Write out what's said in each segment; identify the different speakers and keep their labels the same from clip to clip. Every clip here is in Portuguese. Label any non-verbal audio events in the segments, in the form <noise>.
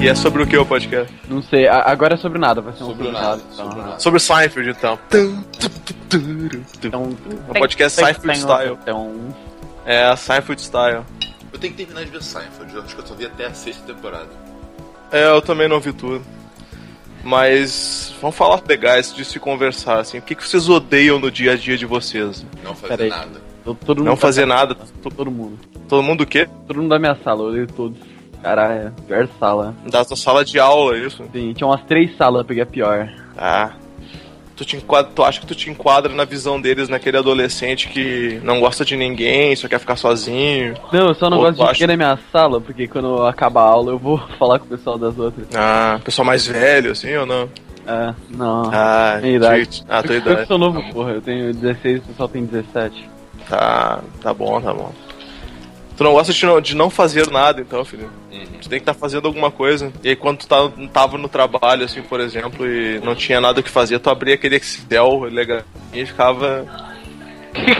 Speaker 1: E é sobre o que o podcast?
Speaker 2: Não sei, a- agora é sobre nada, vai ser um
Speaker 3: Sobre
Speaker 2: sobre
Speaker 3: o nada,
Speaker 2: nada,
Speaker 3: sobre o nada.
Speaker 1: Sobre Seinfeld, então.
Speaker 2: Então,
Speaker 1: O Um podcast Seinfeld Style.
Speaker 2: Então,
Speaker 1: É, Seinfeld Style.
Speaker 3: Eu tenho que terminar de ver Seinfeld, eu acho que eu só vi até a sexta temporada.
Speaker 1: É, eu também não vi tudo. Mas vamos falar legais de se conversar, assim. O que, que vocês odeiam no dia a dia de vocês?
Speaker 3: Não fazer
Speaker 2: Peraí.
Speaker 3: nada.
Speaker 2: to- todo mundo
Speaker 1: Não
Speaker 2: da
Speaker 1: fazer
Speaker 2: minha
Speaker 1: nada.
Speaker 2: sala, to- Todo mundo.
Speaker 1: Todo mundo o quê?
Speaker 2: Todo mundo da minha sala, eu odeio todos. Caralho, pior sala.
Speaker 1: Da sua sala de aula, é isso?
Speaker 2: Sim, tinha umas três salas, eu peguei a pior.
Speaker 1: Ah. Tu, te enquadra, tu acha que tu te enquadra na visão deles naquele adolescente que não gosta de ninguém, só quer ficar sozinho.
Speaker 2: Não, eu só não
Speaker 1: Pô,
Speaker 2: gosto
Speaker 1: eu
Speaker 2: de
Speaker 1: acho-
Speaker 2: ninguém na minha sala, porque quando acaba a aula eu vou <laughs> falar com o pessoal das outras.
Speaker 1: Ah, pessoal mais velho, assim, ou não?
Speaker 2: Ah, não.
Speaker 1: Ah,
Speaker 2: Minha idade.
Speaker 1: gente. Ah, tua
Speaker 2: eu, eu que
Speaker 1: idade.
Speaker 2: sou novo, porra. Eu tenho 16, o pessoal tem 17.
Speaker 1: Tá, tá bom, tá bom. Tu não gosta de não, de não fazer nada, então, filho. Tu tem que estar fazendo alguma coisa. E aí, quando tu tá- tava no trabalho, assim, por exemplo, e não tinha nada o que fazer, tu abria aquele Excel legal e ficava.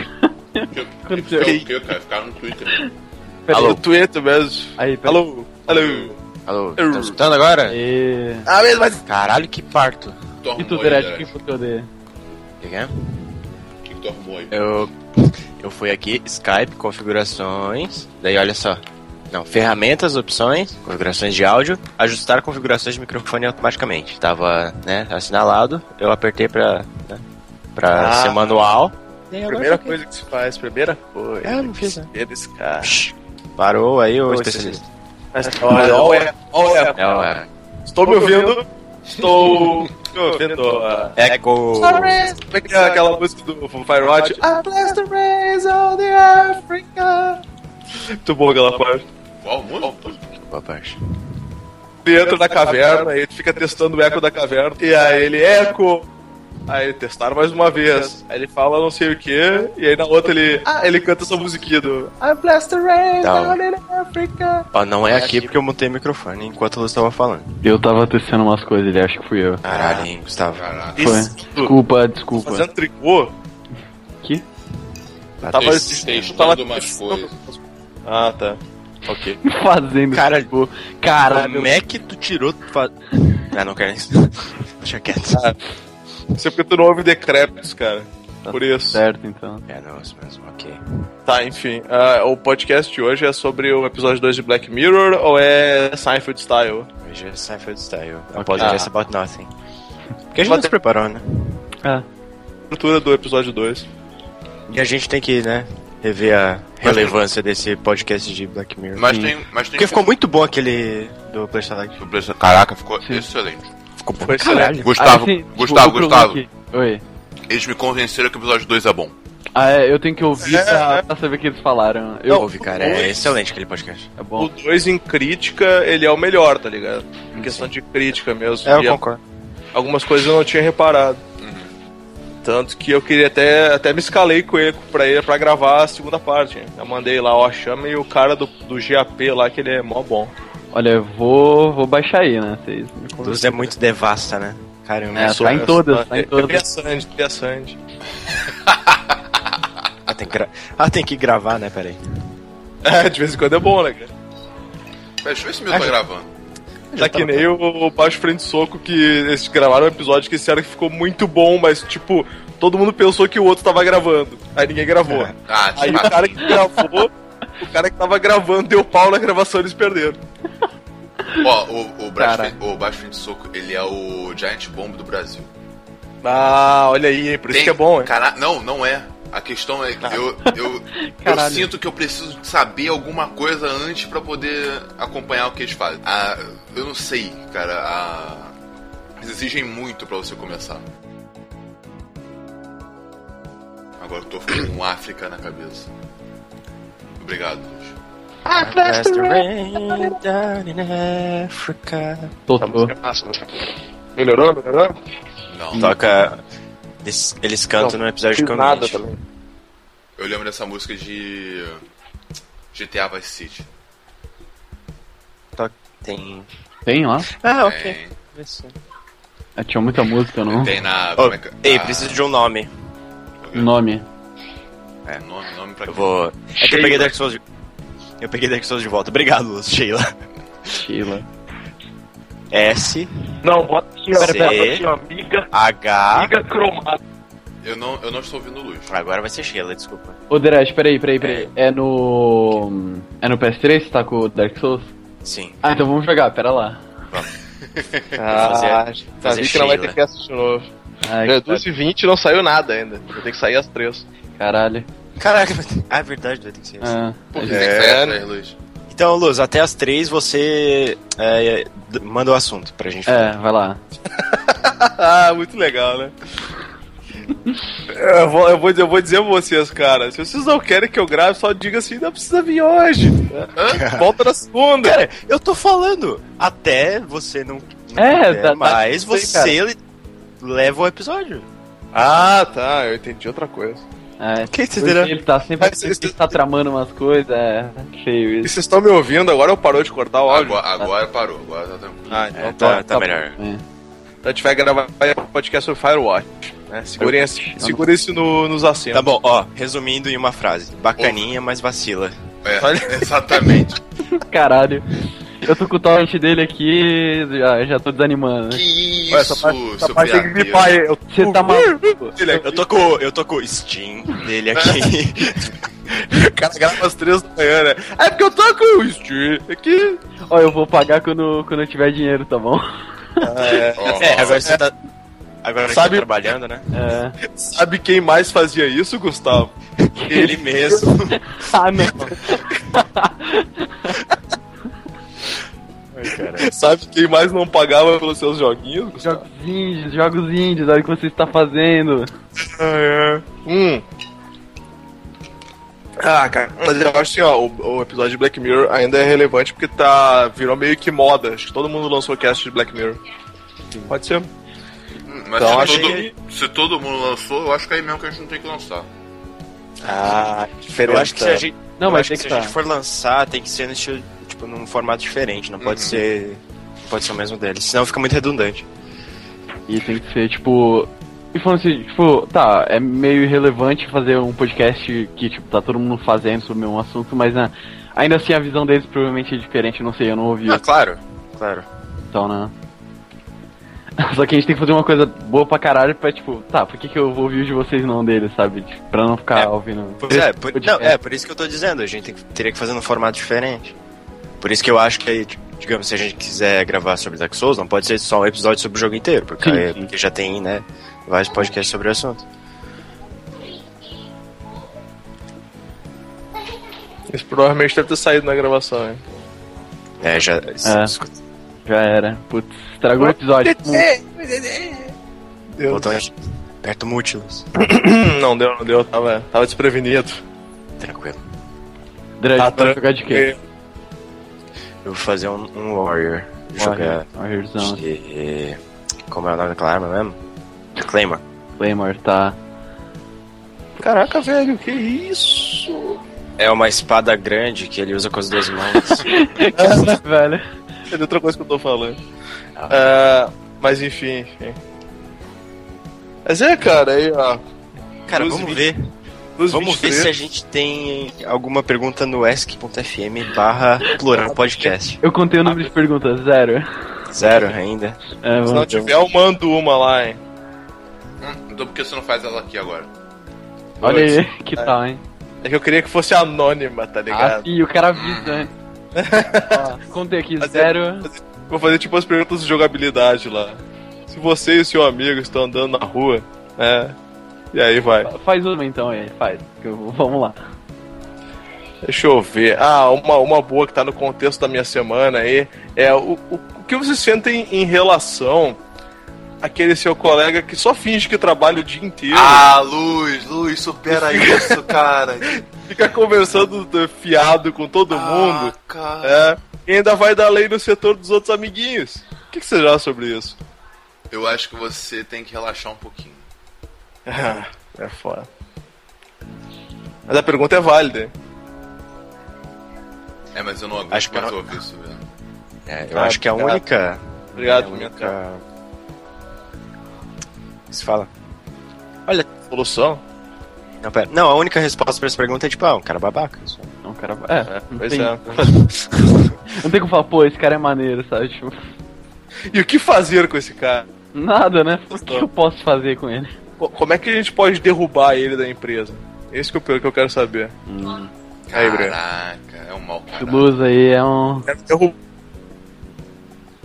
Speaker 3: Eu, eu, eu, eu, cara, ficava no Twitter mesmo.
Speaker 1: Alô? No
Speaker 2: Alô?
Speaker 1: Twitter mesmo.
Speaker 2: Aí, peraí.
Speaker 1: Alô? Alô?
Speaker 4: Alô,
Speaker 1: Eu-
Speaker 4: tá escutando agora?
Speaker 2: E...
Speaker 1: Ah, mesmo, mas.
Speaker 4: Caralho, que parto. Tá
Speaker 3: Tu
Speaker 2: E tu,
Speaker 3: arrumou aí,
Speaker 2: Derek, quem
Speaker 3: Derek?
Speaker 2: foi que eu dei?
Speaker 4: O que que é?
Speaker 3: O que que tu arrumou aí?
Speaker 4: Eu, eu fui aqui, Skype, configurações. Daí olha só. Não, ferramentas, opções, configurações de áudio, ajustar configurações de microfone automaticamente. Tava, né, assinalado. Eu apertei pra, né, pra
Speaker 1: Ah.
Speaker 4: ser manual.
Speaker 1: Primeira coisa que se faz, primeira coisa.
Speaker 4: É, não
Speaker 1: que
Speaker 4: fiz,
Speaker 1: se vê desse cara.
Speaker 4: Psh, Parou aí o especialista.
Speaker 1: Mas, olha, olha, olha,
Speaker 4: É o é,
Speaker 1: Estou me <laughs> ouvindo? Estou me ouvindo. Ah,
Speaker 4: é Echo.
Speaker 1: Como é que é aquela música do Firewatch? I bless the rays of the Africa. Muito bom aquela parte.
Speaker 3: Qual música?
Speaker 4: Boa parte.
Speaker 1: Ele entra na caverna, ele fica testando o eco da caverna. E aí ele, eco! Aí testaram mais uma vez. Aí ele fala não sei o que, e aí na outra ele. Ah, ele canta essa musiquinha do. I bless the rains
Speaker 4: Tá.
Speaker 1: down in Africa.
Speaker 4: Ó, não é aqui porque eu montei o microfone enquanto eu estava falando.
Speaker 2: Eu tava tecendo umas coisas ali, acho que fui eu.
Speaker 4: Caralho, hein, Gustavo.
Speaker 3: Caraca.
Speaker 2: Foi.
Speaker 1: Isso,
Speaker 2: Desculpa, desculpa.
Speaker 1: Fazendo tricô?
Speaker 3: Tava
Speaker 1: Tava
Speaker 3: testando umas coisas.
Speaker 1: Ah, tá. Ok.
Speaker 2: <laughs> Fazendo tipo,
Speaker 4: Caralho.
Speaker 2: tricô. Caralho.
Speaker 4: Como é que tu tirou? tu fa- Ah, não quero <laughs> isso. Deixa quieto.
Speaker 1: Isso é porque tu não ouve decrépitos, cara.
Speaker 2: Tá.
Speaker 1: Por isso.
Speaker 2: Certo, então.
Speaker 4: É, não, isso mesmo, ok.
Speaker 1: Tá, enfim. ah, o podcast de hoje é sobre o episódio 2 de Black Mirror ou é Seinfeld Style?
Speaker 4: Hoje é Seinfeld Style.
Speaker 2: Ok.
Speaker 4: A podcast about nothing. Porque a gente não se preparou, né?
Speaker 2: Ah,
Speaker 1: Estrutura do episódio 2.
Speaker 4: E a gente tem que, né, rever a relevância desse podcast de Black Mirror.
Speaker 3: Mas tem. Mas tem
Speaker 4: Porque ficou muito bom aquele do PlayStation.
Speaker 3: muito. Caraca, ficou
Speaker 2: Sim.
Speaker 3: excelente.
Speaker 4: Ficou bom.
Speaker 1: Foi
Speaker 4: Caralho.
Speaker 3: Gustavo,
Speaker 2: assim, tipo,
Speaker 3: Gustavo,
Speaker 2: vou provar
Speaker 3: Gustavo.
Speaker 2: aqui. Oi.
Speaker 3: Eles me convenceram que o episódio 2 é bom.
Speaker 2: Ah, é, eu tenho que ouvir
Speaker 1: É,
Speaker 2: pra,
Speaker 1: é.
Speaker 2: pra saber o que eles falaram. Eu,
Speaker 4: Eu ouvi, cara. É excelente aquele podcast.
Speaker 2: Tá
Speaker 1: O
Speaker 2: bom.
Speaker 1: 2 em crítica, ele é o melhor, tá ligado? Em questão de crítica mesmo.
Speaker 4: É, eu
Speaker 1: E
Speaker 4: concordo.
Speaker 1: algumas coisas eu não tinha reparado. Tanto que eu queria até, até me escalei com ele pra ele pra gravar a segunda parte. né? Eu mandei lá, ó, chama e o cara do, do GAP lá, que ele é mó bom.
Speaker 2: Olha, eu vou, vou baixar aí, né? Vocês me
Speaker 4: O
Speaker 2: convidam.
Speaker 4: Luz é muito devassa, né? Caramba.
Speaker 2: É,
Speaker 4: isso-
Speaker 2: tá em todas, tá em
Speaker 1: É
Speaker 2: todas.
Speaker 1: interessante, interessante.
Speaker 4: ah, tem que gra- ah, tem que gravar, né? Peraí.
Speaker 1: <laughs> É, de vez em quando é bom, né, cara?
Speaker 3: Pera, deixa eu ver se meu tá gravando.
Speaker 1: Tá que nem o, o Baixo Frente Soco que eles gravaram um episódio que disseram que ficou muito bom, mas tipo, todo mundo pensou que o outro tava gravando. Aí ninguém gravou.
Speaker 4: É.
Speaker 3: Ah,
Speaker 1: Aí o
Speaker 3: tá.
Speaker 1: cara que gravou, o cara que tava gravando deu pau na gravação e eles perderam.
Speaker 3: Ó, o,
Speaker 2: Cara.
Speaker 3: o, Brad Fe- o Baixo Fim de Soco, ele é o Giant Bomb do Brasil.
Speaker 1: Ah, olha aí, hein? Por isso que é bom, hein? Tá.
Speaker 3: Cara... Não, não é. A questão é que eu,
Speaker 1: <laughs>
Speaker 3: eu, eu
Speaker 2: Caralho.
Speaker 3: sinto que eu preciso saber alguma coisa antes pra poder acompanhar o que eles fazem. Ah, eu não sei, cara. Ah, eles exigem muito pra você começar. Agora eu tô com África na cabeça. Obrigado, Luiz.
Speaker 4: Blast the rain down in Africa.
Speaker 2: Totô.
Speaker 1: Melhorou, melhorou?
Speaker 3: Não,
Speaker 4: Tá. Toca. Eles, eles cantam no episódio de comediante.
Speaker 3: eu lembro dessa música de GTA Vice City.
Speaker 4: Toca- Tem.
Speaker 2: Tem lá?
Speaker 4: Ah,
Speaker 3: Tem,
Speaker 2: Ah, tinha muita música, não?
Speaker 3: tem na.
Speaker 4: Oh,
Speaker 3: como é que-
Speaker 4: ei,
Speaker 3: na-
Speaker 4: preciso de um nome.
Speaker 2: Nome.
Speaker 3: Ah, é, Nome, nome pra
Speaker 4: Eu vou. É que eu peguei Dark Souls de... Eu peguei Dark Souls de volta. Obrigado, Luz, Sheila.
Speaker 2: Sheila.
Speaker 4: S
Speaker 5: Não, bota aqui, ó.
Speaker 4: C.
Speaker 5: Bota aqui, ó. Miga,
Speaker 4: H.
Speaker 5: miga cromada.
Speaker 3: Eu não, eu não estou ouvindo luz.
Speaker 4: Agora vai ser Sheila, desculpa.
Speaker 2: Ô, Derash, peraí, peraí, peraí. É no. É no PS3 que tá com o Dark Souls?
Speaker 4: Sim.
Speaker 2: Ah, então vamos jogar, pera lá.
Speaker 1: Ah,
Speaker 4: fazer- né?
Speaker 1: tá
Speaker 4: fazer
Speaker 1: vendo que não vai ter
Speaker 4: Sheila.
Speaker 1: festa de novo.
Speaker 2: Ai,
Speaker 1: É,
Speaker 2: que
Speaker 1: 2h20 não saiu nada ainda. Vou ter que sair às 3.
Speaker 2: caralho.
Speaker 4: Caraca, vai ter- ah, é verdade, vai ter que ser assim.
Speaker 2: Ah,
Speaker 3: Por que
Speaker 1: É.
Speaker 3: tem que sair atrás, luz?
Speaker 4: Então, Luz, até as três você é, d- manda o assunto pra gente.
Speaker 2: é, vai lá.
Speaker 1: <laughs> Ah, muito legal, né? Eu vou, eu, vou, eu vou dizer pra vocês, cara. Se vocês não querem que eu grave, só diga assim: não precisa vir hoje. Hã? <laughs> Volta na segunda.
Speaker 4: Cara, eu tô falando. Até você não. não
Speaker 2: É,
Speaker 4: quiser,
Speaker 2: tá- tá-
Speaker 4: mas
Speaker 2: sei,
Speaker 4: você leva o episódio.
Speaker 1: Ah, tá. Eu entendi outra coisa.
Speaker 2: É,
Speaker 4: Que
Speaker 2: porque ele tá sempre
Speaker 1: Mas vocês-
Speaker 2: ele tá tramando umas coisas, é feio
Speaker 1: E
Speaker 2: isso.
Speaker 1: vocês estão me ouvindo? Agora eu parou de cortar o áudio?
Speaker 3: Agora, agora parou, agora tá tranquilo.
Speaker 1: Ah,
Speaker 4: É,
Speaker 1: então tá.
Speaker 4: tá, tá melhor.
Speaker 2: É.
Speaker 1: Então A gente vai gravar um podcast sobre Firewatch. Né? Segurem, esse, segurem isso no- nos assentos.
Speaker 4: Tá bom, ó, resumindo em uma frase. Bacaninha, mas vacila.
Speaker 3: É,
Speaker 1: <laughs>
Speaker 3: exatamente.
Speaker 2: Caralho. Eu tô com o torrent dele aqui, já, já tô desanimando.
Speaker 3: Que isso,
Speaker 1: Ué, essa parte-
Speaker 3: seu
Speaker 1: Mas tem que
Speaker 3: piadeiro.
Speaker 1: gripar ele. Eu-
Speaker 2: Você tá maluco?
Speaker 1: Ele
Speaker 4: Eu tô com, eu tô com o Steam dele aqui.
Speaker 1: O cara grava às três da manhã, né? É porque eu tô com o é Steve aqui.
Speaker 2: Ó, eu vou pagar quando, quando eu tiver dinheiro, tá bom?
Speaker 3: Ó,
Speaker 4: <laughs> é, agora você tá. Agora você tá
Speaker 1: Sabe-
Speaker 4: trabalhando, né?
Speaker 2: É.
Speaker 1: Sabe quem mais fazia isso, Gustavo?
Speaker 4: Ele mesmo.
Speaker 2: <laughs> Ah, não.
Speaker 1: Sabe quem mais não pagava pelos seus joguinhos, Gustavo?
Speaker 2: Jogos indies, jogos indies, olha o que você está fazendo.
Speaker 1: Ah, é. Hum. Ah, cara, mas eu acho assim, ó, o, o episódio de Black Mirror ainda é relevante porque tá. virou meio que moda. Acho que todo mundo lançou cast de Black Mirror. Pode ser.
Speaker 3: hum, Mas
Speaker 1: Então,
Speaker 3: se,
Speaker 1: achei-
Speaker 3: todo, se todo mundo lançou, eu acho que é aí mesmo que a gente não tem que lançar.
Speaker 4: Ah,
Speaker 1: Diferente.
Speaker 4: eu acho que se a gente,
Speaker 2: Não,
Speaker 4: eu
Speaker 2: mas
Speaker 4: acho que
Speaker 2: tem
Speaker 4: se
Speaker 2: que
Speaker 4: a
Speaker 2: tá.
Speaker 4: gente for lançar, tem que ser no estilo, tipo, num formato diferente. Não pode
Speaker 3: Uhum.
Speaker 4: ser. Não pode ser o mesmo dele. Senão fica muito redundante.
Speaker 2: E tem que ser, tipo. E falando assim, tipo, tá, é meio irrelevante fazer um podcast que, tipo, tá todo mundo fazendo sobre um assunto, mas né, ainda assim a visão deles provavelmente é diferente, não sei, eu não ouvi
Speaker 4: Ah, claro. Claro.
Speaker 2: então, né? <laughs> Só que a gente tem que fazer uma coisa boa pra caralho pra, tipo, tá, por que, que eu vou ouvir o de vocês e não deles, sabe? Tipo, pra não ficar
Speaker 4: É.
Speaker 2: ouvindo.
Speaker 4: Pois é, por,
Speaker 2: Pode-
Speaker 4: não, é, por isso que eu tô dizendo, a gente tem que- teria que fazer num formato diferente. Por isso que eu acho que, aí, digamos, se a gente quiser gravar sobre Dark Souls, não pode ser só um episódio sobre o jogo inteiro, porque,
Speaker 2: Sim,
Speaker 4: aí-
Speaker 2: sim.
Speaker 4: porque já tem, né, vários podcasts sobre o assunto.
Speaker 1: Isso provavelmente deve ter saído na gravação, hein?
Speaker 4: É, já.
Speaker 2: Já era. Putz, estragou o episódio.
Speaker 4: é.
Speaker 1: Deu.
Speaker 4: Botão de- Perto múltiplos.
Speaker 1: Não, deu, não deu. Tava, tava desprevenido.
Speaker 4: Tranquilo.
Speaker 2: Hum, Dredd,
Speaker 1: Tá,
Speaker 2: vai
Speaker 1: tra-
Speaker 2: É, jogar de quê?
Speaker 4: Eu vou fazer um, um Warrior. Jogar.
Speaker 2: Warriorzão,
Speaker 4: de- Como é o nome daquela arma mesmo? Claymore.
Speaker 2: Claymore,
Speaker 4: <laughs>
Speaker 2: tá.
Speaker 1: Caraca, velho, que isso?
Speaker 4: É uma espada grande que ele usa com as duas mãos. <laughs>
Speaker 2: Velho.
Speaker 1: É de outra coisa que eu tô falando. Ah, mas enfim, enfim. Mas é, cara, aí, ó.
Speaker 4: Cara,
Speaker 1: Luz
Speaker 4: vamos
Speaker 1: e
Speaker 4: ver.
Speaker 1: Luz
Speaker 4: Vamos ver
Speaker 1: 23.
Speaker 4: se a gente tem alguma pergunta no ask.fm barra plural podcast.
Speaker 2: Eu contei o número de perguntas, zero.
Speaker 4: Zero ainda.
Speaker 2: É,
Speaker 1: Se não
Speaker 2: vamos...
Speaker 1: tiver, eu mando uma lá, hein?
Speaker 3: Hum, então por que você não faz ela aqui agora?
Speaker 2: Olha aí, que tal, hein?
Speaker 1: É que eu queria que fosse anônima, tá
Speaker 2: Ah,
Speaker 1: ligado?
Speaker 2: sim, o cara
Speaker 4: <laughs>
Speaker 2: avisa, hein? Ó, contei aqui,
Speaker 1: Mas é-
Speaker 2: zero.
Speaker 1: Vou fazer tipo as perguntas de jogabilidade lá. Se você e o seu amigo estão andando na rua, né? E aí vai.
Speaker 2: Faz uma então aí, faz. que eu vou- Vamos lá.
Speaker 1: Deixa eu ver. Ah, uma, uma boa que tá no contexto da minha semana aí é o, o, o que vocês sentem em relação àquele seu colega que só finge que trabalha o dia inteiro,
Speaker 3: Ah, Luz, Luz,
Speaker 1: <laughs>
Speaker 3: supera isso, cara.
Speaker 1: fica conversando eh, fiado com todo mundo,
Speaker 3: Ah, cara.
Speaker 1: é, e ainda vai dar lei no setor dos outros amiguinhos. O que, que você acha sobre isso?
Speaker 3: Eu acho que você tem que relaxar um pouquinho.
Speaker 1: é foda. Mas a pergunta é válida.
Speaker 3: É, mas eu não aguento
Speaker 4: Acho que
Speaker 3: mais
Speaker 4: eu-
Speaker 3: ouvir isso, velho.
Speaker 4: É, eu acho que a única. É
Speaker 1: Obrigado,
Speaker 4: a
Speaker 1: minha
Speaker 4: única. Se fala.
Speaker 1: solução.
Speaker 4: Não, pera. Não, a única resposta pra essa pergunta é tipo, ah, um cara babaca. Isso.
Speaker 2: Não, cara. É, não,
Speaker 1: Pois
Speaker 2: tem,
Speaker 1: é.
Speaker 2: não tem como falar, pô, esse cara é maneiro, sabe? Tipo,
Speaker 1: <laughs>
Speaker 2: <laughs>
Speaker 1: E o que fazer com esse cara?
Speaker 2: Nada, né? O que eu posso fazer com ele?
Speaker 1: Co- Como é que a gente pode derrubar ele da empresa? Esse que é o que eu quero saber.
Speaker 4: Hum.
Speaker 1: Aí, Breno.
Speaker 3: Caraca, é um mau
Speaker 2: Esse
Speaker 3: cara.
Speaker 2: Luz aí é um
Speaker 1: Quero derrubar.
Speaker 4: um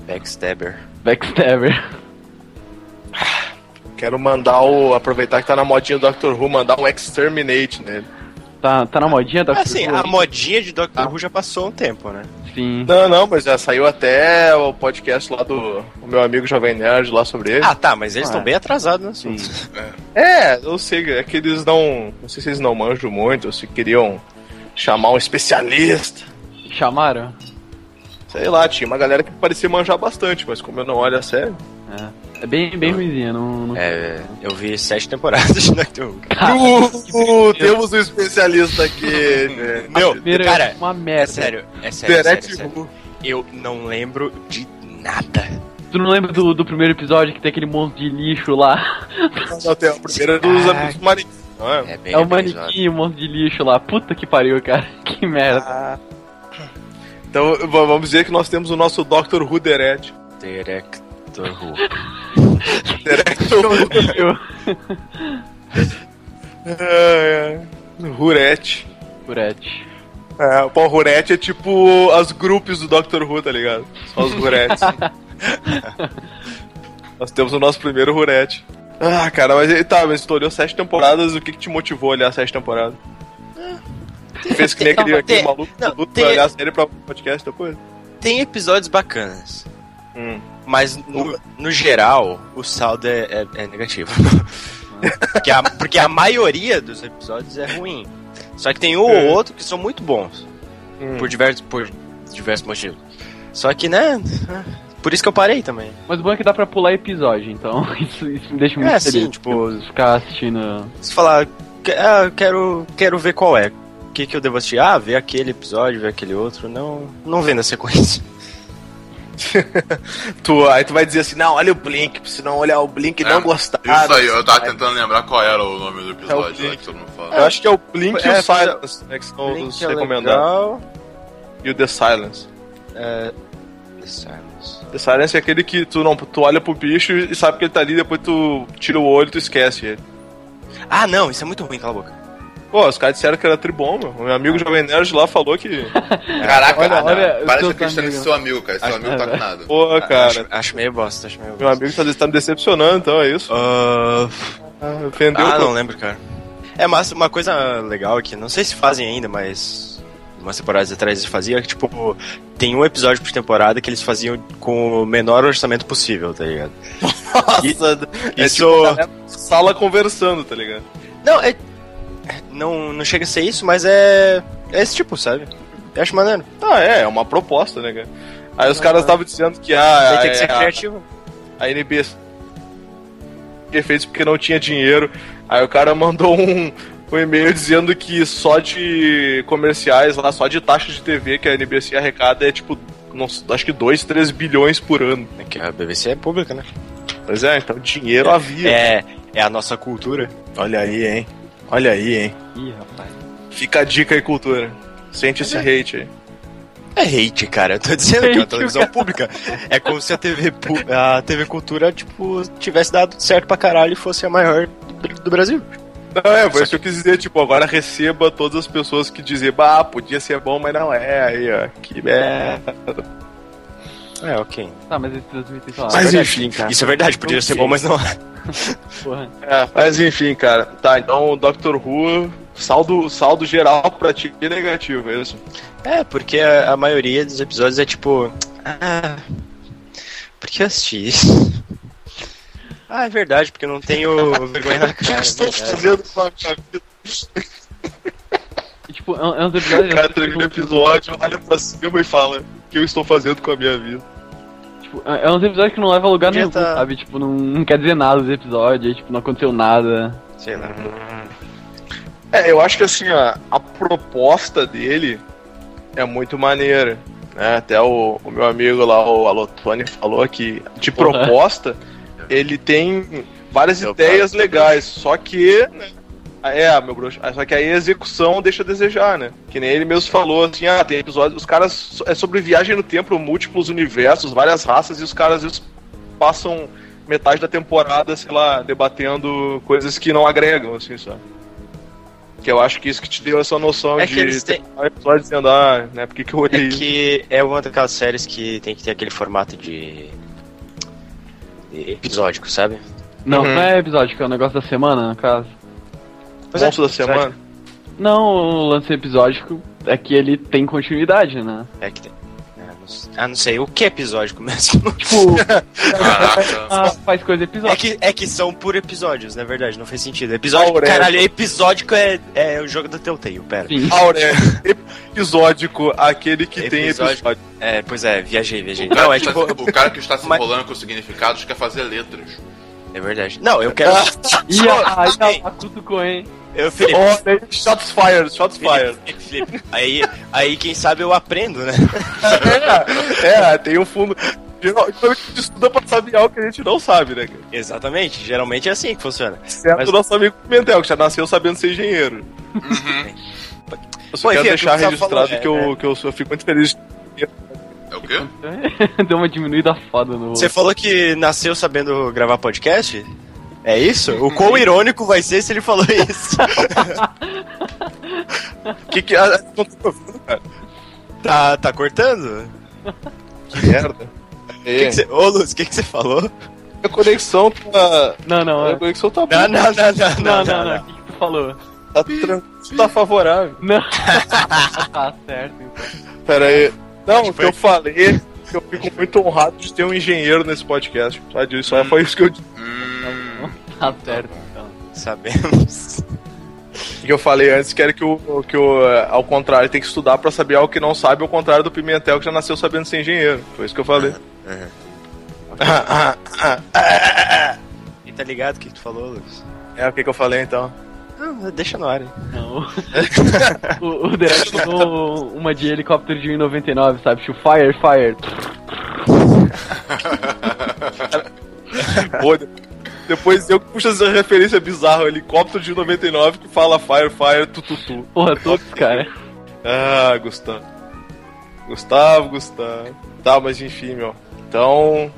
Speaker 4: Backstabber.
Speaker 2: backstabber.
Speaker 1: Quero mandar o. aproveitar que tá na modinha do Doctor Who, mandar um exterminate nele.
Speaker 2: Tá, tá na modinha da
Speaker 4: Assim, a modinha de Doctor Who já passou um tempo, né?
Speaker 2: Sim.
Speaker 1: Não, não, mas já saiu até o podcast lá do o meu amigo Jovem Nerd lá sobre ele.
Speaker 4: Ah, tá, mas eles estão
Speaker 2: Ah, é.
Speaker 4: bem atrasados no assunto.
Speaker 1: É, eu sei, é que eles não. Não sei se eles não manjam muito, ou se queriam chamar um especialista.
Speaker 2: Chamaram?
Speaker 1: Sei lá, tinha uma galera que parecia manjar bastante, mas como eu não olho a sério.
Speaker 2: É bem, bem ruimzinha, não. tá. não...
Speaker 4: É, eu vi sete temporadas de Doctor Who. cara.
Speaker 1: Uh, <laughs> temos um especialista aqui, né?
Speaker 4: Meu,
Speaker 2: Primeiro,
Speaker 4: cara,
Speaker 2: uma
Speaker 4: é
Speaker 2: merda.
Speaker 4: sério, é sério, é sério, é
Speaker 1: Derek
Speaker 4: sério.
Speaker 1: Ru.
Speaker 4: Eu não lembro de nada.
Speaker 2: Tu não lembra do, do primeiro episódio que tem aquele monte de lixo lá?
Speaker 1: Não, tem a primeira é dos
Speaker 4: Caraca.
Speaker 1: amigos marinhos, não é?
Speaker 4: Ah, É bem
Speaker 2: É um
Speaker 4: episódio.
Speaker 2: manequim, um monte de lixo lá. Puta que pariu, cara. <laughs> Que merda.
Speaker 4: Ah.
Speaker 1: Então v- vamos dizer que nós temos o nosso Dr. Ruderete.
Speaker 4: Derek Who. <laughs>
Speaker 1: <laughs> É, Rurete.
Speaker 2: Purete.
Speaker 1: É, o Paul Rurete é tipo as grupos do Dr. Who, tá ligado? Só os
Speaker 4: <laughs>
Speaker 1: Ruretes. Nós temos o nosso primeiro Rurete. Ah, cara, mas e- tá, mas tu olhou sete temporadas, o que, que te motivou a olhar sete temporadas? Fez que nem
Speaker 4: tem-
Speaker 1: aquele, aquele
Speaker 4: tem-
Speaker 1: maluco
Speaker 4: não,
Speaker 1: maluco
Speaker 4: tem-
Speaker 1: pra olhar a série pra podcast depois?
Speaker 4: Tem episódios bacanas.
Speaker 1: Hum.
Speaker 4: Mas no, no geral, o saldo é, é- é negativo. <laughs> porque, a, porque a maioria dos episódios é ruim. Só que tem um ou outro que são muito bons.
Speaker 1: É. Hum.
Speaker 4: Por, diversos, por diversos motivos. Só que, né? Por isso que eu parei também.
Speaker 2: Mas o bom é que dá pra pular episódio, então <laughs> isso, isso me deixa muito
Speaker 4: É,
Speaker 2: feliz.
Speaker 4: sim, tipo-
Speaker 2: ficar assistindo.
Speaker 4: Se falar, "Que- ah, eu quero, quero ver qual é. O que, que eu devo assistir? Ah, ver aquele episódio, ver aquele outro. Não, não vendo a sequência.
Speaker 1: Tu, aí tu vai dizer assim, não, olha o Blink, se não olhar o Blink e
Speaker 3: É,
Speaker 1: não gostar.
Speaker 3: Isso aí,
Speaker 1: não
Speaker 3: eu tava
Speaker 1: vai.
Speaker 3: tentando lembrar qual era o nome
Speaker 1: É
Speaker 3: do
Speaker 1: o
Speaker 3: episódio lá
Speaker 1: Blink.
Speaker 3: que todo mundo fala.
Speaker 1: Eu acho que é o Blink e
Speaker 4: É,
Speaker 1: o Silence, né, que são os
Speaker 4: Blink é
Speaker 1: recomendados.
Speaker 4: legal.
Speaker 1: E o The Silence.
Speaker 4: É, The Silence.
Speaker 1: The Silence é aquele que tu não tu olha pro bicho e sabe que ele tá ali, depois tu tira o olho e tu esquece ele.
Speaker 4: Ah, não, isso é muito ruim, cala a boca.
Speaker 1: Pô, os caras disseram que era tribom, meu. O meu amigo Jovem Nerd lá falou que.
Speaker 4: É.
Speaker 3: Caraca,
Speaker 2: Olha,
Speaker 3: ah, não.
Speaker 2: olha,
Speaker 3: para de
Speaker 2: eu tô
Speaker 3: acreditar nesse
Speaker 2: amigo.
Speaker 3: seu amigo, cara. Seu
Speaker 2: Acho-
Speaker 3: amigo tá
Speaker 2: é,
Speaker 3: com nada.
Speaker 1: Pô, cara,
Speaker 4: <laughs> Acho, acho meio bosta, acho meio bosta.
Speaker 1: meu amigo tá, tá me decepcionando, então é isso.
Speaker 4: Ah,
Speaker 1: Ah, Ofendeu.
Speaker 4: ah,
Speaker 1: pô.
Speaker 4: não lembro, cara. É, mas uma coisa legal aqui, não sei se fazem ainda, mas umas temporadas atrás eles faziam, que, tipo, tem um episódio por temporada que eles faziam com o menor orçamento possível,
Speaker 1: <laughs>
Speaker 4: tá ligado?
Speaker 1: Nossa, é
Speaker 4: Isso...
Speaker 1: tipo, galera na sala conversando, tá ligado?
Speaker 4: não, é... Não, não chega a ser isso, mas é... É esse tipo, sabe? Eu acho maneiro.
Speaker 1: Ah, é, é uma proposta, né, cara? Aí
Speaker 4: Ah,
Speaker 1: os caras estavam dizendo que ah,
Speaker 4: Daí é. tem que ser
Speaker 1: é,
Speaker 4: criativo.
Speaker 1: a NB fez porque não tinha dinheiro. Aí o cara mandou um, um e-mail dizendo que só de comerciais lá, só de taxa de TV que a NBC arrecada é tipo, não sei, acho que 2, 3 bilhões por ano.
Speaker 4: É que a BBC é pública, né?
Speaker 1: Pois é, então dinheiro havia.
Speaker 4: <laughs> É, é a nossa cultura.
Speaker 1: Olha aí, hein? Olha aí, hein?
Speaker 2: Ih, rapaz.
Speaker 1: Fica a dica aí, cultura. Sente esse hate aí.
Speaker 4: É hate, cara. Eu tô dizendo que é uma
Speaker 2: Hate,
Speaker 4: televisão pública. É como se a TV, pu- a TV Cultura, tipo, tivesse dado certo pra caralho e fosse a maior do, do Brasil.
Speaker 1: Não, é, foi isso que eu quis dizer, tipo, agora receba todas as pessoas que dizem, bah, podia ser bom, mas não é, aí, ó, que merda.
Speaker 4: É, ok.
Speaker 2: Tá, mas eles transmitem, sei lá,
Speaker 1: Mas
Speaker 4: é
Speaker 1: enfim,
Speaker 4: verdade. Isso é verdade, poderia ser bom, mas não. é.
Speaker 2: porra.
Speaker 1: É, mas enfim, cara. Tá, então Dr. Who, saldo, saldo geral pra ti é negativo, é isso?
Speaker 4: É, porque a, a maioria dos episódios é tipo. Ah. Por que eu assisti isso? Ah, é verdade, porque eu não tenho vergonha na cara. é verdade.
Speaker 1: com a minha vida?
Speaker 2: E, tipo, é um é uns episódios.
Speaker 1: cara termina o episódio, olha pra cima e fala o que eu estou fazendo com a minha vida.
Speaker 2: Tipo, é uns episódios que não leva a lugar
Speaker 4: Podia
Speaker 2: nenhum,
Speaker 4: tá-
Speaker 2: sabe? Tipo, não, não quer dizer nada os episódios, aí, tipo, não aconteceu nada.
Speaker 4: Sei lá.
Speaker 1: É, eu acho que assim, ó, a proposta dele é muito maneira. né? Até o, o meu amigo lá, o Alotone, falou que de
Speaker 2: Porra.
Speaker 1: proposta ele tem várias
Speaker 3: Eu
Speaker 1: ideias legais, só que né, Ah, É, meu bruxo. Ah, Só que aí a execução deixa a desejar, né? Que nem ele mesmo falou, assim, ah, tem episódios. Os caras. so- É sobre viagem no tempo, múltiplos universos, várias raças, e os caras às vezes passam metade da temporada, sei lá, debatendo coisas que não agregam, assim, sabe? Que eu acho que isso que te deu essa noção
Speaker 4: É
Speaker 1: de
Speaker 4: que eles têm-
Speaker 1: terminar o episódio dizendo, ah, né? Por que, que eu olhei
Speaker 4: É
Speaker 1: isso?
Speaker 4: que é uma daquelas séries que tem que ter aquele formato de. de episódico, sabe?
Speaker 2: Não,
Speaker 1: Uhum.
Speaker 2: não é episódio, que é o negócio da semana, no caso.
Speaker 4: Pois é,
Speaker 1: Monstro da
Speaker 4: episódio. <laughs>
Speaker 1: semana?
Speaker 2: Não, o lance episódico é que ele tem continuidade, né?
Speaker 4: É que tem. Ah, não sei- Ah, não sei, o que é episódico <laughs> mesmo?
Speaker 2: Tipo, <laughs>
Speaker 3: Caraca.
Speaker 2: ah, faz coisa episódico.
Speaker 4: É que, é que são por episódios, na verdade, não fez sentido. Episódio,
Speaker 1: Aurélio.
Speaker 4: caralho, episódico é, é o jogo da Telltale, pera.
Speaker 2: Sim.
Speaker 1: Aurélio, episódico, aquele que tem
Speaker 4: Episódio.
Speaker 1: episódio.
Speaker 4: É, pois é, viajei, viajei.
Speaker 3: O cara,
Speaker 4: Não, é
Speaker 3: que
Speaker 4: tipo.
Speaker 3: está, o cara que está se
Speaker 4: Mas-
Speaker 3: enrolando com significados quer fazer letras.
Speaker 4: É verdade. Não, eu
Speaker 1: Ah.
Speaker 4: quero.
Speaker 2: E a, e a, a cutucou, hein?
Speaker 4: Eu, Felipe,
Speaker 1: Oh, shots fired, shots fired.
Speaker 4: <laughs> Felipe, Felipe. Aí, aí, quem sabe eu aprendo, né?
Speaker 1: É, é, tem um fundo. Geral- Geralmente a gente estuda pra saber algo que a gente não sabe, né? cara?
Speaker 4: Exatamente, geralmente é assim que funciona.
Speaker 1: Exceto
Speaker 4: Mas-
Speaker 1: o nosso amigo Pimentel, que já nasceu sabendo ser engenheiro. Eu só
Speaker 4: Pô,
Speaker 1: quero
Speaker 4: enfim, é
Speaker 1: deixar
Speaker 4: o que você
Speaker 1: registrado
Speaker 4: tava falando, é.
Speaker 1: que, eu, que eu, sou- eu fico muito feliz.
Speaker 3: É o quê?
Speaker 2: <laughs> Tipo, Deu uma diminuída foda no.
Speaker 4: Você falou que nasceu sabendo gravar podcast? É isso? O quão irônico vai ser se ele falou <laughs> isso?
Speaker 1: Que que. ah, <laughs> Não tô ouvindo, cara.
Speaker 4: tá, tá cortando?
Speaker 1: Que merda.
Speaker 4: Que que cê- Ô, Luz, o que que você falou?
Speaker 1: A conexão tá.
Speaker 2: Não, não,
Speaker 4: Ah.
Speaker 1: A
Speaker 2: é-
Speaker 1: conexão tá boa.
Speaker 4: Não, não, não,
Speaker 2: não,
Speaker 4: não,
Speaker 2: não, não. O que, que tu falou?
Speaker 1: Tá tranquilo, tá favorável.
Speaker 2: Não. <laughs> tá certo, então.
Speaker 1: Pera aí. Não, o que
Speaker 4: foi-
Speaker 1: eu falei é que eu fico muito honrado de ter um engenheiro nesse podcast. Só disso, só foi isso que eu disse.
Speaker 3: Hum,
Speaker 2: Tá certo, então.
Speaker 4: Sabemos.
Speaker 1: que eu falei antes, que era que o, que o eh, ao contrário, tem que estudar pra saber algo que não sabe, ao contrário do Pimentel, que já nasceu sabendo ser engenheiro. Foi isso que eu falei.
Speaker 4: E tá ligado o que que tu falou, Luz?
Speaker 1: <laughs> é o que, que eu falei então.
Speaker 4: Não, deixa no ar. hein?
Speaker 2: Não. o o Derek mandou uma de helicóptero de 1,99, sabe? Tipo, fire, fire.
Speaker 1: Pô, de- depois eu que puxo essa referência bizarra, o helicóptero de 99 que fala Fire, Fire, tututu.
Speaker 2: Porra, todos, cara.
Speaker 1: Ah, Gustavo. Gustavo, Gustavo. Tá, mas enfim, meu. Então,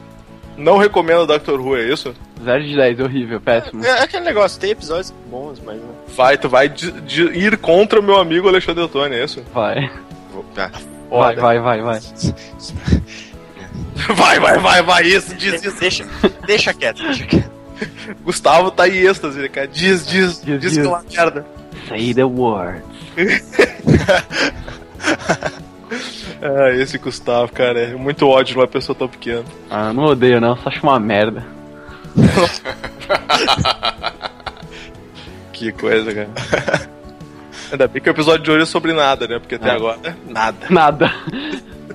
Speaker 1: não recomendo Doctor Who, é isso?
Speaker 2: 0 de 10, horrível, péssimo.
Speaker 4: É aquele negócio, tem episódios bons, mas né? não.
Speaker 1: Vai, tu vai de- de ir contra o meu amigo Alexandre Antônio, é isso? <laughs>
Speaker 2: Vai.
Speaker 4: Vou- Ah,
Speaker 2: Vai,
Speaker 1: Foda.
Speaker 2: vai, vai, vai.
Speaker 1: Vai, vai, vai, vai, isso, diz
Speaker 4: deixa, deixa, deixa quieto, deixa quieto.
Speaker 1: Gustavo tá em êxtase, né, cara. Diz, diz, diz,
Speaker 2: Diz,
Speaker 1: que
Speaker 2: diz.
Speaker 1: lá merda.
Speaker 2: Say the word.
Speaker 1: Ah, esse Gustavo, cara, é muito ódio de uma pessoa tão pequena.
Speaker 2: Ah, não odeio não, só acho uma merda. <laughs>
Speaker 1: Que coisa, cara. <laughs> Ainda bem que o episódio de hoje é sobre nada, né? Porque até
Speaker 2: Ah.
Speaker 1: agora, nada.
Speaker 2: Nada.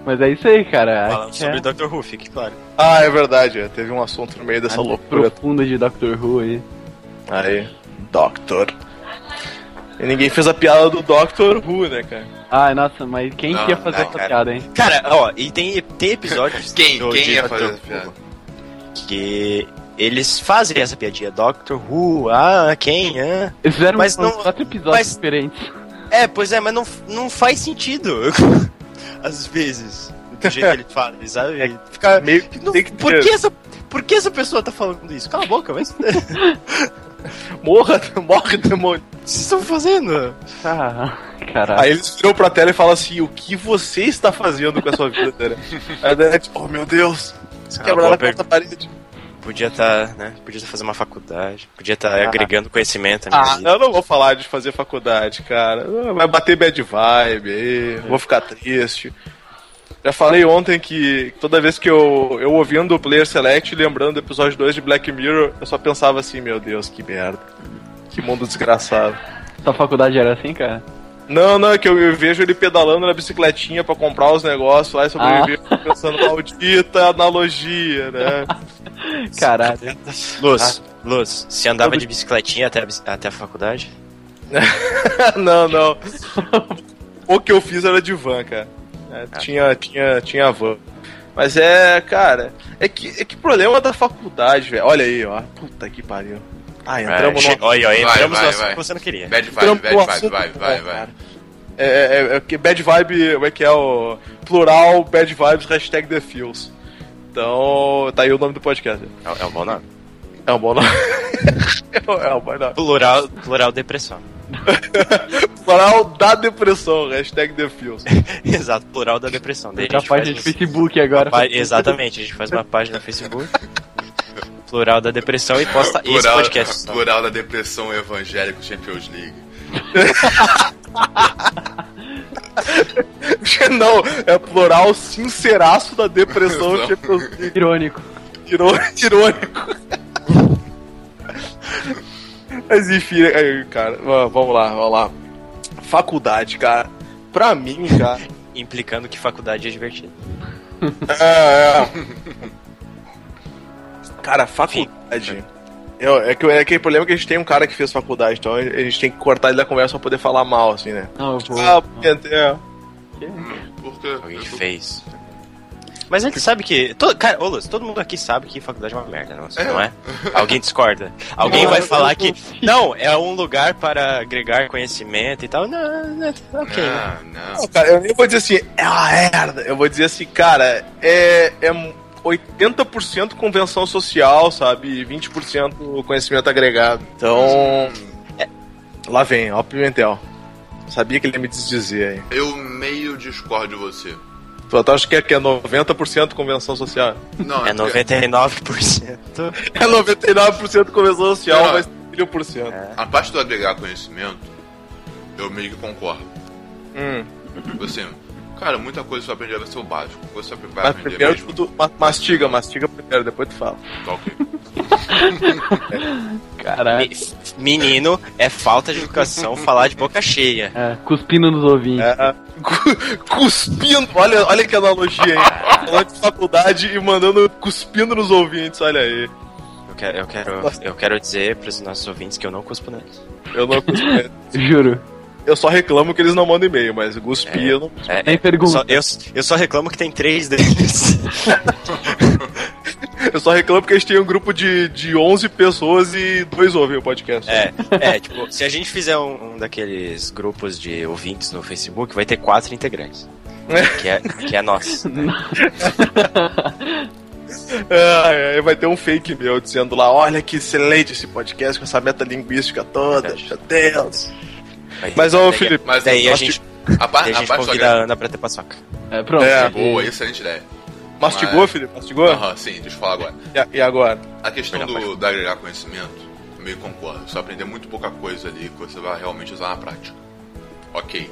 Speaker 2: Mas é isso aí, cara.
Speaker 4: Falando sobre
Speaker 2: é
Speaker 4: Dr. Who, fique claro.
Speaker 1: Ah, é verdade, é, teve um assunto no meio
Speaker 2: a
Speaker 1: dessa loucura.
Speaker 2: profunda de Doctor Who aí.
Speaker 1: Aí, Doctor. E ninguém fez a piada do Doctor Who, né, cara?
Speaker 2: Ai, nossa, mas quem
Speaker 3: Não,
Speaker 2: quer fazer
Speaker 3: não,
Speaker 2: essa
Speaker 4: cara.
Speaker 2: piada, hein?
Speaker 4: Cara, ó, e tem, tem
Speaker 3: <laughs>
Speaker 4: episódios.
Speaker 3: Quem-
Speaker 4: do-
Speaker 3: quem
Speaker 4: de
Speaker 3: ia
Speaker 4: Dr.
Speaker 3: fazer
Speaker 4: Who
Speaker 3: essa piada?
Speaker 4: Que eles fazem essa piadinha. Doctor Who, ah, quem, ah.
Speaker 2: Eles fizeram
Speaker 4: Mas
Speaker 2: uns
Speaker 4: não-
Speaker 2: quatro episódios
Speaker 4: mas-
Speaker 2: diferentes. <laughs>
Speaker 4: É, pois é, mas não, não faz sentido. <laughs> Às vezes. Do jeito É que ele fala, sabe? Fica.
Speaker 1: É. Meio que
Speaker 4: Não-
Speaker 1: tem que
Speaker 4: por,
Speaker 1: ter.
Speaker 4: que essa, por que essa pessoa tá falando isso? Cala a boca, mas. <laughs> O que
Speaker 1: Morra, <laughs> morre, demônio.
Speaker 4: vocês estão fazendo?
Speaker 2: Ah, caralho.
Speaker 1: Aí eles viram pra tela e falam assim: o que você está fazendo com a sua vida, cara? Aí daí é tipo, oh meu Deus.
Speaker 4: Cala a
Speaker 1: Quebraram a
Speaker 4: boca,
Speaker 1: quarta parede.
Speaker 4: Podia estar, né? Podia estar fazendo uma faculdade. Podia estar agregando conhecimento né? à minha
Speaker 1: Ah,
Speaker 4: vida.
Speaker 1: eu não vou falar de fazer faculdade, cara. Vai bater bad vibe aí, vou ficar triste. Já falei ontem que toda vez que eu, eu ouvindo o Player Select, lembrando do episódio 2 de Black Mirror, eu só pensava assim, meu Deus, que merda. Que mundo desgraçado.
Speaker 2: Sua faculdade era assim, cara?
Speaker 1: Não, não, é que eu, eu vejo ele pedalando na bicicletinha pra comprar os negócios lá e sobreviver
Speaker 3: Ah.
Speaker 1: pensando, maldita analogia, né? <laughs>
Speaker 2: Caralho.
Speaker 4: Luz, Luz, você andava de bicicletinha até a, bici- até a faculdade?
Speaker 1: não, não. O que eu fiz era de van, cara. É,
Speaker 3: Ah.
Speaker 1: tinha, tinha, tinha van. Mas é, cara, é que, é que problema da faculdade, velho. Olha aí, ó. Puta que pariu. Ah,
Speaker 4: Olha,
Speaker 1: entramos
Speaker 4: che-
Speaker 1: no.
Speaker 4: olha, olha,
Speaker 3: Vai,
Speaker 4: entramos
Speaker 3: vai,
Speaker 4: no assunto
Speaker 3: vai.
Speaker 4: que você não queria.
Speaker 3: Bad vibe,
Speaker 1: entramos
Speaker 3: bad
Speaker 1: no
Speaker 3: vibe,
Speaker 1: assunto
Speaker 3: vai,
Speaker 1: bom,
Speaker 3: vai,
Speaker 1: assim, cara.
Speaker 3: vai.
Speaker 1: É, é, é, é que bad vibe, como é que é o. Plural, bad vibes, hashtag the feels. Então, tá aí o nome do podcast.
Speaker 4: É, é um bom nome.
Speaker 1: É um bom nome. <laughs> é um bom nome.
Speaker 4: Plural, plural depressão. <laughs>
Speaker 1: Plural da depressão, hashtag the feels.
Speaker 4: Exato, plural da depressão. Daí a
Speaker 2: Tem a
Speaker 4: gente faz
Speaker 2: página de
Speaker 4: um-
Speaker 2: Facebook agora.
Speaker 4: pá- Exatamente, a gente faz uma página no Facebook. <laughs> Plural da depressão e posta esse
Speaker 3: Plural,
Speaker 4: podcast. tá?
Speaker 3: <laughs>
Speaker 4: só.
Speaker 3: plural da depressão evangélico Champions League.
Speaker 1: <laughs> Não, é plural sinceraço da depressão.
Speaker 3: Não.
Speaker 1: Champions League.
Speaker 2: Irônico.
Speaker 1: Irô- <laughs> Irônico. Mas enfim, né, aí, cara, va- vamos lá, vamos lá. Faculdade, cara. Pra mim, <laughs> cara.
Speaker 4: Implicando que faculdade é divertida.
Speaker 1: É, Cara, faculdade. Eu- é que é que o problema é que a gente tem um cara que fez faculdade, então a gente tem que cortar ele da conversa pra poder falar mal, assim, né?
Speaker 2: Não, eu vou.
Speaker 1: Ah, é.
Speaker 3: Porque
Speaker 4: Alguém que fez. Mas a gente sabe que. Todo, cara, ô Lúcio, todo mundo aqui sabe que faculdade é uma merda, não, não é? Alguém discorda. Alguém
Speaker 2: Não,
Speaker 4: vai
Speaker 2: eu-
Speaker 4: falar
Speaker 2: eu-
Speaker 4: que. Não, é um lugar para agregar conhecimento e tal. Não, não ok. né?
Speaker 3: Não, não.
Speaker 1: Não, cara, eu nem vou dizer assim, é uma merda. Eu vou dizer assim, cara, é, é 80% convenção social, sabe? E 20% conhecimento agregado. Então. é, lá vem, ó, o Pimentel. Sabia que ele ia me desdizer aí.
Speaker 3: Eu meio discordo de você.
Speaker 1: Tu até acha que é, que é 90% convenção social? <laughs>
Speaker 3: Não,
Speaker 4: É
Speaker 3: porque-
Speaker 4: 99%.
Speaker 1: É 99% convenção social,
Speaker 3: Não. É.
Speaker 1: mas 1%.
Speaker 3: A parte do agregar conhecimento, eu meio que concordo.
Speaker 1: Hum.
Speaker 3: Tipo assim, cara, muita coisa você vai aprender vai ser o básico. Você só vai
Speaker 1: Mas
Speaker 3: aprender
Speaker 1: primeiro,
Speaker 3: mesmo.
Speaker 1: tipo, tu ma- mastiga, mastiga primeiro, depois tu fala.
Speaker 3: Tá ok.
Speaker 2: Caralho.
Speaker 4: Me- Menino, é falta de educação falar de boca cheia.
Speaker 2: É, cuspindo nos ouvinhos.
Speaker 1: É, cu- cuspindo, olha, olha que analogia, hein? Falando de faculdade e mandando cuspindo nos ouvintes, olha aí.
Speaker 4: Eu quero, eu quero, eu quero dizer para os nossos ouvintes que eu não cuspo neles.
Speaker 1: Eu não cuspi. é,
Speaker 2: Juro.
Speaker 1: Eu só reclamo que eles não mandam e-mail, mas cuspir eu não.
Speaker 4: É,
Speaker 2: Nem pergunta.
Speaker 4: só- eu, eu só reclamo que tem três deles. <laughs>
Speaker 1: Eu só reclamo porque a gente tem um grupo de, de 11 pessoas e dois ouvem o podcast.
Speaker 4: É, é, tipo, se a gente fizer um, um daqueles grupos de ouvintes no Facebook, vai ter quatro integrantes. Que é, que é nós.
Speaker 1: É, aí vai ter um fake meu dizendo lá: olha que excelente esse podcast com essa metalinguística toda, meu Deus.
Speaker 4: Vai-
Speaker 1: Mas, ô, Felipe,
Speaker 3: Mas
Speaker 4: Daí a
Speaker 3: acho
Speaker 4: gente,
Speaker 3: que a, par-
Speaker 4: daí a
Speaker 3: a
Speaker 4: gente
Speaker 3: parte do
Speaker 4: convida a
Speaker 3: agregar.
Speaker 4: Ana pra ter paçoca.
Speaker 2: É, pronto.
Speaker 1: É,
Speaker 3: Boa, excelente ideia.
Speaker 1: mastigou,
Speaker 3: Mas-
Speaker 1: Felipe? Mastigou?
Speaker 3: Aham, sim, deixa eu falar agora.
Speaker 1: E a- E, agora?
Speaker 3: A questão
Speaker 4: Melhor
Speaker 3: do, do agregar conhecimento, eu meio concordo. Você vai aprender muito pouca coisa ali que você vai realmente usar na prática. Ok.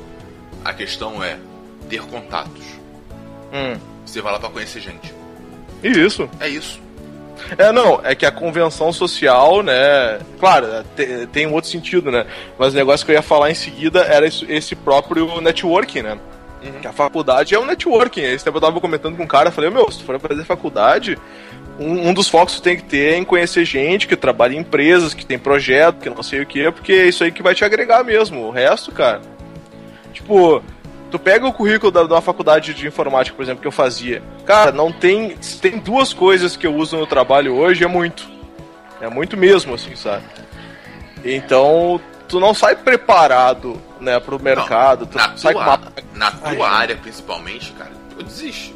Speaker 3: A questão é ter contatos.
Speaker 1: Hum.
Speaker 3: Você vai lá pra conhecer gente.
Speaker 1: E isso.
Speaker 3: É isso.
Speaker 1: É, não, é que a convenção social, né? Claro, te- tem um outro sentido, né? Mas o negócio que eu ia falar em seguida era isso- esse próprio networking, né? Que a faculdade é um networking. Esse tempo eu tava comentando com um cara, eu falei, meu, se tu for fazer faculdade, um, um dos focos que tu tem que ter é em conhecer gente que trabalha em empresas, que tem projeto, que não sei o que, porque é isso aí que vai te agregar mesmo. O resto, cara. Tipo, tu pega o currículo da, de uma faculdade de informática, por exemplo, que eu fazia. Cara, não tem. se Tem duas coisas que eu uso no trabalho hoje, é muito. É muito mesmo, assim, sabe? Então, tu não sai preparado, né, pro mercado. tu
Speaker 3: Na
Speaker 1: não sai com
Speaker 3: tua,
Speaker 1: uma
Speaker 3: na
Speaker 1: Ai,
Speaker 3: tua área, principalmente, cara, eu desisto.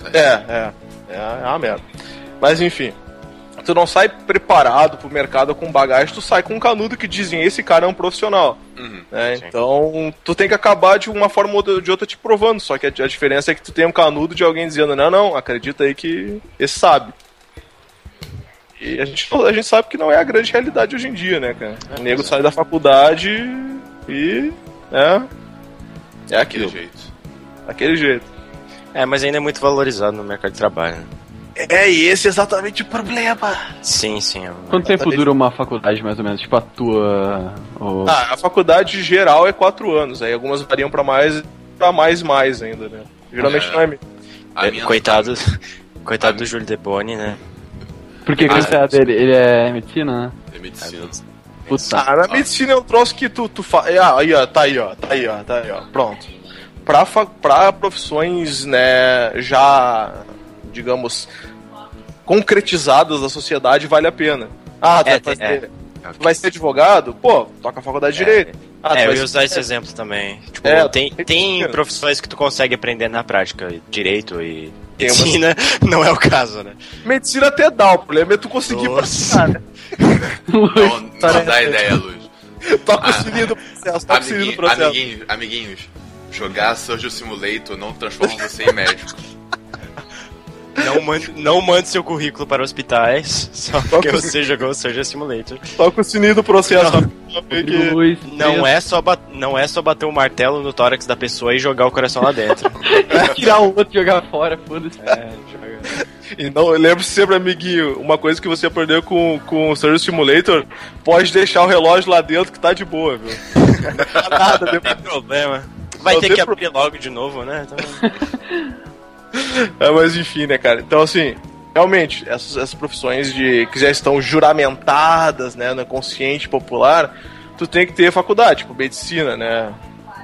Speaker 3: velho. Sabe?
Speaker 1: É, é. É, é uma merda. Mas enfim. Tu não sai preparado pro mercado com bagagem, tu sai com um canudo que dizem esse cara é um profissional.
Speaker 3: Uhum.
Speaker 1: né?
Speaker 4: Sim.
Speaker 1: Então, tu tem que acabar de uma forma ou de outra te provando. Só que a, a diferença é que tu tem um canudo de alguém dizendo, não, não, acredita aí que esse sabe. E a gente, a gente sabe que não é a grande realidade hoje em dia, né, cara? O nego sai da faculdade e. né? É
Speaker 3: Aquele
Speaker 1: aquilo,
Speaker 3: jeito.
Speaker 1: daquele jeito.
Speaker 4: É, mas ainda é muito valorizado no mercado de trabalho. né?
Speaker 1: É, e esse é exatamente o problema.
Speaker 4: Sim, sim. é um-
Speaker 2: Quanto tempo
Speaker 1: Exatamente.
Speaker 2: dura uma faculdade, mais ou menos? Tipo a tua. ô-
Speaker 1: Ah, a faculdade geral é quatro anos, aí algumas variam pra mais, pra mais mais ainda, né? Geralmente
Speaker 3: É.
Speaker 1: não é mesmo.
Speaker 3: A
Speaker 4: é,
Speaker 3: minha- tá.
Speaker 4: coitado, <laughs> coitado do Júlio De Boni, né?
Speaker 2: Porque quando
Speaker 3: ah,
Speaker 2: você é dele, ele é medicina, né?
Speaker 3: É medicina.
Speaker 4: Tá.
Speaker 2: Puta.
Speaker 1: Ah, na medicina é um troço que tu, tu faz. Aí, ó, tá aí, ó, tá aí, ó, tá aí, ó. Pronto. Pra, fa- pra profissões, né, já, digamos, concretizadas da sociedade, vale a pena. Ah, tu
Speaker 4: É,
Speaker 1: vai fazer Tu vai ser advogado? Pô, toca a faculdade de direito. Ah, tu
Speaker 4: é, eu
Speaker 1: vai
Speaker 4: ia
Speaker 1: ser-
Speaker 4: usar esse exemplo também. Tipo,
Speaker 1: É,
Speaker 4: tem,
Speaker 1: tem
Speaker 4: tem
Speaker 1: dinheiro.
Speaker 4: profissões que tu consegue aprender na prática, direito e <laughs>
Speaker 1: Tem umas-
Speaker 4: medicina, não é o caso, né?
Speaker 1: Medicina até dá, o problema é tu conseguir
Speaker 4: Nossa.
Speaker 1: passar, né?
Speaker 3: Não, não dá
Speaker 1: assim.
Speaker 3: ideia, Luiz.
Speaker 1: <laughs> Toca o
Speaker 3: Ah.
Speaker 1: sininho do processo, toca o sininho do
Speaker 3: Amiguinho,
Speaker 1: Tá processo.
Speaker 3: amiguinhos, amiguinhos, jogar Surgeon Simulator não transforma você em médico.
Speaker 4: Não mande, não mande seu currículo para hospitais <laughs> só porque você jogou o Surgeon Simulator.
Speaker 1: Toca o sininho do processo.
Speaker 4: Não.
Speaker 1: tá? Vê que-
Speaker 2: Rodrigo Luiz,
Speaker 4: Não é, só ba- não é só bater o martelo no tórax da pessoa e jogar o coração lá dentro.
Speaker 1: é.
Speaker 2: <laughs> tirar o outro e jogar fora, foda-se.
Speaker 1: Então, lembre-se sempre, amiguinho, uma coisa que você aprendeu com, com o Surgeon Simulator, pode deixar o relógio lá dentro que tá de boa, viu? Não dá <laughs> nada,
Speaker 4: Não
Speaker 1: depois-
Speaker 4: tem problema. Vai
Speaker 1: Não
Speaker 4: ter
Speaker 1: tem
Speaker 4: que abrir logo de novo, né?
Speaker 1: <laughs>
Speaker 4: Então,
Speaker 1: É, mas enfim, né, cara? Então, assim, realmente, essas, essas profissões de que já estão juramentadas, né, na consciente popular, tu tem que ter faculdade, tipo, medicina, né?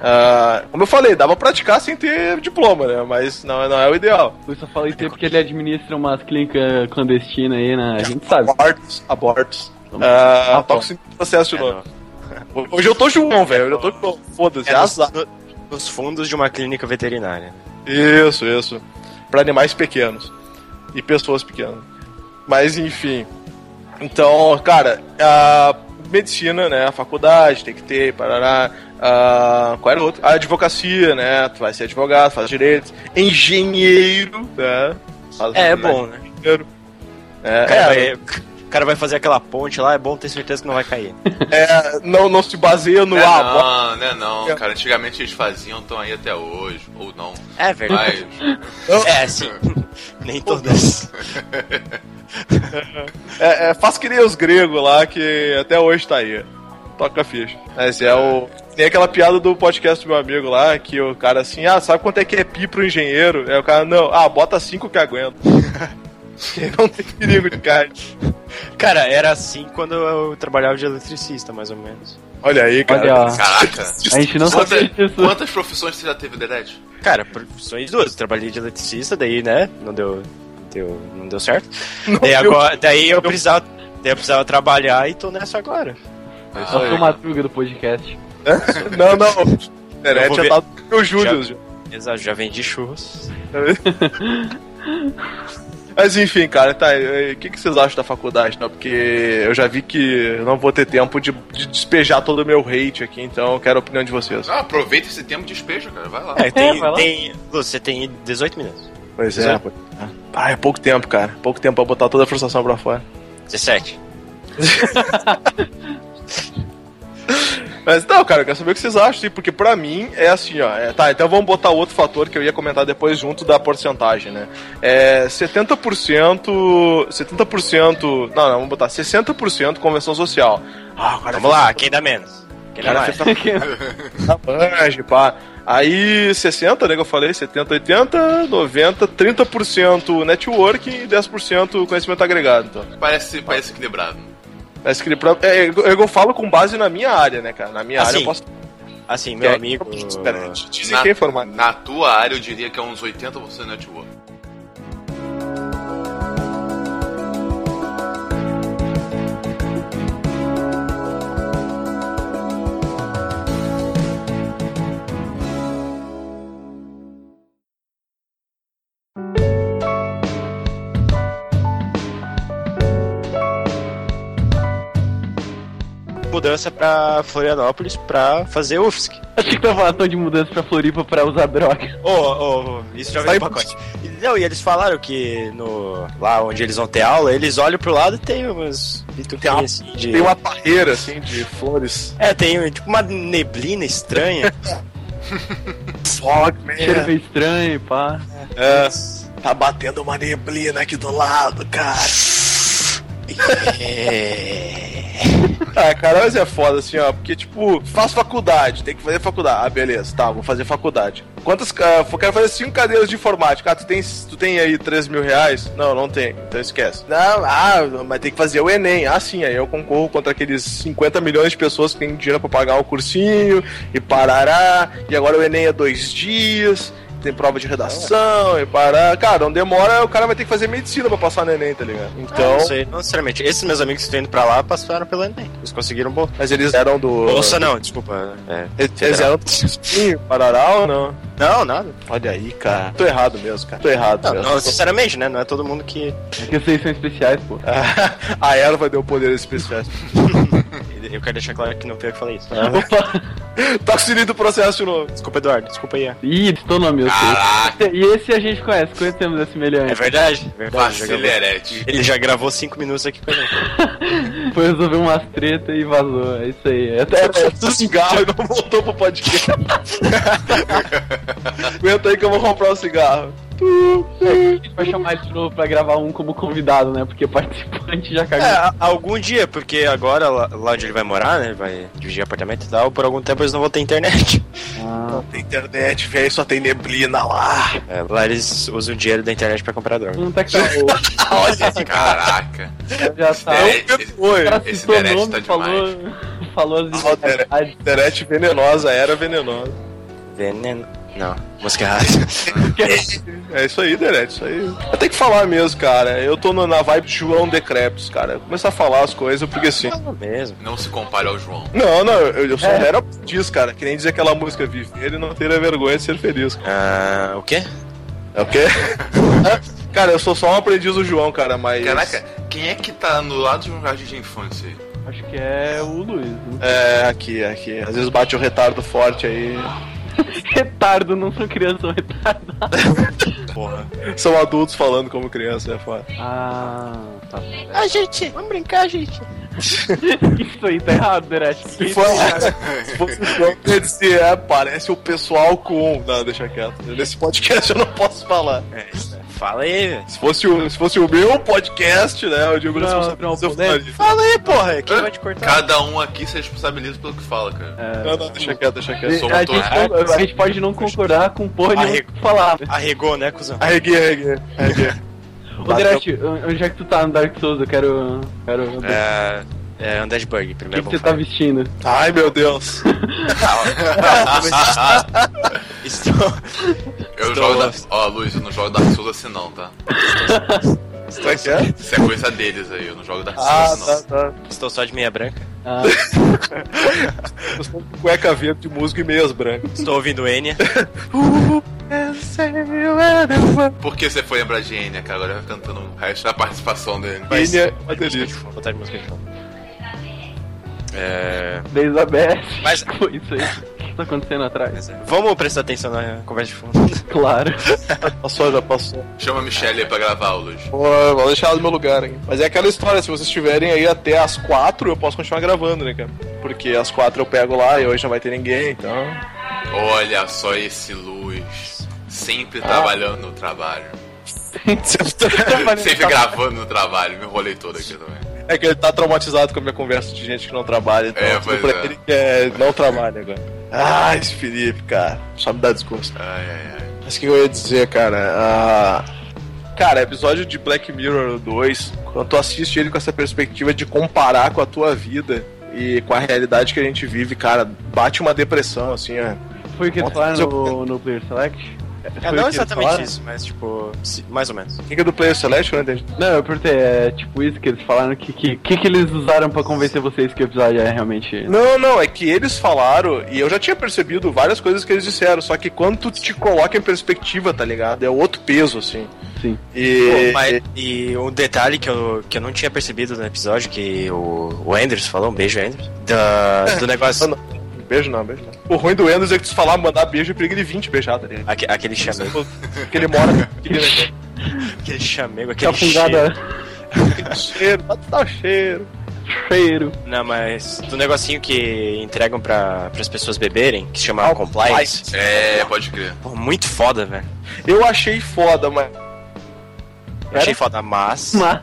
Speaker 1: Ah, como eu falei, dá pra praticar sem ter diploma, né? Mas não, é- não é o ideal.
Speaker 2: Eu só falo isso aí porque ele administra umas clínicas clandestinas aí, né? A gente sabe.
Speaker 1: Abortos, abortos.
Speaker 2: Ah,
Speaker 1: Ah,
Speaker 2: bom.
Speaker 1: toxina de processo de
Speaker 4: é,
Speaker 1: novo. Hoje eu tô João, velho. Hoje eu tô João. Foda-se,
Speaker 4: É,
Speaker 1: é
Speaker 4: nos,
Speaker 1: azar.
Speaker 4: no- nos fundos de uma clínica veterinária.
Speaker 1: Isso, isso. Pra animais pequenos. E pessoas pequenas. Mas enfim. Então, cara, a medicina, né? A faculdade tem que ter, parará. a qual era o outro? A advocacia, né? Tu vai ser advogado, faz direito. Engenheiro, né? Faz
Speaker 4: É, é
Speaker 1: mais
Speaker 4: bom, né?
Speaker 1: dinheiro. É,
Speaker 4: O cara,
Speaker 1: é,
Speaker 4: vai, o cara vai fazer aquela ponte lá, é bom ter certeza que não vai cair.
Speaker 1: é, não, não se baseia no
Speaker 3: Não é
Speaker 1: ah,
Speaker 3: não, não é não, cara. Antigamente eles faziam, estão aí até hoje,
Speaker 2: <laughs>
Speaker 3: ou não.
Speaker 4: É verdade.
Speaker 3: Mas,
Speaker 4: É, sim. <laughs> Nem todas.
Speaker 1: É, é, faz que nem os gregos lá, que até hoje tá aí. Toca a ficha. Mas é o. Tem aquela piada do podcast do meu amigo lá, que o cara assim, ah, sabe quanto é que é pi pro engenheiro? Aí o cara, não, ah, bota cinco que
Speaker 4: <laughs>
Speaker 1: aguenta. Porque não tem perigo de cair.
Speaker 4: Cara, era assim quando eu trabalhava de eletricista, mais ou menos.
Speaker 1: Olha aí, cara.
Speaker 2: Olha, ó,
Speaker 3: caraca,
Speaker 2: a gente não
Speaker 3: Quantas-
Speaker 2: sabe disso.
Speaker 3: quantas profissões você já teve, Dedete?
Speaker 4: Cara, profissões duas. Trabalhei de eletricista, daí, né? Não deu. não Deu, não deu certo. daí, agora, daí eu precisava. Daí eu precisava trabalhar e tô nessa agora.
Speaker 3: Ah,
Speaker 2: Eu
Speaker 3: é.
Speaker 2: sou o Madruga do podcast. <laughs>
Speaker 1: Não, não.
Speaker 4: Eu
Speaker 1: Internet
Speaker 4: vou
Speaker 1: já
Speaker 4: ver.
Speaker 1: tá do o Júlio. <laughs> já.
Speaker 4: Exato, já vendi churros.
Speaker 1: Mas enfim, cara, tá. e- e O que, que vocês acham da faculdade? Não? Porque eu já vi que eu não vou ter tempo de, de despejar todo o meu hate aqui, então eu quero a opinião de vocês.
Speaker 3: Ah, aproveita esse tempo de despejo, cara. Vai lá.
Speaker 4: É, tem,
Speaker 2: vai lá.
Speaker 4: tem, Lu, você tem 18 minutos.
Speaker 1: Pois
Speaker 4: é,
Speaker 1: é. Ah, é pouco tempo, cara. Pouco tempo pra botar toda a frustração pra fora.
Speaker 4: 17.
Speaker 1: Mas não, cara, eu quero saber o que vocês acham, sim, porque pra mim é assim, ó. é, tá, então vamos botar outro fator que eu ia comentar depois junto da porcentagem, né? É 70%. 70%. Não, não, vamos botar 60% convenção social. Ah, o cara,
Speaker 4: Vamos lá, quem dá menos? Quem
Speaker 1: O
Speaker 4: dá
Speaker 1: cara
Speaker 4: mais?
Speaker 1: fez a Bange, pá. Aí 60, né, que eu falei, 70, 80, 90, 30% networking e 10% conhecimento agregado, então.
Speaker 2: É.
Speaker 3: Parece, parece equilibrado.
Speaker 1: Mas que ele pro- é, eu, eu falo com base na minha área, né, cara? Na minha
Speaker 4: Ah,
Speaker 1: área
Speaker 4: sim.
Speaker 1: eu posso.
Speaker 4: Assim, meu
Speaker 1: É,
Speaker 4: amigo.
Speaker 1: Espera, dizem
Speaker 3: Na-
Speaker 1: que é informado.
Speaker 3: Na tua área, eu diria que é uns 80% network.
Speaker 4: mudança pra Florianópolis pra fazer UFSC.
Speaker 2: Achei que tava falando de mudança pra Floripa pra usar droga.
Speaker 4: Ô, ô, ô, isso já vem no pacote. E, Não, e eles falaram que no, lá onde eles vão ter aula, eles olham pro lado e tem umas
Speaker 1: Tem uma-
Speaker 4: vitupinhas assim de.
Speaker 1: Tem uma barreira, assim, de flores.
Speaker 4: É, tem tipo uma neblina <laughs> estranha.
Speaker 1: Fog,
Speaker 2: Cheiro meio estranho, pá.
Speaker 1: É, tá batendo uma neblina aqui do lado, cara.
Speaker 4: é...
Speaker 1: Ah, cara, mas é foda, assim, ó. Porque, tipo, faço faculdade, tem que fazer faculdade. Ah, beleza, tá, vou fazer faculdade. Quantas. ah, eu quero fazer cinco cadeiras de informática. Ah, tu tem, tu tem aí 3 mil reais? Não, não tem, então esquece. Não, ah, mas tem que fazer o Enem. Ah, sim, aí eu concorro contra aqueles 50 milhões de pessoas que têm dinheiro pra pagar o cursinho e parará. E agora o Enem é dois dias. tem prova de redação e parar. Cara, não demora, o cara vai ter que fazer medicina pra passar no Enem, tá ligado? Então,
Speaker 4: Não Ah, sei, não sinceramente. Esses meus amigos que estão indo pra lá passaram pelo Enem. Eles conseguiram bolsa.
Speaker 1: mas eles eram do.
Speaker 4: Bolsa não, desculpa. É,
Speaker 1: eles eles eram do Parará ou não?
Speaker 4: Não, nada.
Speaker 1: Olha aí, cara. Tô errado mesmo, cara. Tô errado
Speaker 4: Não,
Speaker 1: mesmo.
Speaker 4: não, sinceramente, né? Não é todo mundo que.
Speaker 2: Porque vocês são especiais, pô.
Speaker 1: A erva deu poder especial.
Speaker 4: Eu quero deixar claro que não foi eu que falei isso.
Speaker 2: Opa!
Speaker 1: Toxilito do processo de novo.
Speaker 4: Desculpa, Eduardo. Desculpa aí. é.
Speaker 2: Ih, estou no meu
Speaker 3: Caraca.
Speaker 2: E esse a gente conhece, conhecemos esse
Speaker 4: É
Speaker 2: semelhante.
Speaker 4: verdade, é verdade. já gravou.
Speaker 3: Vacilerete.
Speaker 4: Ele já gravou cinco minutos aqui com a gente.
Speaker 2: Foi resolver umas treta e vazou. É isso aí. É até-
Speaker 1: Do cigarro e não voltou pro podcast. Aguenta aí que eu vou comprar um cigarro.
Speaker 2: a gente vai chamar ele de novo pra gravar um como convidado, né? Porque participante já
Speaker 4: É,
Speaker 2: cagou.
Speaker 4: a- algum dia, porque agora lá, lá onde ele vai morar, né? Ele vai dividir apartamento e tal, por algum tempo eles não vão ter internet.
Speaker 2: Ah,
Speaker 1: Tem internet, velho, só tem neblina lá.
Speaker 4: É, lá eles usam o dinheiro da internet pra comprar droga.
Speaker 2: não tá que cagou. <laughs>
Speaker 3: Olha, caraca.
Speaker 2: Já tá.
Speaker 1: <laughs>
Speaker 3: É,
Speaker 2: O cara
Speaker 3: esse
Speaker 2: citou
Speaker 3: Derek
Speaker 2: nome,
Speaker 3: tá
Speaker 2: falou, falou as
Speaker 1: Ah, o Derek.
Speaker 2: identidades.
Speaker 1: Internet venenosa, era venenosa.
Speaker 4: Veneno. Não, música <laughs> errada.
Speaker 1: É isso aí, Derek, isso aí. Eu tenho que falar mesmo, cara. Eu tô no- na vibe de João Decrepes, cara. Começar a falar as coisas, porque assim.
Speaker 4: Fala mesmo.
Speaker 3: não se compare ao João.
Speaker 1: Não, não, eu, eu sou
Speaker 2: É.
Speaker 1: um mero aprendiz, cara. Que nem diz aquela música, viver e não ter a vergonha de ser feliz. cara.
Speaker 4: Ah, o quê?
Speaker 1: É o
Speaker 2: <laughs>
Speaker 1: quê? cara, eu sou só um aprendiz do João, cara, mas.
Speaker 3: Caraca, quem é que tá no lado de um jardim de infância aí?
Speaker 2: Acho que é o Luiz. né?
Speaker 1: É, aqui, aqui. Às vezes bate o retardo forte aí.
Speaker 2: Retardo, não sou criança, sou retardado.
Speaker 4: Porra.
Speaker 1: São adultos falando como criança, é foda.
Speaker 2: Ah, tá.
Speaker 4: Ah, gente, vamos brincar, gente.
Speaker 2: <laughs> Isso aí tá errado, Derek.
Speaker 1: Se for um- <laughs> se fosse o João, eu ia dizer, é, parece o pessoal com. um. Não, deixa quieto. Nesse podcast eu não posso falar.
Speaker 4: Fala aí, velho.
Speaker 1: Se fosse o, se fosse o meu podcast, né? Eu digo
Speaker 2: Não,
Speaker 1: responsabilidade.
Speaker 2: não,
Speaker 1: eu falaria.
Speaker 4: Fala aí, porra. Quem vai te cortar?
Speaker 3: Cada um aqui se responsabiliza pelo que fala, cara.
Speaker 2: É.
Speaker 1: Não, não, deixa quieto, deixa
Speaker 2: A
Speaker 1: quieto.
Speaker 2: gente,
Speaker 3: sou
Speaker 2: não-
Speaker 3: motorrado.
Speaker 2: a gente pode não concordar com porra nenhuma
Speaker 4: Arrego.
Speaker 2: que falar.
Speaker 4: Arregou, né, cuzão?
Speaker 1: Arreguei, arreguei, arreguei.
Speaker 2: Ô, Derek, onde é que tu tá no Dark Souls? Eu quero. quero o
Speaker 4: É. É, Undead Bug,
Speaker 2: que,
Speaker 4: primeiro
Speaker 2: que você
Speaker 4: vamos
Speaker 2: tá
Speaker 4: falar.
Speaker 2: vestindo?
Speaker 1: Ai, meu <laughs> Deus.
Speaker 4: Estou, <laughs>
Speaker 3: Eu
Speaker 4: Estou
Speaker 3: jogo
Speaker 4: lá.
Speaker 3: da... Ó, Luiz, eu não jogo Dark Souls assim não, tá?
Speaker 1: Como é que é?
Speaker 3: Isso é coisa deles aí, eu não jogo Dark
Speaker 1: Ah,
Speaker 3: Souls não.
Speaker 1: tá, tá.
Speaker 4: estou só de meia branca.
Speaker 2: Ah,
Speaker 1: Eu sou com cueca verde de música e meias brancas.
Speaker 4: Estou ouvindo Enya.
Speaker 3: Por que você foi lembrar de Enya, cara? Agora vai cantando o resto da participação dele.
Speaker 1: Ele é uma delícia.
Speaker 4: Vou botar de música de fundo. É...
Speaker 2: <laughs> desde a BS.
Speaker 4: Mas-
Speaker 2: <laughs> Foi isso aí. O que tá acontecendo atrás?
Speaker 4: mas é, Vamos prestar atenção na conversa de fundo.
Speaker 2: Claro.
Speaker 1: Passou, já passou.
Speaker 3: Chama a Michelle aí pra gravar, Luiz.
Speaker 1: Pô, eu vou deixar ela no meu lugar, hein? Mas é aquela história, se vocês estiverem aí até às quatro, eu posso continuar gravando, né, cara? Porque às quatro eu pego lá e hoje não vai ter ninguém, <laughs> então.
Speaker 3: Olha só esse Luiz. Sempre trabalhando no trabalho.
Speaker 1: tá-
Speaker 3: Sempre gravando no trabalho. Me enrolei todo aqui também.
Speaker 1: É que ele tá traumatizado com a minha conversa de gente que não trabalha, então
Speaker 3: É,
Speaker 1: é,
Speaker 3: pois
Speaker 1: pra
Speaker 3: é.
Speaker 1: ele que é, não trabalha agora. Ah, esse Felipe, cara, só me dá desgosto.
Speaker 3: Ai, ai, ai.
Speaker 1: Mas o que eu ia dizer, cara? Ah, cara, episódio de Black Mirror 2, quando tu assiste ele com essa perspectiva de comparar com a tua vida e com a realidade que a gente vive, cara, bate uma depressão, assim, ó.
Speaker 2: Foi o que eles
Speaker 1: Ontem
Speaker 2: falaram
Speaker 1: eu-
Speaker 2: no, no Player Select? Foi
Speaker 4: É,
Speaker 2: o que
Speaker 4: não
Speaker 2: eles
Speaker 4: exatamente
Speaker 2: falaram?
Speaker 4: isso, mas tipo, se- mais ou menos.
Speaker 1: O que que é do Player Celeste, eu não entendi.
Speaker 2: Não, eu perguntei, é tipo isso que eles falaram, que que, que, que eles usaram pra convencer vocês que o episódio é realmente...
Speaker 1: Não, não, é que eles falaram, e eu já tinha percebido várias coisas que eles disseram, só que quando tu te coloca em perspectiva, tá ligado? É outro peso, assim.
Speaker 2: Sim.
Speaker 1: E.
Speaker 4: Pô, mas- e um detalhe que eu, que eu não tinha percebido no episódio, que o, o Anders falou, um beijo, Anders, da- do negócio,
Speaker 1: Beijo não, beijo não. O ruim do Enders é que tu falar, mandar beijo e ele vir te beijar, tá ligado?
Speaker 4: aque- aquele chamego,
Speaker 1: Porque ele mora aqui, né?
Speaker 4: aquele chamego,
Speaker 2: Que a
Speaker 4: aquele cheiro.
Speaker 2: fungada
Speaker 1: cara? cheiro, tá, tá o cheiro.
Speaker 2: cheiro.
Speaker 4: Não, mas do negocinho que entregam pra, pras pessoas beberem, que se chama
Speaker 1: Ah,
Speaker 4: Compliance.
Speaker 3: É, pode crer.
Speaker 4: Pô, muito foda, velho.
Speaker 1: Eu achei foda, mas.
Speaker 4: Eu Achei foda, mas,
Speaker 2: Mas,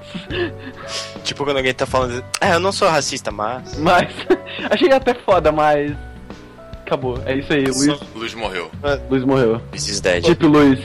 Speaker 4: tipo quando alguém tá falando, ah, eu não sou racista, mas...
Speaker 2: mas... <laughs> Achei até foda, mas... Acabou, é isso aí, Luiz,
Speaker 3: Luiz morreu.
Speaker 2: Luiz morreu.
Speaker 4: Preciso dead.
Speaker 2: Tipo, Luiz.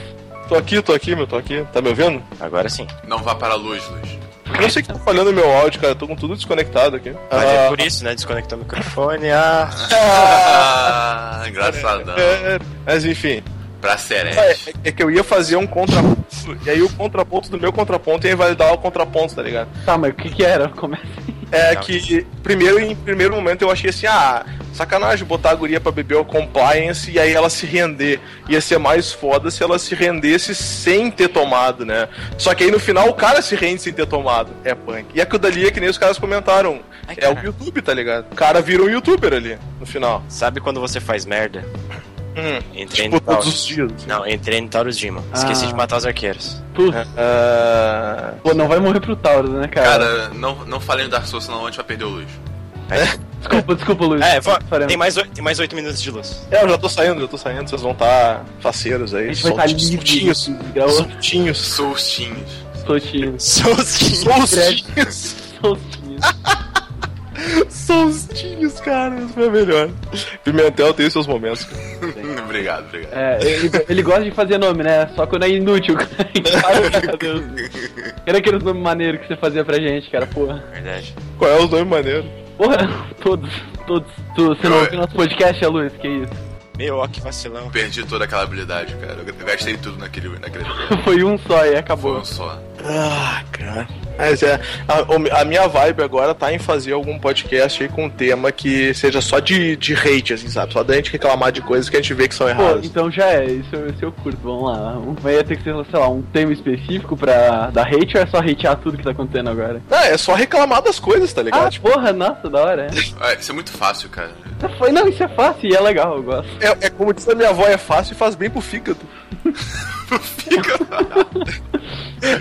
Speaker 1: Tô aqui, tô aqui, meu, tô aqui. Tá me ouvindo?
Speaker 4: Agora sim.
Speaker 3: Não vá para a luz, Luiz.
Speaker 1: Eu não sei que tá falhando meu áudio, cara. Eu tô com tudo desconectado aqui.
Speaker 4: Mas é
Speaker 1: Ah,
Speaker 4: por isso, né? Desconectou o
Speaker 1: <laughs>
Speaker 4: microfone, ah...
Speaker 3: Ah, engraçadão.
Speaker 1: é, mas enfim.
Speaker 3: Pra Serete.
Speaker 1: É, é que eu ia fazer um contraponto, e aí o contraponto do meu contraponto ia invalidar o contraponto, tá ligado?
Speaker 2: Tá, mas o que que era? Começa
Speaker 1: É que, primeiro, em primeiro momento, eu achei assim, ah, sacanagem botar a guria pra beber o compliance e aí ela se render. Ia ser mais foda se ela se rendesse sem ter tomado, né? Só que aí no final o cara se rende sem ter tomado. É punk. E aquilo dali é que nem os caras comentaram.
Speaker 4: Ai,
Speaker 1: é o
Speaker 4: cara.
Speaker 1: YouTube, tá ligado? O cara vira um youtuber ali, no final.
Speaker 4: Sabe quando você faz merda?
Speaker 1: Hum.
Speaker 4: Entrei
Speaker 1: Tipo,
Speaker 4: no Taurus.
Speaker 1: todos os dias. É,
Speaker 4: Não, entrei no Taurus Demon. Esqueci
Speaker 2: Ah.
Speaker 4: de matar os arqueiros.
Speaker 2: tudo.
Speaker 1: Ah,
Speaker 2: Pô, não vai morrer pro Taurus, né, cara?
Speaker 3: Cara, não, não falei no Dark Souls, senão a gente vai perder o Luiz.
Speaker 2: Desculpa, desculpa, Luiz.
Speaker 4: É, fa-
Speaker 2: Faremos.
Speaker 4: tem mais, oi- tem mais 8 minutos de
Speaker 1: <laughs>
Speaker 4: luz.
Speaker 1: é, eu já tô saindo, já tô saindo, vocês vão estar faceiros aí.
Speaker 2: A gente vai estar
Speaker 1: soltinhos,
Speaker 2: livre assim,
Speaker 1: soltinhos,
Speaker 2: de graus
Speaker 1: Soltinhos.
Speaker 3: Soulstinhos.
Speaker 2: soltinhos.
Speaker 4: Sozinho.
Speaker 1: Soltinhos.
Speaker 2: Soltinhos.
Speaker 1: Soltinhos, cara, isso foi melhor. Pimentel tem seus momentos. cara.
Speaker 3: <laughs> obrigado, obrigado.
Speaker 2: É, ele, ele gosta de fazer nome, né? Só quando é inútil, <laughs> cara. Meu Deus. Era aqueles nomes maneiros que você fazia pra gente, cara, porra.
Speaker 4: Verdade.
Speaker 1: Qual é o nome maneiro?
Speaker 2: Porra, todos, todos. Tu, você não ouviu nosso podcast, é, Luiz? Que isso? <laughs>
Speaker 4: Meu, ó que vacilão.
Speaker 3: Perdi toda aquela habilidade, cara. Eu gastei tudo naquele. naquele
Speaker 2: Foi um só e
Speaker 3: foi
Speaker 2: acabou.
Speaker 3: um só.
Speaker 1: Ah, cara. Mas é, a, a minha vibe agora tá em fazer algum podcast aí com um tema que seja só de, de hate, assim, sabe? Só da gente reclamar de coisas que a gente vê que são
Speaker 2: Pô,
Speaker 1: erradas.
Speaker 2: então já é, isso eu, isso eu curto, vamos lá. Um- Vai ter que ser, sei lá, um tema específico pra dar hate ou é só hatear tudo que tá acontecendo agora?
Speaker 1: Ah, é só reclamar das coisas, tá ligado?
Speaker 2: Ah,
Speaker 1: Tipo,
Speaker 2: porra, nossa, da hora. é.
Speaker 3: Ah, isso é muito fácil, cara.
Speaker 2: Foi, não, isso é fácil e é legal, eu gosto.
Speaker 1: é, é como diz a minha avó, é fácil e faz bem pro <laughs> fígado.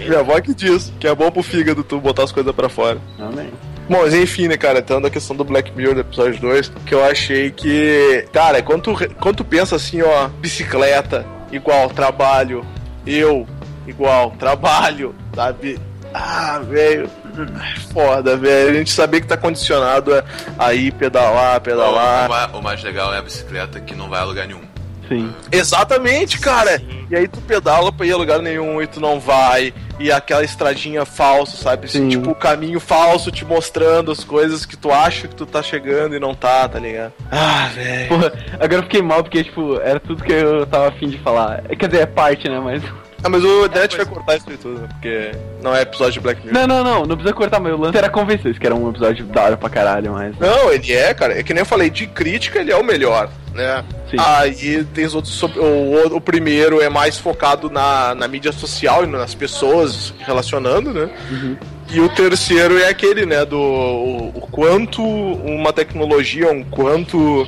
Speaker 1: minha avó que diz que é bom pro fígado tu botar as coisas pra fora.
Speaker 2: Amém.
Speaker 1: Bom, mas enfim, né, cara, então da questão do Black Mirror do episódio 2, que eu achei que, cara, quando tu, re- quando tu pensa assim, ó, bicicleta igual trabalho, eu igual trabalho, sabe? Ah, velho, é foda, velho. A gente saber que tá condicionado a, a ir pedalar,
Speaker 3: O,
Speaker 1: pedalar.
Speaker 3: ma- o mais legal é a bicicleta que não vai a lugar nenhum. <laughs>
Speaker 2: Sim.
Speaker 1: Exatamente, cara. E aí tu pedala pra ir a lugar nenhum e tu não vai. E aquela estradinha falsa, sabe? Esse,
Speaker 2: Sim.
Speaker 1: Tipo, o caminho falso te mostrando as coisas que tu acha que tu tá chegando e não tá, tá ligado? Ah, velho.
Speaker 2: Porra, agora eu fiquei mal porque, tipo, era tudo que eu tava afim de falar. Quer dizer, é parte, né, mas...
Speaker 1: Ah, mas o Denet vai cortar isso aí tudo, né? porque não é episódio de Black Mirror.
Speaker 2: Não, não, não, não precisa cortar, mas o lance era convencer vocês que era um episódio da hora pra caralho, mas...
Speaker 1: Não, ele é, cara. É que nem eu falei, de crítica ele é o melhor, né?
Speaker 2: Sim.
Speaker 1: Aí tem os outros. sobre- O, o- o primeiro é mais focado na, na mídia social e nas pessoas relacionando, né?
Speaker 2: Uhum.
Speaker 1: E o terceiro é aquele, né? Do o, o quanto uma tecnologia, um quanto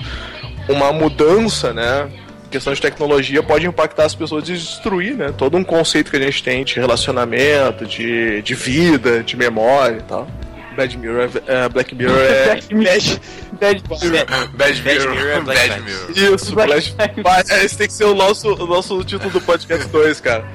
Speaker 1: uma mudança, né? Questão de tecnologia pode impactar as pessoas e destruir, né? Todo um conceito que a gente tem de relacionamento, de, de vida, de memória e tal. Bad Mirror, é- é, Black é Mirror
Speaker 2: <laughs>
Speaker 1: é.
Speaker 2: <laughs> Black Mirror. Bad Mirror.
Speaker 3: Bad Mirror.
Speaker 4: Mirror é Black
Speaker 3: Bad
Speaker 4: Knight.
Speaker 1: <laughs>
Speaker 3: Mirror.
Speaker 1: Isso, Black
Speaker 2: Black
Speaker 1: Mirror. Esse tem que ser o nosso, o nosso título do podcast 2, cara.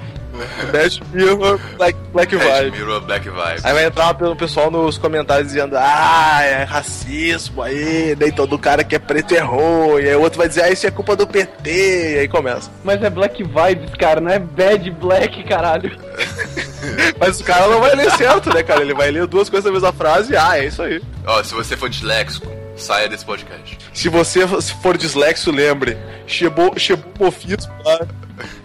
Speaker 1: Bad Mirror, Black, Black
Speaker 3: Bad
Speaker 1: Vibe.
Speaker 3: Mirror, Black Vibe.
Speaker 1: Aí vai entrar pelo pessoal nos comentários dizendo, ah, é racismo aí, nem todo cara que é preto é ruim. Aí o outro vai dizer, ah, isso é culpa do PT. E aí começa.
Speaker 2: Mas é Black Vibes, cara, não é Bad Black, caralho.
Speaker 1: Mas o cara não vai ler certo, né, cara? Ele vai ler duas coisas da mesma frase, ah, é isso aí.
Speaker 3: Ó, se você for disléxico, saia desse podcast.
Speaker 1: <laughs> Se você for dislexo, lembre, chegou mofismo lá.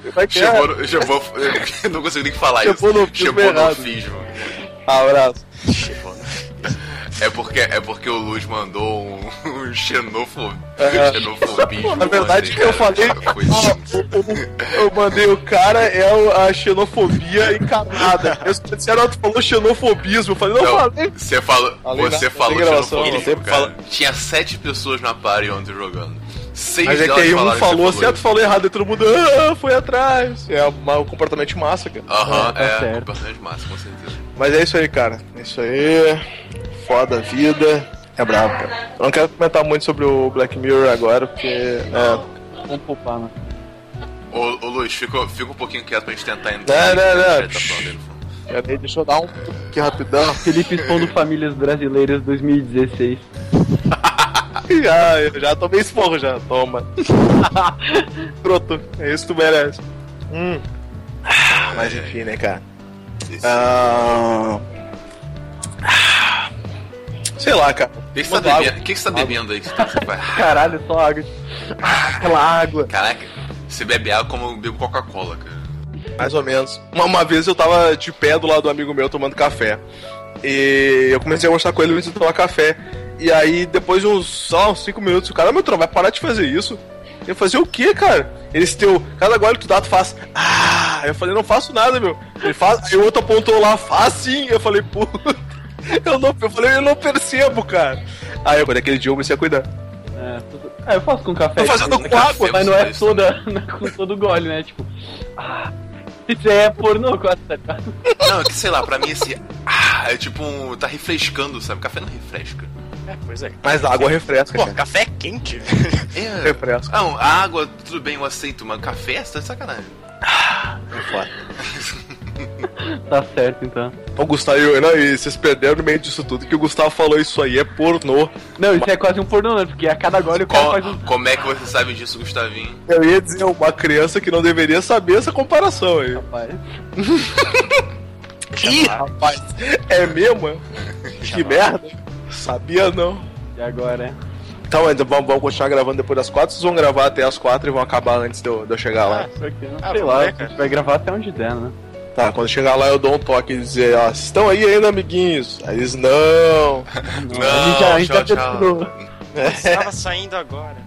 Speaker 1: Como é que é?
Speaker 3: Chegou, chegou, <laughs> eu não consigo nem falar
Speaker 1: Chegou no
Speaker 3: isso.
Speaker 1: fismo
Speaker 3: Chegou no
Speaker 1: errado.
Speaker 3: fismo.
Speaker 1: Abraço.
Speaker 3: É porque, é porque o Luz mandou um, <laughs> um xenofo-
Speaker 1: É.
Speaker 3: xenofobismo.
Speaker 1: Na verdade,
Speaker 3: ontem,
Speaker 1: que eu
Speaker 3: cara.
Speaker 1: falei.
Speaker 3: Foi isso.
Speaker 1: Eu, eu mandei o cara, é o- a xenofobia encanada. Eles disseram, ah, tu falou xenofobismo. Eu falei, não,
Speaker 3: Não,
Speaker 1: falei.
Speaker 3: você falou,
Speaker 1: Falei na-
Speaker 3: você
Speaker 1: na
Speaker 3: falou
Speaker 1: gravação,
Speaker 3: xenofobismo,
Speaker 1: ele sempre
Speaker 3: cara.
Speaker 1: fala-
Speaker 3: Tinha sete pessoas na party ontem jogando. Seis
Speaker 1: Mas é que
Speaker 3: delas
Speaker 1: aí um
Speaker 3: falaram que
Speaker 1: falou
Speaker 3: você
Speaker 1: certo, falou errado, e todo mundo ah, foi atrás. É uma- um comportamento de massa, cara.
Speaker 3: Aham,
Speaker 2: É, tá
Speaker 3: é,
Speaker 2: certo.
Speaker 3: bastante massa, com certeza.
Speaker 1: Mas é isso aí, cara. É Isso aí. Foda a vida. É brabo, cara. Eu não quero comentar muito sobre o Black Mirror agora, porque. É.
Speaker 2: Vamos poupar, né?
Speaker 3: Ô, ô Luiz, fica, fica um pouquinho quieto pra gente tentar
Speaker 1: Não, não,
Speaker 3: entrar. no que
Speaker 1: não.
Speaker 3: ele tá falando, ele falou.
Speaker 1: Peraí, deixa eu dar um que rapidão. <laughs>
Speaker 2: Felipe expondo famílias brasileiras 2016.
Speaker 1: Já, eu já tomei esporro já, toma. <laughs> Pronto, é isso que tu merece. Hum. Ah, Mas enfim, né, cara?
Speaker 3: É, Esse-
Speaker 1: Ah... Ah. Sei lá, cara.
Speaker 3: O que que você tá
Speaker 1: Água.
Speaker 3: bebendo? O que que você tá bebendo aí? que você tá-
Speaker 2: Caralho, só água. Ah, aquela água.
Speaker 3: Caraca, Você bebe água como eu bebo Coca-Cola, cara.
Speaker 1: Mais ou menos. Uma, uma vez eu tava de pé do lado do amigo meu tomando café. E eu comecei a mostrar com ele antes de tomar café. E aí, depois de uns, só uns 5 minutos, o cara, meu trono, vai parar de fazer isso. Eu fazer o quê, cara? Eles teu. Cada gole que tu dá, tu faz. Ah! Eu falei, não faço nada, meu. Ele faz. Aí o outro apontou lá, faz sim. Eu falei, puta. <laughs> Eu, não, eu falei, eu não percebo, cara. Aí, quando aquele dia eu comecei a cuidar.
Speaker 2: É, tudo- Ah, eu faço com café.
Speaker 1: Tô fazendo
Speaker 3: né,
Speaker 1: com
Speaker 3: cara?
Speaker 1: água.
Speaker 2: Mas não é
Speaker 3: Isso,
Speaker 2: toda, <laughs> não é com todo gole, né? Tipo, ah, isso aí é pornô, quase, tá ligado?
Speaker 3: Não, é que sei lá, pra mim esse. Ah, é tipo um. Tá refrescando, sabe? Café não refresca.
Speaker 4: É, pois é.
Speaker 1: Mas a água refresca,
Speaker 4: Pô,
Speaker 1: cara.
Speaker 4: café é quente.
Speaker 1: <laughs>
Speaker 3: É.
Speaker 1: Refresca.
Speaker 3: Ah, a água, tudo bem, eu aceito, mas café você tá de sacanagem.
Speaker 2: <laughs> Tá certo, então.
Speaker 1: Ô, Gustavo, eu, não, e vocês perderam no meio disso tudo que o Gustavo falou isso aí, é pornô.
Speaker 2: Não, isso é quase um pornô, né? Porque a cada gole o cara
Speaker 3: Co-
Speaker 2: faz um...
Speaker 3: Como é que você sabe disso, Gustavinho?
Speaker 1: Eu ia dizer uma criança que não deveria saber essa comparação aí.
Speaker 2: Rapaz.
Speaker 1: Ih, rapaz, é mesmo? é? Que merda. Sabia não.
Speaker 2: E agora, é?
Speaker 1: Então, ainda vamos, vamos continuar gravando depois das quatro, vocês vão gravar até as quatro e vão acabar antes de eu, de eu chegar lá.
Speaker 2: Porque, não
Speaker 4: Ah,
Speaker 2: sei
Speaker 4: vamos
Speaker 2: lá,
Speaker 4: ver,
Speaker 2: a gente
Speaker 4: cara.
Speaker 2: vai gravar até onde der, né? <laughs>
Speaker 1: Tá, quando chegar lá eu dou um toque e dizer, ó, vocês estão aí ainda, amiguinhos? Aí eles, não.
Speaker 2: Não,
Speaker 3: tchau, tchau.
Speaker 4: Estava saindo agora.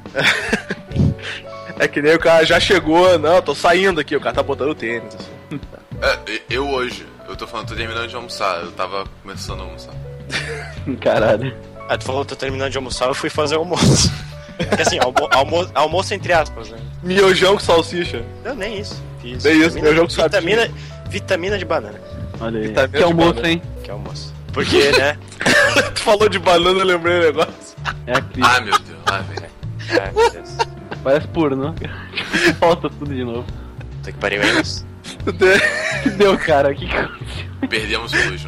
Speaker 1: É que nem o cara já chegou, não, tô saindo aqui, o cara tá botando o tênis. assim.
Speaker 3: É, e- eu hoje, eu tô falando, tô terminando de almoçar, eu tava começando a almoçar.
Speaker 2: Caralho.
Speaker 4: Ah, tu falou, tô terminando de almoçar, eu fui fazer almoço. <laughs> Porque assim, almo- almo- almoço entre aspas, né?
Speaker 1: Miojão com salsicha. <laughs>
Speaker 4: Não, nem isso. Fiz
Speaker 1: Nem isso,
Speaker 4: vitamina-
Speaker 1: meu jogo sabe.
Speaker 4: vitamina, vitamina de banana,
Speaker 2: Olha aí.
Speaker 1: Tá vendo
Speaker 2: que
Speaker 1: de
Speaker 2: almoço,
Speaker 1: banana?
Speaker 2: hein?
Speaker 4: que é almoço. Porque,
Speaker 1: <laughs>
Speaker 4: né?
Speaker 1: Tu falou de banana, eu lembrei do negócio.
Speaker 2: É a crise.
Speaker 3: Ah, meu Deus, lá vem.
Speaker 4: Ai, Ah, meu Deus.
Speaker 2: Parece pornô. <laughs> Volta tudo de novo.
Speaker 4: Puta que
Speaker 1: <laughs>
Speaker 4: pariu, hein? mas-
Speaker 1: O
Speaker 2: Deu, cara. Que coisa.
Speaker 3: Perdemos hoje.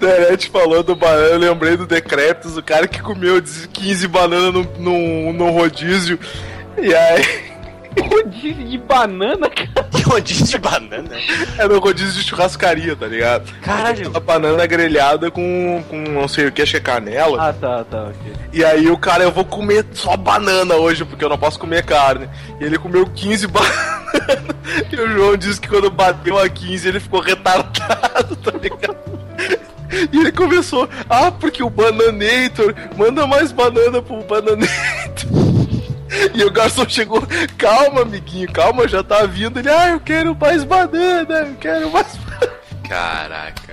Speaker 1: Derete falou do banana, eu lembrei do Decretos, o cara que comeu 15 bananas num, num, num rodízio. E aí,
Speaker 2: <laughs>
Speaker 1: <laughs>
Speaker 2: Rodízio de banana, cara.
Speaker 4: Que rodízio de banana.
Speaker 1: era um rodízio de churrascaria, tá ligado?
Speaker 2: Caralho.
Speaker 1: Uma banana grelhada com, com não sei o que, acho que é canela.
Speaker 2: Ah, tá, tá, ok.
Speaker 1: E aí o cara, eu vou comer só banana hoje, porque eu não posso comer carne. E ele comeu 15 <laughs> bananas. E o João disse que quando bateu a 15 ele ficou retardado, tá ligado? E ele começou, ah, porque o Bananator manda mais banana pro Bananator. E o garçom chegou, calma, amiguinho, calma, já tá vindo. Ele, ah, eu quero mais banana, eu quero mais
Speaker 3: Caraca.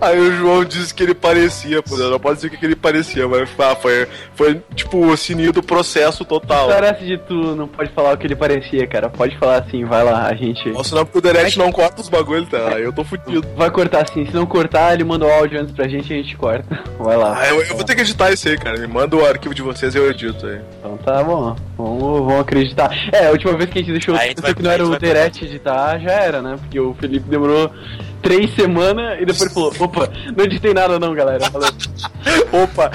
Speaker 1: Aí o João disse que ele parecia, pô, não pode dizer o que que ele parecia, mas ah, foi, foi tipo o sininho do processo total.
Speaker 2: Parece de tu, não pode falar o que ele parecia, cara. Pode falar assim, vai lá, a gente.
Speaker 1: Nossa, não, porque o Derek não corta os bagulhos, tá? Aí eu tô fudido.
Speaker 2: Vai cortar assim, se não cortar, ele manda o áudio antes pra gente e a gente corta. <laughs> Vai lá.
Speaker 1: Ah, eu, eu vou ter que editar isso aí, cara. Me manda o arquivo de vocês e eu edito aí.
Speaker 2: Então tá bom, vamos, vamos acreditar. É, a última vez que a gente deixou
Speaker 4: Aí
Speaker 2: o
Speaker 4: tu vai-
Speaker 2: que não
Speaker 4: aí
Speaker 2: era
Speaker 4: tu
Speaker 2: o
Speaker 4: vai-
Speaker 2: Derete editar, já era, né? Porque o Felipe demorou três semanas e depois falou, opa, não editei nada não, galera. Falou,
Speaker 1: Opa!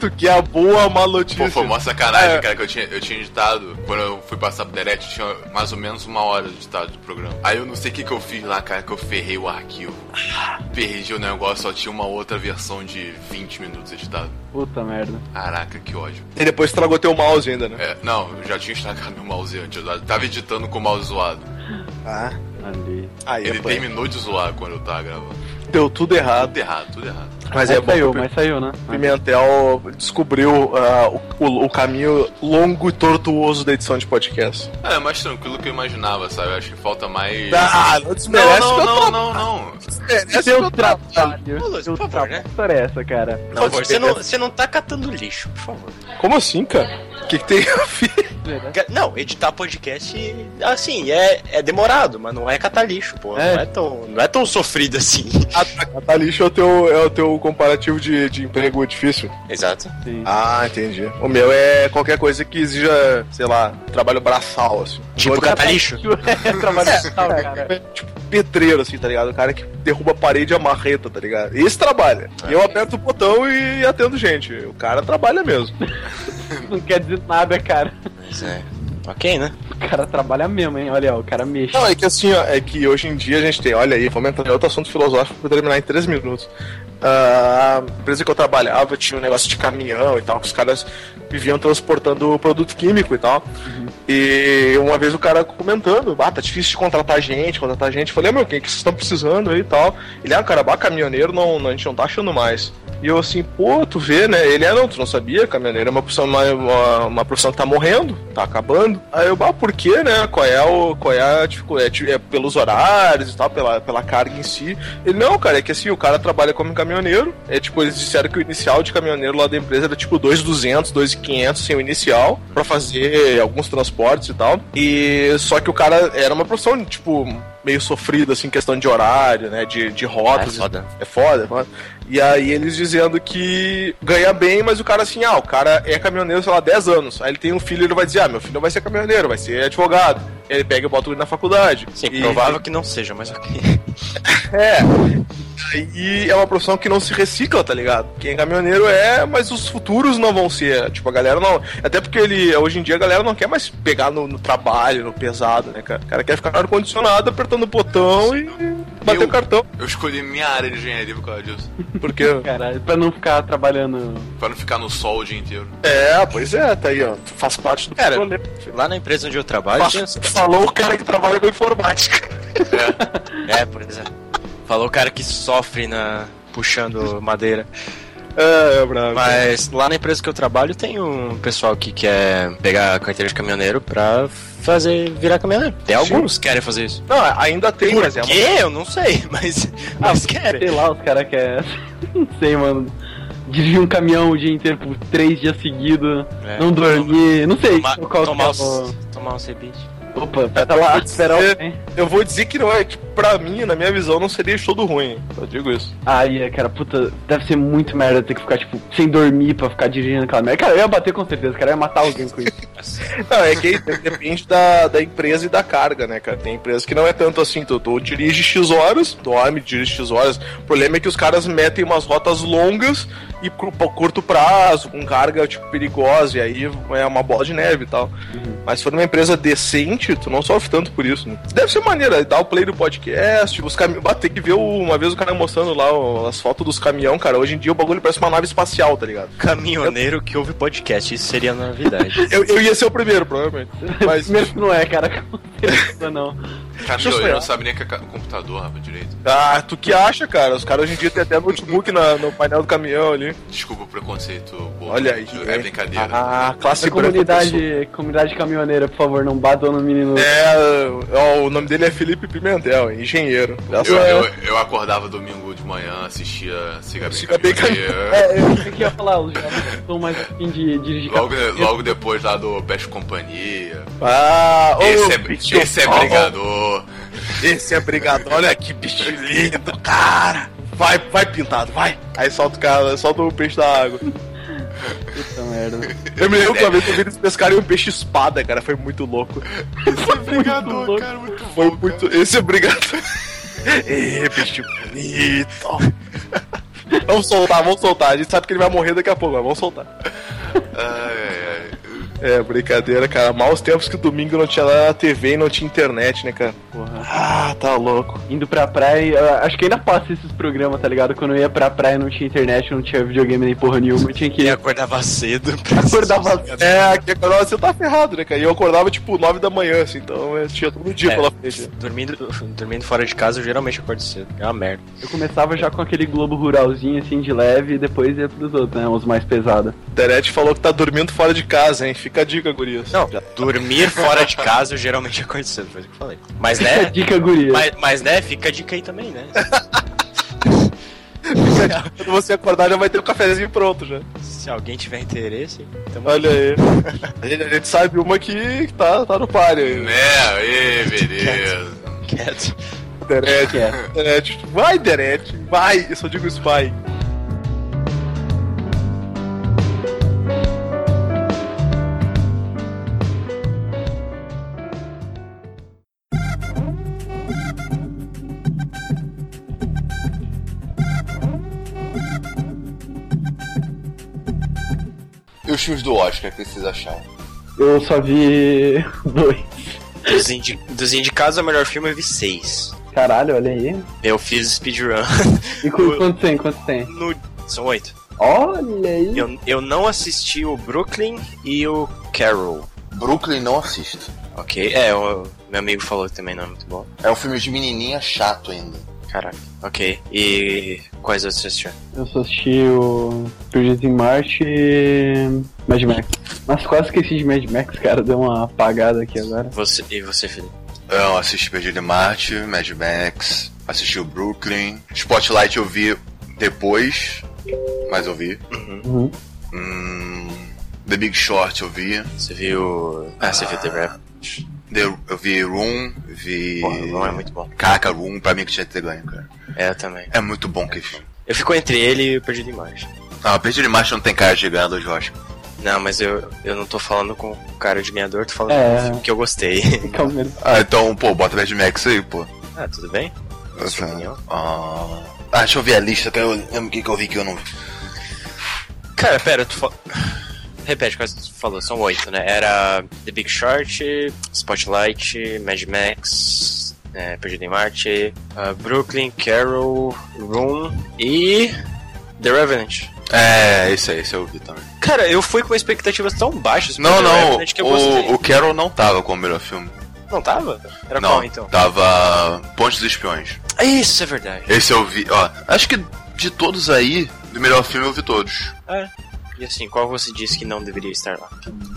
Speaker 1: tu quer a boa má notícia.
Speaker 3: Pô, foi uma sacanagem,
Speaker 1: É.
Speaker 3: cara, que eu tinha, eu tinha editado. Quando eu fui passar pro Derek, tinha mais ou menos uma hora de editado do programa. Aí eu não sei o que que eu fiz lá, cara, que eu ferrei o arquivo. Perdi o negócio, só tinha uma outra versão de 20 minutos editado.
Speaker 2: Puta merda.
Speaker 3: Caraca, que ódio.
Speaker 1: E depois estragou teu mouse ainda, né?
Speaker 3: É, não, eu já tinha estragado meu mouse antes. Eu tava editando com o mouse zoado.
Speaker 1: Ah,
Speaker 2: Ali.
Speaker 1: aí
Speaker 3: Ele
Speaker 1: pô,
Speaker 3: terminou de zoar quando eu tava gravando.
Speaker 1: deu tudo errado.
Speaker 3: Tudo errado, tudo errado.
Speaker 1: Mas é bom. que
Speaker 2: saiu,
Speaker 1: o
Speaker 2: mas saiu, né?
Speaker 1: Pimentel descobriu ah, o- o caminho longo e tortuoso da edição de podcast.
Speaker 3: É, é mais tranquilo que eu imaginava, sabe? Eu acho que falta mais.
Speaker 1: Ah, não desmerece
Speaker 3: não, não,
Speaker 1: meu
Speaker 3: não,
Speaker 1: trabalho.
Speaker 3: não, não.
Speaker 1: Desmerece
Speaker 2: Seu
Speaker 1: meu
Speaker 2: trabalho.
Speaker 4: Ô, Luiz,
Speaker 2: Seu
Speaker 4: por favor,
Speaker 2: trabalho.
Speaker 4: né?
Speaker 2: Que história é essa, cara?
Speaker 4: Por favor, você não,
Speaker 1: desmerece.
Speaker 4: você não tá catando lixo, por favor.
Speaker 1: Como assim, cara? O que, que tem a <laughs> ver?
Speaker 4: Ga- Não, editar podcast, assim, é, é demorado, mas não é catar lixo, pô.
Speaker 2: É.
Speaker 4: Não, é tão, não é tão sofrido assim.
Speaker 1: Catar lixo é o teu, é o teu comparativo de, de emprego difícil?
Speaker 4: <laughs> Exato.
Speaker 2: Sim.
Speaker 1: Ah, entendi. O meu é qualquer coisa que exija, sei lá, trabalho braçal, assim.
Speaker 4: Tipo
Speaker 1: Outro-
Speaker 4: catar lixo.
Speaker 2: <laughs> é trabalho mental, cara.
Speaker 1: é, tipo pedreiro, assim, tá ligado? O cara que derruba a parede e a marreta, tá ligado? Esse trabalha. Eu aperto o botão e atendo gente. O cara trabalha mesmo.
Speaker 2: Não quer dizer nada, cara.
Speaker 4: Mas é. Ok, né?
Speaker 2: O cara trabalha mesmo, hein? Olha, ó, o cara mexe.
Speaker 1: Não, é que assim, ó, é que hoje em dia a gente tem, olha aí, vamos entrar em outro assunto filosófico pra terminar em três minutos. ah, a empresa que eu trabalhava tinha um negócio de caminhão e tal, que os caras viviam transportando produto químico e tal. E uma vez o cara comentando, ah, tá difícil de contratar gente, contratar gente. Eu falei, ah, meu, quem que vocês estão precisando aí e tal? Ele, ah, cara, bah, caminhoneiro não, não- a gente não tá achando mais. E eu assim, pô, tu vê, né? Ele, ah, não, tu não sabia, caminhoneiro é uma profissão, uma, uma, uma profissão que tá morrendo, tá acabando. Aí eu, bah, por quê, né? Qual é, o, qual é a dificuldade? É, pelos horários e tal, pela, pela carga em si. Ele, não, cara, é que assim, o cara trabalha como caminhoneiro. É tipo, eles disseram que o inicial de caminhoneiro lá da empresa era tipo 2,200, 2,500 sem assim, o inicial, pra fazer alguns transportes e tal. E só que o cara era uma profissão, tipo, meio sofrida, assim, questão de horário, né? De, de
Speaker 4: Ah, é
Speaker 1: rotas. e
Speaker 4: foda.
Speaker 1: é foda, é foda. E aí eles dizendo que ganha bem, mas o cara assim, ah, o cara é caminhoneiro, sei lá, 10 anos. Aí ele tem um filho, ele vai dizer, ah, meu filho não vai ser caminhoneiro, vai ser advogado. Ele pega e bota ele na faculdade.
Speaker 4: Sim,
Speaker 1: E-
Speaker 4: provável que não seja, mas ok.
Speaker 1: é. E é uma profissão que não se recicla, tá ligado? Quem é caminhoneiro é, mas os futuros não vão ser. Tipo, a galera não. Até porque ele, hoje em dia, a galera não quer mais pegar no, no trabalho, no pesado, né, cara? O cara quer ficar no ar-condicionado, apertando o botão e bater
Speaker 3: Eu-
Speaker 1: o cartão.
Speaker 3: Eu escolhi minha área de engenharia por causa disso.
Speaker 1: Porque.
Speaker 4: é- <laughs>
Speaker 2: Caralho, pra não ficar trabalhando.
Speaker 3: Pra não ficar no sol o dia inteiro.
Speaker 1: É, pois é, tá aí, ó. Tu faz parte do.
Speaker 4: Cara,
Speaker 1: rolê.
Speaker 4: <laughs> Lá na empresa onde eu trabalho, tinha...
Speaker 1: Fa- falou o cara que trabalha com informática.
Speaker 4: É, por exemplo. Falou o cara que sofre na... puxando madeira.
Speaker 1: É, é brabo.
Speaker 4: Mas lá na empresa que eu trabalho tem um pessoal que quer pegar a carteira de caminhoneiro pra fazer virar caminhoneiro. Tem alguns que querem fazer isso.
Speaker 1: Não, ainda tem, mas é
Speaker 4: Por quê? Eu não sei, <laughs> mas, mas querem.
Speaker 2: Sei lá, os caras querem. <laughs> Não sei, mano. Dirigir um caminhão o dia inteiro por três dias seguidos,
Speaker 4: É.
Speaker 2: não dormir, não sei
Speaker 4: Toma-
Speaker 2: qual que é
Speaker 4: tomar,
Speaker 2: o...
Speaker 4: o... tomar um cebiche.
Speaker 2: Opa, pera lá, espera alguém.
Speaker 1: Eu vou dizer que não é. Que pra mim, na minha visão, não seria todo ruim. Eu digo isso.
Speaker 2: Aí, é, cara, puta, deve ser muito merda ter que ficar, tipo, sem dormir pra ficar dirigindo aquela merda. Cara, eu ia bater com certeza, cara, eu ia matar alguém com
Speaker 4: <laughs>
Speaker 2: isso.
Speaker 1: Não, é que depende da, da empresa e da carga, né, cara? Tem empresa que não é tanto assim, tu, tu dirige X horas, dorme, dirige X horas. O problema é que os caras metem umas rotas longas e cru- pra curto prazo, com carga, tipo, perigosa, e aí é uma bola de neve e tal. Mas se for numa empresa decente, tu não sofre tanto por isso, né? Deve ser maneira, dá o play do podcast, os caminhos. Tem que ver o- uma vez o cara mostrando lá o- as fotos dos caminhão, cara. Hoje em dia o bagulho parece uma nave espacial, tá ligado?
Speaker 4: Caminhoneiro que ouve podcast, isso seria novidade.
Speaker 1: Eu, eu ia ser o primeiro, provavelmente. Mas.
Speaker 2: Primeiro que não é, cara, <laughs> com certeza não.
Speaker 3: Caminhoneiro
Speaker 1: sonhar.
Speaker 3: não sabe nem que é ca- computador, rapaz, direito.
Speaker 1: Ah, tu que acha, cara? Os caras hoje em dia tem até notebook na- no painel do caminhão ali.
Speaker 3: Desculpa o preconceito. bobo.
Speaker 1: Olha aí.
Speaker 3: É
Speaker 1: hein?
Speaker 3: brincadeira.
Speaker 1: Ah, classe
Speaker 2: A
Speaker 1: branca, pessoa.
Speaker 2: comunidade, comunidade caminhoneira, por favor, não batam no menino.
Speaker 1: É, ó, o nome dele é Felipe Pimentel, é engenheiro.
Speaker 3: Eu,
Speaker 1: é,
Speaker 3: eu, eu acordava domingo de manhã, assistia Siga Bem
Speaker 1: Siga Bem
Speaker 3: Caminhoneiro.
Speaker 2: É, eu pensei que ia falar, os jovens estão mais afim de
Speaker 1: É,
Speaker 2: dirigir
Speaker 3: <laughs> Logo,
Speaker 2: caminhão.
Speaker 3: logo depois lá do Best Companhia.
Speaker 1: Ah, ô,
Speaker 3: Esse
Speaker 1: bicho,
Speaker 3: é, esse é
Speaker 1: ó,
Speaker 3: brigador.
Speaker 1: Esse é brigador, olha que bicho lindo, cara. Vai, vai pintado, vai. Aí solta o cara, solta o peixe da água.
Speaker 2: Puta merda.
Speaker 1: Eu me lembro que uma vez que eu vi eles pescarem um peixe espada, cara, foi muito
Speaker 3: <laughs>
Speaker 1: louco.
Speaker 3: Esse é
Speaker 2: brigador, louco.
Speaker 3: cara, muito
Speaker 1: Foi muito. Esse é brigador. Ê, bicho bonito. Vamos soltar, vamos soltar. A gente sabe que ele vai morrer daqui a pouco, mas vamos soltar.
Speaker 3: Ai, ai, ai.
Speaker 1: É, brincadeira, cara. Maus tempos que domingo não tinha lá na TV e não tinha internet, né, cara?
Speaker 2: Porra.
Speaker 1: Ah, tá louco.
Speaker 2: Indo pra praia, eu acho que ainda passa esses programas, tá ligado? Quando eu ia pra praia não tinha internet, não tinha videogame nem porra nenhuma, eu tinha que
Speaker 4: E
Speaker 2: ir
Speaker 4: acordava cedo pra
Speaker 2: acordar vazio.
Speaker 1: É, aqui agora você tá ferrado, né, cara? E eu acordava tipo 9 da manhã, assim, então eu tinha todo dia
Speaker 4: É.
Speaker 1: pela frente.
Speaker 4: <laughs> Dormindo, dormindo fora de casa, eu geralmente acordo cedo. É uma merda.
Speaker 2: Eu começava já com aquele globo ruralzinho assim de leve e depois ia pros outros, né? Os mais pesados.
Speaker 1: Internet falou que tá dormindo fora de casa, hein? Fica a dica, gurias.
Speaker 4: Não, dormir fora de casa, eu geralmente acordo cedo, foi o que eu falei. Mas
Speaker 2: É.
Speaker 4: né,
Speaker 2: Dica guria.
Speaker 4: mas, mas né, fica a dica aí também, né?
Speaker 1: Quando você acordar já vai ter o cafezinho pronto já.
Speaker 4: Se alguém tiver interesse, tamo
Speaker 1: Olha aí. <laughs> A gente, a gente sabe uma que tá, tá no páreo aí. né?
Speaker 3: Né? Aê, beleza.
Speaker 4: quieto.
Speaker 1: Internet,
Speaker 2: Que é.
Speaker 1: internet. Vai, internet. Vai. Eu só digo isso, vai.
Speaker 3: E os filmes do Oscar, o que vocês acharam?
Speaker 2: Eu só vi <laughs> dois.
Speaker 4: Dos, indi- dos indicados ao melhor filme, eu vi seis.
Speaker 6: Caralho, olha aí.
Speaker 4: Eu fiz speedrun <laughs>
Speaker 2: E qu- quanto tem? Quanto tem?
Speaker 4: no. São oito.
Speaker 6: Olha aí.
Speaker 4: Eu, eu não assisti o Brooklyn e o Carol.
Speaker 7: Brooklyn não assisto.
Speaker 4: Ok, é, o, meu amigo falou que também não é muito bom.
Speaker 7: É um filme de menininha chato ainda.
Speaker 4: Caraca, ok. E quais outros você assistiu?
Speaker 2: Eu só assisti o Perdidos em Marte e. Mad Max. Mas quase esqueci de Mad Max, cara. Deu uma apagada aqui agora.
Speaker 4: Você, e você, Felipe?
Speaker 3: Eu assisti Perdido em Marte, Mad Max, assisti o Brooklyn. Spotlight eu vi depois, mas eu vi.
Speaker 2: Uhum.
Speaker 3: Hum, The Big Short eu vi.
Speaker 4: Você viu. Ah, você viu The Rap?
Speaker 3: The, eu vi Room, vi.
Speaker 4: Porra, não é muito bom.
Speaker 3: Caraca, Room pra mim que tinha que ter ganho, cara.
Speaker 4: É, eu também.
Speaker 3: É muito bom que isso.
Speaker 4: Eu fico entre ele e o Perdido em Marte.
Speaker 3: Ah, Perdido em Marte não tem cara de ganhador de Oscar.
Speaker 4: Não, mas eu, eu não tô falando com o cara de ganhador, tô falando
Speaker 2: É.
Speaker 4: do filme que eu gostei.
Speaker 2: Fica o mesmo.
Speaker 3: Ah, então, pô, bota Mad Max aí, pô.
Speaker 4: <laughs> ah, tudo bem? Sua opinião?
Speaker 3: Ah,
Speaker 7: Ah, deixa eu ver a lista, que eu lembro o que, que eu vi que eu não vi.
Speaker 4: Cara, pera, tu fa... Repete, quase tu falou, são oito, né? Era The Big Short, Spotlight, Mad Max, é, Perdido em Marte, ah, Brooklyn, Carol, Room e The Revenant.
Speaker 3: é, esse aí, esse eu vi também.
Speaker 4: Cara, eu fui com expectativas tão baixas pra
Speaker 3: Não,
Speaker 4: The
Speaker 3: não,
Speaker 4: Revenant que é eu gostei.
Speaker 3: o, o Carol não tava com o melhor filme.
Speaker 4: Não tava? Era
Speaker 3: não,
Speaker 4: qual, então?
Speaker 3: tava Ponte dos Espiões.
Speaker 4: Isso, é verdade.
Speaker 3: Esse eu vi, ó. Acho que de todos aí, do melhor filme eu vi todos.
Speaker 4: E assim, qual você disse que não deveria estar lá?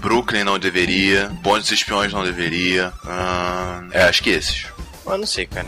Speaker 3: Brooklyn não deveria, Ponte dos Espiões não deveria. ahn, é, acho que esses.
Speaker 4: Eu não sei, cara.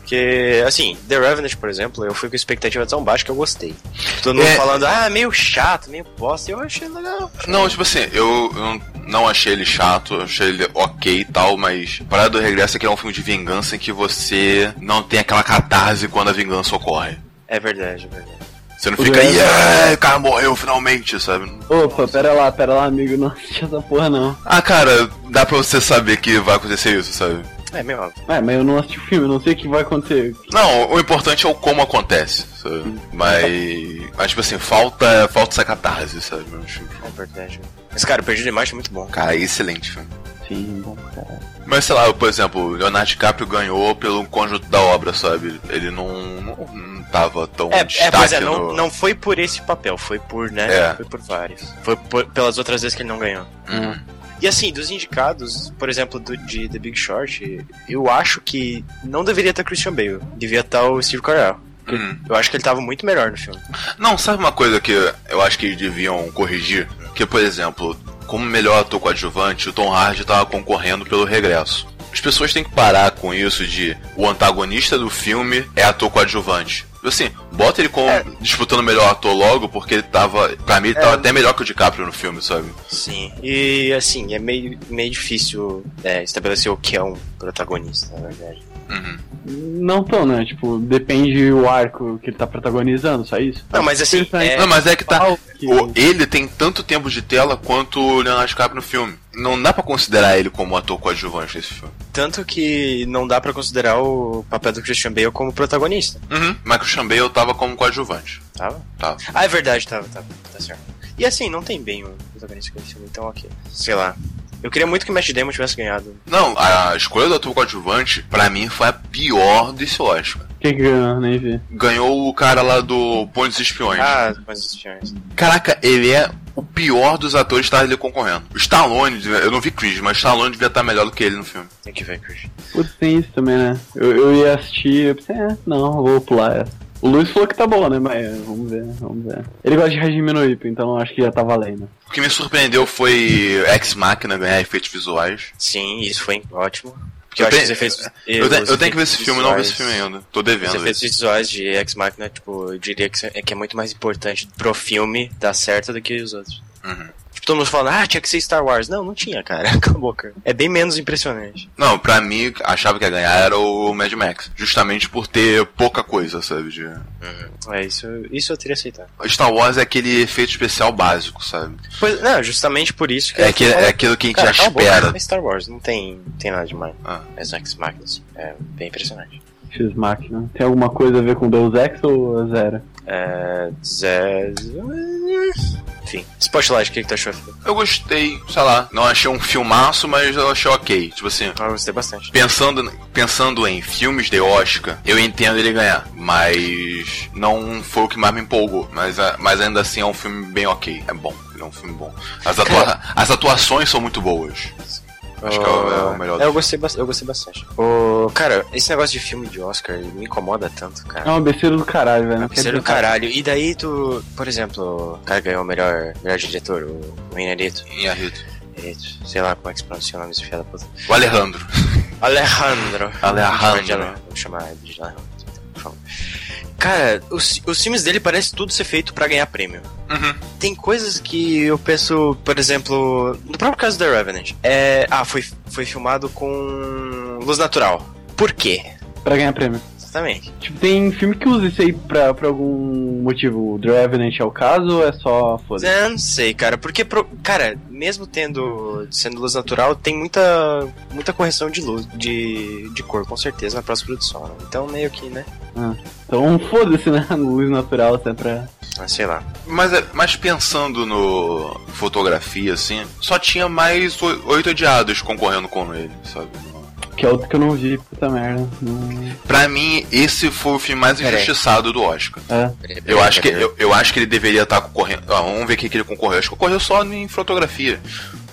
Speaker 4: Porque, assim, The Revenant, por exemplo, eu fui com expectativa tão baixa que eu gostei. Todo mundo
Speaker 3: É.
Speaker 4: falando, ah, meio chato, meio bosta, eu achei legal.
Speaker 3: Não, tipo assim, eu, eu não achei ele chato, eu achei ele ok e tal, mas Parada do Regresso é que é um filme de vingança em que você não tem aquela catarse quando a vingança ocorre.
Speaker 4: É verdade, é verdade.
Speaker 3: Você não é."
Speaker 2: O
Speaker 3: fica,
Speaker 2: Regresso-
Speaker 3: yeah, o cara morreu finalmente, sabe?
Speaker 2: Opa, pera lá, pera lá, amigo. Não assisti essa porra, não.
Speaker 3: Ah, cara, dá pra você saber que vai acontecer isso, sabe?
Speaker 4: É meio óbvio.
Speaker 2: É, mas eu não assisti o filme, eu não sei o que vai acontecer.
Speaker 3: Não, o importante é o como acontece, sabe? Mas, mas tipo assim, falta, falta essa catarse, sabe?
Speaker 4: É verdade. Mas, cara, o Perdido em Marte é muito bom.
Speaker 3: Cara, excelente filme.
Speaker 2: Sim, bom, cara.
Speaker 3: Mas sei lá, por exemplo, Leonardo DiCaprio ganhou pelo conjunto da obra, sabe? Ele não, não, não tava tão
Speaker 4: É, é,
Speaker 3: destaque
Speaker 4: pois é,
Speaker 3: no...
Speaker 4: não, não foi por esse papel, foi por, né?
Speaker 3: É.
Speaker 4: Foi por vários. Foi por- pelas outras vezes que ele não ganhou.
Speaker 3: Hum.
Speaker 4: E assim, dos indicados, por exemplo, do, de The Big Short, eu acho que não deveria estar Christian Bale, devia estar o Steve Carell.
Speaker 3: Hum.
Speaker 4: Eu acho que ele tava muito melhor no filme.
Speaker 3: Não, sabe uma coisa que eu acho que eles deviam corrigir? Que, por exemplo, como melhor ator coadjuvante, o Tom Hardy tava concorrendo pelo regresso. As pessoas têm que parar com isso de o antagonista do filme é ator coadjuvante. Assim, bota ele como disputando o melhor ator logo, porque ele tava. Pra mim, ele tava até melhor que o DiCaprio no filme, sabe?
Speaker 4: Sim. E assim, é meio, meio difícil é, estabelecer o que é um protagonista, na verdade.
Speaker 3: Uhum.
Speaker 2: Não tão, né? Tipo, depende o arco que ele tá protagonizando, só isso.
Speaker 4: Não, mas assim, é-
Speaker 3: Não, mas é que tá.
Speaker 2: Pau que-
Speaker 3: O- ele tem tanto tempo de tela quanto o Leonardo DiCaprio no filme. Não dá pra considerar ele como ator coadjuvante nesse filme.
Speaker 4: Tanto que não dá pra considerar o papel do Christian Bale como protagonista,
Speaker 3: Uhum. Michael Chambay tava como coadjuvante.
Speaker 4: tava?
Speaker 3: Tava.
Speaker 4: Ah, é verdade, tava, tava, tá certo. E assim, não tem bem o protagonista que ele filme, então ok. Sei lá. Eu queria muito que o Matt Damon tivesse ganhado.
Speaker 3: Não, a escolha do ator coadjuvante, pra mim, foi a pior desse Oscar.
Speaker 2: Quem que ganhou? Nem vi.
Speaker 3: Ganhou o cara lá do Ponte dos Espiões.
Speaker 4: Ah, mas os filmes.
Speaker 3: Caraca, ele é o pior dos atores que tava ali concorrendo. O Stallone, devia- eu não vi Chris, mas o Stallone devia estar melhor do que ele no filme.
Speaker 4: Tem que ver, Christian.
Speaker 2: Putz, tem isso também, né? Eu, eu ia assistir, eu pensei, é, não, vou pular essa. O Luiz falou que tá boa, né? Mas é, vamos ver, vamos ver. Ele gosta de regime no IP, então acho que já tá valendo.
Speaker 3: O que me surpreendeu foi Ex Machina ganhar efeitos visuais.
Speaker 4: Sim, isso foi ótimo. Porque
Speaker 3: Eu
Speaker 4: eu, acho que
Speaker 3: tenho-
Speaker 4: os efeitos.
Speaker 3: Eu, te-
Speaker 4: os
Speaker 3: eu tenho que ver esse
Speaker 4: efeitos
Speaker 3: filme, eu não vi esse
Speaker 4: visuais-
Speaker 3: filme ainda. Tô
Speaker 4: Os
Speaker 3: devendo.
Speaker 4: efeitos visuais de Ex Machina, tipo, eu diria que é que é muito mais importante pro filme dar certo do que os outros.
Speaker 3: Uhum.
Speaker 4: Tipo, todo mundo falando, ah, tinha que ser Star Wars. Não, não tinha, cara. <laughs> Acabou, cara. É bem menos impressionante.
Speaker 3: Não, pra mim, achava que ia ganhar era o Mad Max. Justamente por ter pouca coisa, sabe? De...
Speaker 4: É, isso, isso eu teria aceitado.
Speaker 3: Star Wars é aquele efeito especial básico, sabe?
Speaker 4: Pois, não, justamente por isso que...
Speaker 3: É, aquele, é aquilo que a gente
Speaker 4: Cara,
Speaker 3: já
Speaker 4: cala a boca,
Speaker 3: espera.
Speaker 4: é Star Wars, não tem, não tem nada demais.
Speaker 3: Ah.
Speaker 4: Mas Ex Machina, assim, é bem impressionante.
Speaker 2: né? X-Máquina. Tem alguma coisa a ver com Deus Ex ou é zero?
Speaker 4: É. Zé. Enfim. Spotlight, o que, que tu achou? Felipe?
Speaker 3: Eu gostei, sei lá, não achei um filmaço, mas eu achei ok. Tipo assim,
Speaker 4: Ah, Eu gostei bastante.
Speaker 3: pensando, pensando em filmes de Oscar, eu entendo ele ganhar, mas não foi o que mais me empolgou. Mas, a- mas ainda assim é um filme bem ok, é bom, ele é um filme bom. As, atua- as atuações são muito boas. Acho que é o, é o melhor
Speaker 4: É, eu
Speaker 3: do
Speaker 4: gostei, bas- eu gostei bastante. O... Cara, esse negócio de filme de Oscar ele me incomoda tanto, cara.
Speaker 2: É uma besteira do caralho, velho. né? não quero
Speaker 4: Sério,
Speaker 2: pensar.
Speaker 4: caralho. E daí tu, por exemplo, o cara ganhou o melhor, melhor diretor, o Inarito.
Speaker 3: Inharito.
Speaker 4: Sei lá como é que se pronuncia o nome desse filho da puta.
Speaker 3: O Alejandro.
Speaker 4: Alejandro.
Speaker 3: Alejandro.
Speaker 4: de Ale- Vamos chamar ele de Alejandro. então, por favor. Cara, os, os filmes dele parece tudo ser feito pra ganhar prêmio.
Speaker 3: Uhum.
Speaker 4: Tem coisas que eu penso, por exemplo, no próprio caso da Revenant. É, ah, foi, foi filmado com luz natural. Por quê?
Speaker 2: Pra ganhar prêmio.
Speaker 4: Exatamente.
Speaker 2: Tipo, tem filme que usa isso aí pra, pra algum motivo. O The Revenant é o caso ou é só foda?
Speaker 4: Eu não sei, cara, porque, pro- cara, mesmo tendo sendo luz natural, tem muita, muita correção de luz, de, de cor, com certeza, na próxima produção. né? Então, meio que, né?
Speaker 2: Então foda-se, né? <laughs> Luz natural até pra.
Speaker 4: Ah, sei lá.
Speaker 3: Mas, é- mas pensando no fotografia, assim, só tinha mais o- oito odiados concorrendo com ele, sabe?
Speaker 2: Que é outro que eu não vi, puta merda. Não-
Speaker 3: Pra mim, esse foi o filme mais
Speaker 4: Peraí.
Speaker 3: injustiçado do Oscar.
Speaker 2: É.
Speaker 3: Eu acho que eu, eu acho que ele deveria estar concorrendo. Ah, vamos ver o que que ele concorreu. Acho que concorreu só em fotografia.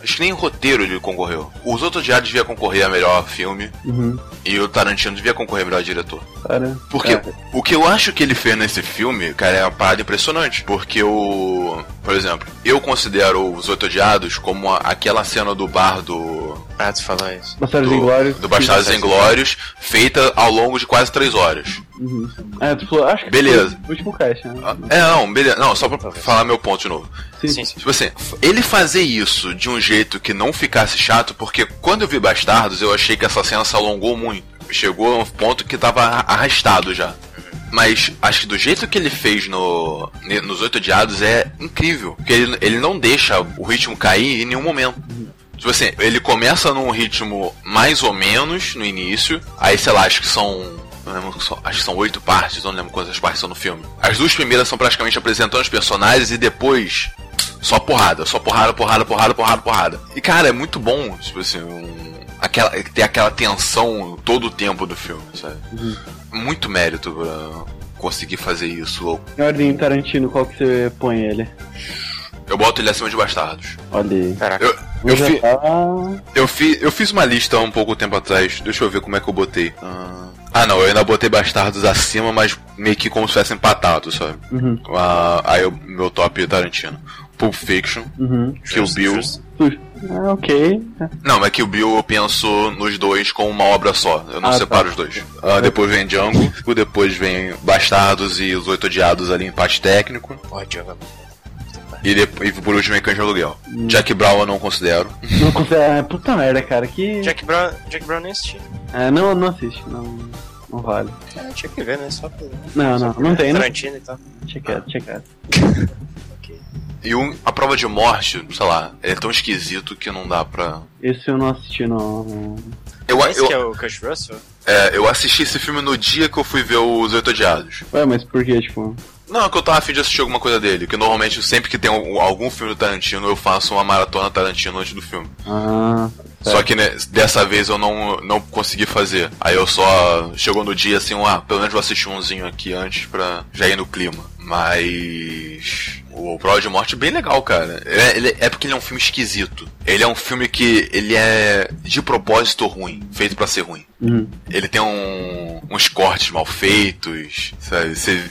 Speaker 3: Acho que nem em roteiro ele concorreu. Os outros diários devia concorrer a melhor filme
Speaker 2: Uhum.
Speaker 3: e o Tarantino devia concorrer a melhor diretor.
Speaker 2: Cara.
Speaker 3: Porque o que eu acho que ele fez nesse filme, cara, é uma parada impressionante. Porque o. Por exemplo, eu considero os Oito Odiados como a- aquela cena do bar do.
Speaker 4: Ah, tu falou isso.
Speaker 2: Bastardos
Speaker 3: Do,
Speaker 2: Inglórios.
Speaker 3: do Bastardos Inglórios, feita ao longo de quase três horas.
Speaker 2: Uhum. É, tu falou, acho que.
Speaker 3: Beleza.
Speaker 2: foi o Último cast, né?
Speaker 3: Ah, É, não, beleza. Não, só pra falar meu ponto de novo.
Speaker 4: Sim, sim.
Speaker 3: Tipo assim, f- ele fazer isso de um jeito que não ficasse chato, porque quando eu vi Bastardos, eu achei que essa cena se alongou muito. Chegou a um ponto que tava arra- arrastado já. Mas acho que do jeito que ele fez no, ne- nos Oito Diados é incrível. Porque ele, ele não deixa o ritmo cair em nenhum momento. Tipo assim, ele começa num ritmo mais ou menos no início, aí sei lá, acho que são. Não lembro, que são- acho que são oito partes, eu não lembro quantas partes são no filme. As duas primeiras são praticamente apresentando os personagens e depois só porrada, só porrada, porrada, porrada, porrada, porrada. E cara, é muito bom, tipo assim, um- aquela, ter aquela tensão todo o tempo do filme, sabe? Muito mérito pra conseguir fazer isso.
Speaker 2: Em ordem Tarantino, qual que você põe ele?
Speaker 3: Eu boto ele acima de bastardos.
Speaker 2: Olha aí.
Speaker 4: Caraca.
Speaker 3: Eu, eu,
Speaker 2: já
Speaker 3: fi-
Speaker 2: tá-
Speaker 3: eu, fi- eu fiz uma lista há um pouco tempo atrás, deixa eu ver como é que eu botei. Ah, ah, não, eu ainda botei bastardos acima, mas meio que como se fosse empatado, sabe?
Speaker 2: Uhum,
Speaker 3: Ah, aí o meu top é Tarantino. Pulp Fiction,
Speaker 2: uhum.
Speaker 3: Kill Bill.
Speaker 2: Ah, ok.
Speaker 3: Não, é que o Bill eu penso nos dois como uma obra só. Eu não
Speaker 2: Ah, tá.
Speaker 3: separo os dois. Ah, depois vem Django, depois vem Bastardos e os Oito Odiados ali, empate técnico.
Speaker 4: Ó, Diogo.
Speaker 3: E, depo- e por último vem Cães de Aluguel.
Speaker 2: Hum.
Speaker 3: Jack Brown eu não considero.
Speaker 2: Não consegue. é, Puta merda, cara. Que.
Speaker 4: Jack Brown, Jack Brown nem assisti.
Speaker 2: É, não, não assiste, não. Não vale.
Speaker 4: É, tinha que ver, né? Só pra...
Speaker 2: Não, não, não tem, né? não.
Speaker 4: Tarantino e tal.
Speaker 2: Tinha quieto, tinha quieto.
Speaker 3: E um, a prova de morte, sei lá, ele é tão esquisito que não dá pra.
Speaker 2: Esse eu não assisti, não.
Speaker 3: Eu,
Speaker 4: Esse que é
Speaker 3: eu,
Speaker 4: o Kurt Russell?
Speaker 3: é, eu assisti esse filme no dia que eu fui ver os Oito Odiados.
Speaker 2: Ué, mas por que, tipo.
Speaker 3: Não, é que eu tava afim de assistir alguma coisa dele, que normalmente sempre que tem um- algum filme do Tarantino eu faço uma maratona Tarantino antes do filme.
Speaker 2: Ah.
Speaker 3: Só que né, dessa vez eu não, não consegui fazer. Aí eu só. Chegou no dia assim, ah, pelo menos vou assistir umzinho aqui antes pra já ir no clima. Mas. O Prova de Morte é bem legal, cara. É, ele- é porque ele é um filme esquisito. Ele é um filme que. Ele é de propósito ruim. Feito pra ser ruim.
Speaker 2: Uhum.
Speaker 3: Ele tem um, uns cortes mal feitos, sabe? Você-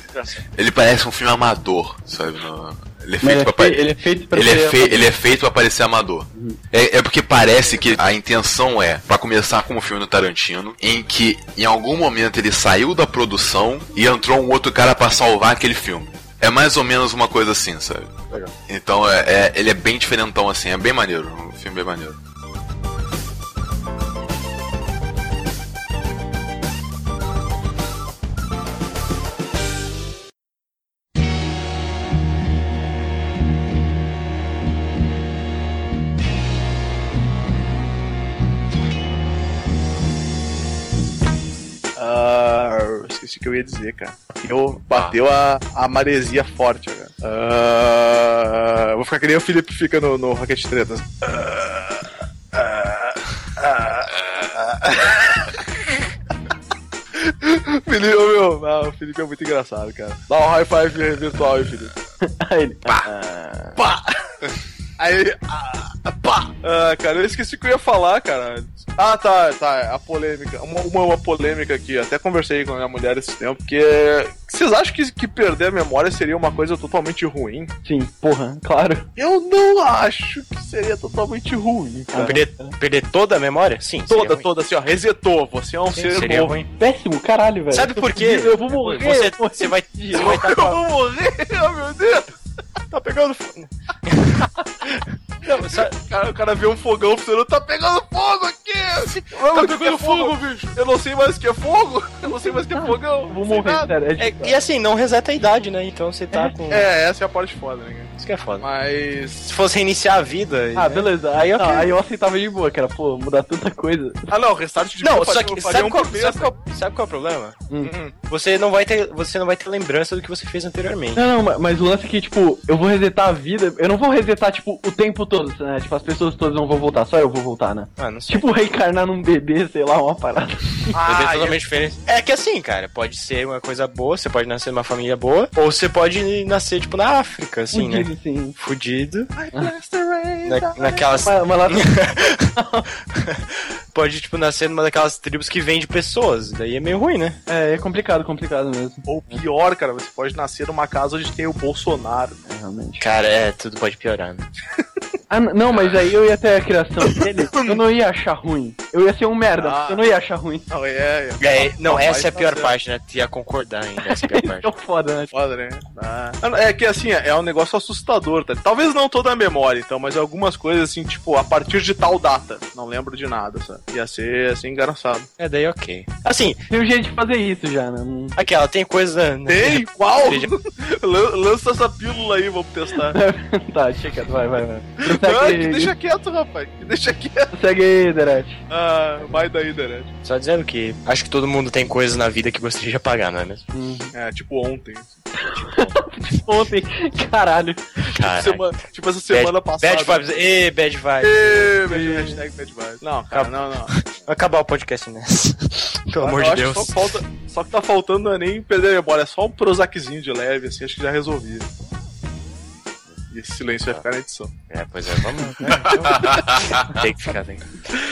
Speaker 3: ele parece um filme amador, sabe? No- ele é
Speaker 2: Mas
Speaker 3: feito
Speaker 2: ele é,
Speaker 3: pra.
Speaker 2: fe...
Speaker 3: pare-
Speaker 2: ele é feito pra
Speaker 3: ele
Speaker 2: ser-
Speaker 3: é, fe- ele é feito pra parecer amador. É, é porque parece que a intenção é, pra começar como o filme do Tarantino, em que em algum momento ele saiu da produção e entrou um outro cara pra salvar aquele filme. É mais ou menos uma coisa assim, sabe?
Speaker 4: Legal.
Speaker 3: Então é, é- ele é bem diferentão assim, é bem maneiro. Um filme bem maneiro.
Speaker 1: Ah, esqueci o que eu ia dizer, cara. bateu, bateu a, a maresia forte, cara. Ah, vou ficar que nem o Felipe fica no, no Rocket Treta. <laughs> Ah, ah, ah, ah. Felipe, ô, meu, ah, o Felipe é muito engraçado, cara. Dá um high five virtual aí, Felipe.
Speaker 2: Aí <laughs> ele, Ah,
Speaker 1: Pá! Aí. Ah, pá! Ah, cara, eu esqueci o que eu ia falar, cara. Ah, tá, tá. A polêmica. Uma, uma, uma polêmica aqui. Até conversei com a minha mulher esse tempo. Porque. Vocês acham que, que perder a memória seria uma coisa totalmente ruim?
Speaker 2: sim, porra, claro.
Speaker 1: Eu não acho que seria totalmente ruim,
Speaker 2: Ah.
Speaker 1: cara.
Speaker 4: Perder, perder toda a memória? Sim. seria
Speaker 1: Toda,
Speaker 4: ruim.
Speaker 1: toda, assim, ó. Resetou. Você é um ser
Speaker 4: Seria
Speaker 1: novo.
Speaker 4: ruim.
Speaker 8: Péssimo, caralho, velho.
Speaker 4: Sabe por quê?
Speaker 8: Eu vou morrer.
Speaker 4: Você, você vai você vai estar
Speaker 1: Eu
Speaker 4: com a-
Speaker 1: vou morrer, oh, meu Deus! Tá pegando fogo.
Speaker 4: Não, sa-
Speaker 1: Cara, o cara vê um fogão funcionando, tá pegando fogo aqui! tá pegando fogo, bicho! Eu não sei mais o que é fogo! Eu não sei mais o que é fogão!
Speaker 8: Vou
Speaker 1: não sei
Speaker 8: morrer,
Speaker 1: nada.
Speaker 8: sério.
Speaker 2: tipo-
Speaker 8: É,
Speaker 4: é- e assim, não reseta a idade, né? Então você tá com.
Speaker 1: É, essa é a parte foda, né? cara?
Speaker 4: Isso que é foda.
Speaker 1: Mas.
Speaker 4: Se fosse reiniciar a vida.
Speaker 2: Ah,
Speaker 4: né?
Speaker 2: beleza. Aí, eu- aí eu aceitava de boa, cara. Pô, mudar tanta coisa.
Speaker 1: Ah não, restart de
Speaker 4: Não,
Speaker 1: vida eu
Speaker 4: só
Speaker 1: faria-
Speaker 4: que
Speaker 1: eu faria
Speaker 4: sabe
Speaker 1: um
Speaker 4: qual,
Speaker 1: cabeça.
Speaker 4: sabe, qual, sabe qual é o problema?
Speaker 1: Hum.
Speaker 4: Você não vai ter, você não vai ter lembrança do que você fez anteriormente.
Speaker 2: Não, não, ma- mas o lance é que, tipo, eu vou resetar a vida. Eu não vou resetar, tipo, o tempo todo, né? Tipo, as pessoas todas não vão voltar, só eu vou voltar, né?
Speaker 4: Ah, não sei.
Speaker 2: Tipo, reencarnar num bebê, sei lá, uma parada.
Speaker 1: Ah,
Speaker 4: Bebê é totalmente diferente. É que assim, cara, pode ser uma coisa boa, você pode nascer numa família boa, ou você pode nascer, tipo, na África, assim, né?
Speaker 2: Fudido, <laughs> sim.
Speaker 4: Fudido. Na, naquelas.
Speaker 2: Mas, mas <laughs> lá
Speaker 4: pode, tipo, nascer numa daquelas tribos que vende pessoas. Daí é meio ruim, né?
Speaker 2: é, é complicado, complicado mesmo.
Speaker 1: Ou pior, cara, você pode nascer numa casa onde tem o Bolsonaro.
Speaker 2: É, realmente.
Speaker 4: Cara, é, tudo pode piorar, né?
Speaker 2: Ah, n- não, mas aí eu ia ter a criação dele, eu não ia achar ruim. Eu ia ser um merda,
Speaker 1: Ah.
Speaker 2: eu não ia achar ruim.
Speaker 1: Não, é, é
Speaker 4: É, não,
Speaker 1: Não,
Speaker 4: essa é a
Speaker 1: vai
Speaker 4: pior
Speaker 1: fazer.
Speaker 4: parte, né? Tu ia concordar ainda, essa é a pior
Speaker 2: <laughs>
Speaker 4: parte.
Speaker 2: Então foda, né?
Speaker 1: foda, né? Ah, não, É que assim, é um negócio assustador, tá? Talvez não toda a memória, então, mas algumas coisas assim, tipo, a partir de tal data. Não lembro de nada, sabe? Ia ser assim, engraçado.
Speaker 4: É, daí ok. Assim,
Speaker 2: Tem um jeito de fazer isso já, né? Não-
Speaker 4: aquela, tem coisa. né?
Speaker 1: Tem? Qual?
Speaker 4: Seja-
Speaker 1: <laughs> Lan- Lança essa pílula aí, vamos
Speaker 4: <laughs>
Speaker 1: testar.
Speaker 2: tá, chega, vai, vai, <laughs> vai.
Speaker 4: Tá
Speaker 1: Não,
Speaker 2: Segue,
Speaker 1: que deixa quieto, rapaz. Que deixa quieto. <laughs>
Speaker 2: segue aí, Derek.
Speaker 1: Ah, vai daí, Derek.
Speaker 4: Só dizendo que acho que todo mundo tem coisas na vida que gostaria de apagar, não é mesmo?
Speaker 2: Hum.
Speaker 1: É, tipo ontem.
Speaker 2: Ontem, <laughs> caralho.
Speaker 4: Cara.
Speaker 1: Semana- tipo essa semana passada.
Speaker 4: Bad vibes, ê, bad vibes.
Speaker 1: Ê, bad- hashtag bad vibes. Não, cara, não, não.
Speaker 4: Vai acabar o podcast né? nessa. <laughs> Pelo
Speaker 1: Eu
Speaker 4: amor
Speaker 1: acho
Speaker 4: de
Speaker 1: que
Speaker 4: Deus.
Speaker 1: Só, falta, só que tá faltando não é nem perder a memória, é só um Prozaczinho de leve, assim, acho que já resolvi. E esse silêncio vai ficar na edição.
Speaker 4: É, pois é, vamos. né, <laughs> então. tem que ficar tem.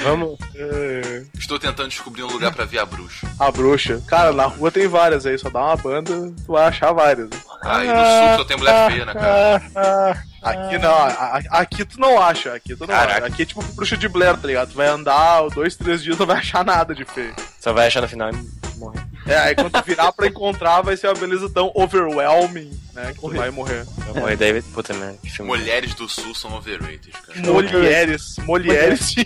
Speaker 4: Vamos.
Speaker 1: É,
Speaker 3: Estou tentando descobrir um lugar pra ver a bruxa.
Speaker 1: A Ah, bruxa. Cara, na rua tem várias aí, só dá uma banda, tu vai achar várias. né?
Speaker 3: Aí no sul só tem mulher feia, né, cara?
Speaker 1: Aqui não, a- a- aqui tu não acha, aqui tu não
Speaker 4: Caraca.
Speaker 1: acha. Aqui é tipo bruxa de Blair, tá ligado? Tu vai andar dois, três dias, não vai achar nada de feio.
Speaker 4: Só vai achar no final e morrer.
Speaker 1: É, aí quando tu virar pra encontrar, vai ser uma beleza tão overwhelming, né? Que tu vai morrer.
Speaker 4: Vai morrer daí. Puta merda, que filme.
Speaker 3: Mulheres do sul são overrated, cara.
Speaker 1: Mulheres, mulheres, sim.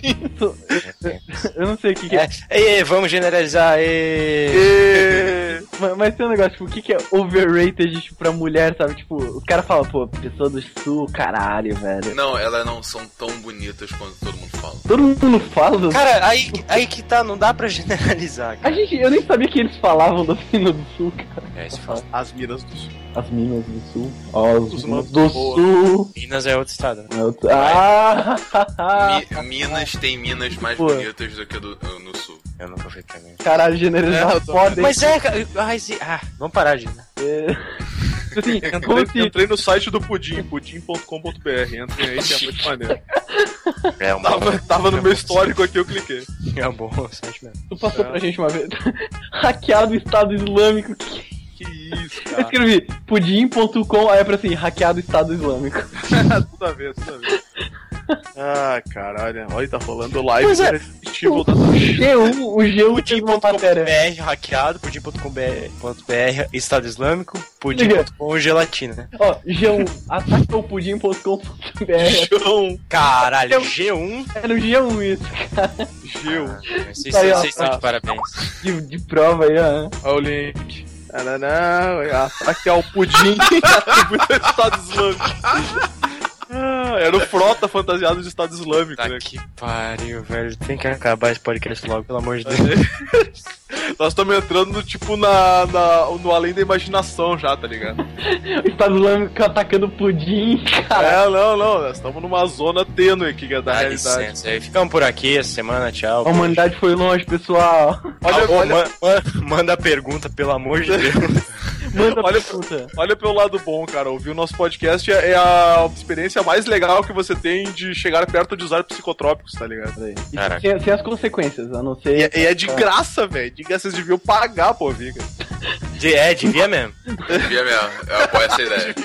Speaker 2: Eu não sei o que, que é.
Speaker 4: <laughs> É, ê, ê, vamos generalizar, ê.
Speaker 1: <laughs> E-
Speaker 2: Mas, mas tem um negócio, tipo, o que, que é overrated tipo, pra mulher, sabe? Tipo, os caras falam, pô, pessoa do sul, caralho, velho.
Speaker 3: Não, elas não são tão bonitas quanto todo mundo fala.
Speaker 2: Todo mundo fala.
Speaker 4: Cara, aí, aí que tá, não dá pra generalizar,
Speaker 2: A
Speaker 4: cara.
Speaker 2: gente, eu nem sabia que eles falavam do <laughs> sino do sul, cara.
Speaker 4: É, isso fala.
Speaker 1: <laughs> As minas do sul.
Speaker 2: As minas do sul. Ó, os,
Speaker 1: Os
Speaker 2: minas
Speaker 1: manos
Speaker 2: do
Speaker 1: de boa.
Speaker 2: sul.
Speaker 4: Minas é outro estado. né?
Speaker 2: Ah! <laughs>
Speaker 3: Mi- Minas tem minas mais
Speaker 2: Pô.
Speaker 3: bonitas do que do, no sul.
Speaker 4: Eu nunca fui pra mim.
Speaker 2: Caralho,
Speaker 1: É,
Speaker 2: generalizar
Speaker 1: eu tô-
Speaker 2: foda, hein?
Speaker 4: Mas é, cara. ai, se- Ah, vamos parar de.
Speaker 2: É. Tipo assim,
Speaker 1: Entrei,
Speaker 2: como se...
Speaker 1: entrei no site do Pudim, pudim.com.br. Entrem aí que é muito maneiro.
Speaker 4: É um
Speaker 1: Tava, tava no meu histórico aqui, eu cliquei.
Speaker 4: É um bom <laughs> site mesmo.
Speaker 2: Tu passou pra gente uma vez. <laughs> Hackeado Estado Islâmico.
Speaker 1: Que isso,
Speaker 2: Eu
Speaker 4: Tá.
Speaker 1: cara.
Speaker 2: escrevi pudim.com, aí pra assim, hackeado Estado Islâmico.
Speaker 1: tudo a ver, tudo a ver. Ah, caralho. Olha, tá rolando live.
Speaker 2: Pois é.
Speaker 1: cara, assisti, voltando.
Speaker 2: G1, o G1 tinha uma matéria.
Speaker 4: Pudim.com.br hackeado, pudim.com.br Estado Islâmico, pudim.com gelatina.
Speaker 2: Ó, G1, atacaopudim.com.br.
Speaker 1: João
Speaker 4: Caralho, G1.
Speaker 2: Era o G1 isso,
Speaker 1: Gil.
Speaker 4: Vocês,
Speaker 2: Tá Aí, ó.
Speaker 4: vocês estão de parabéns. <laughs>
Speaker 2: de, de prova aí, ó.
Speaker 1: Olha o link. Taraná, Ataque ao pudim. Atributo ao Estado Islâmico. Ah, era o Frota fantasiado de Estado Islâmico,
Speaker 4: Tá
Speaker 1: né?
Speaker 4: que pariu, velho. Tem que acabar esse podcast logo, pelo amor de Deus.
Speaker 1: Mas Nós estamos entrando, no, tipo, na, na- no além da imaginação já, tá ligado?
Speaker 2: O Estado Islâmico atacando o pudim, cara.
Speaker 1: É, não, não, nós estamos numa zona tênue aqui é da
Speaker 4: Dá
Speaker 1: realidade.
Speaker 4: licença aí. Ficamos por aqui essa semana, tchau.
Speaker 2: A humanidade foi longe, pessoal.
Speaker 1: Olha,
Speaker 4: Alô,
Speaker 1: olha,
Speaker 4: man- man- manda a pergunta, pelo amor de
Speaker 2: <laughs>
Speaker 4: Deus.
Speaker 1: Olha-
Speaker 2: Manda Olha... pergunta.
Speaker 1: olha pelo lado bom, cara. Ouvir o nosso podcast é, é a experiência mais legal que você tem de chegar perto de usar psicotrópicos, tá ligado?
Speaker 2: E
Speaker 4: Caraca.
Speaker 2: Sem, sem as consequências, a não ser.
Speaker 1: E, é- e é de graça, velho. De graça, vocês deviam pagar pra <laughs> ouvir, cara.
Speaker 4: De, é, devia mesmo.
Speaker 3: Devia mesmo. Eu apoio essa ideia.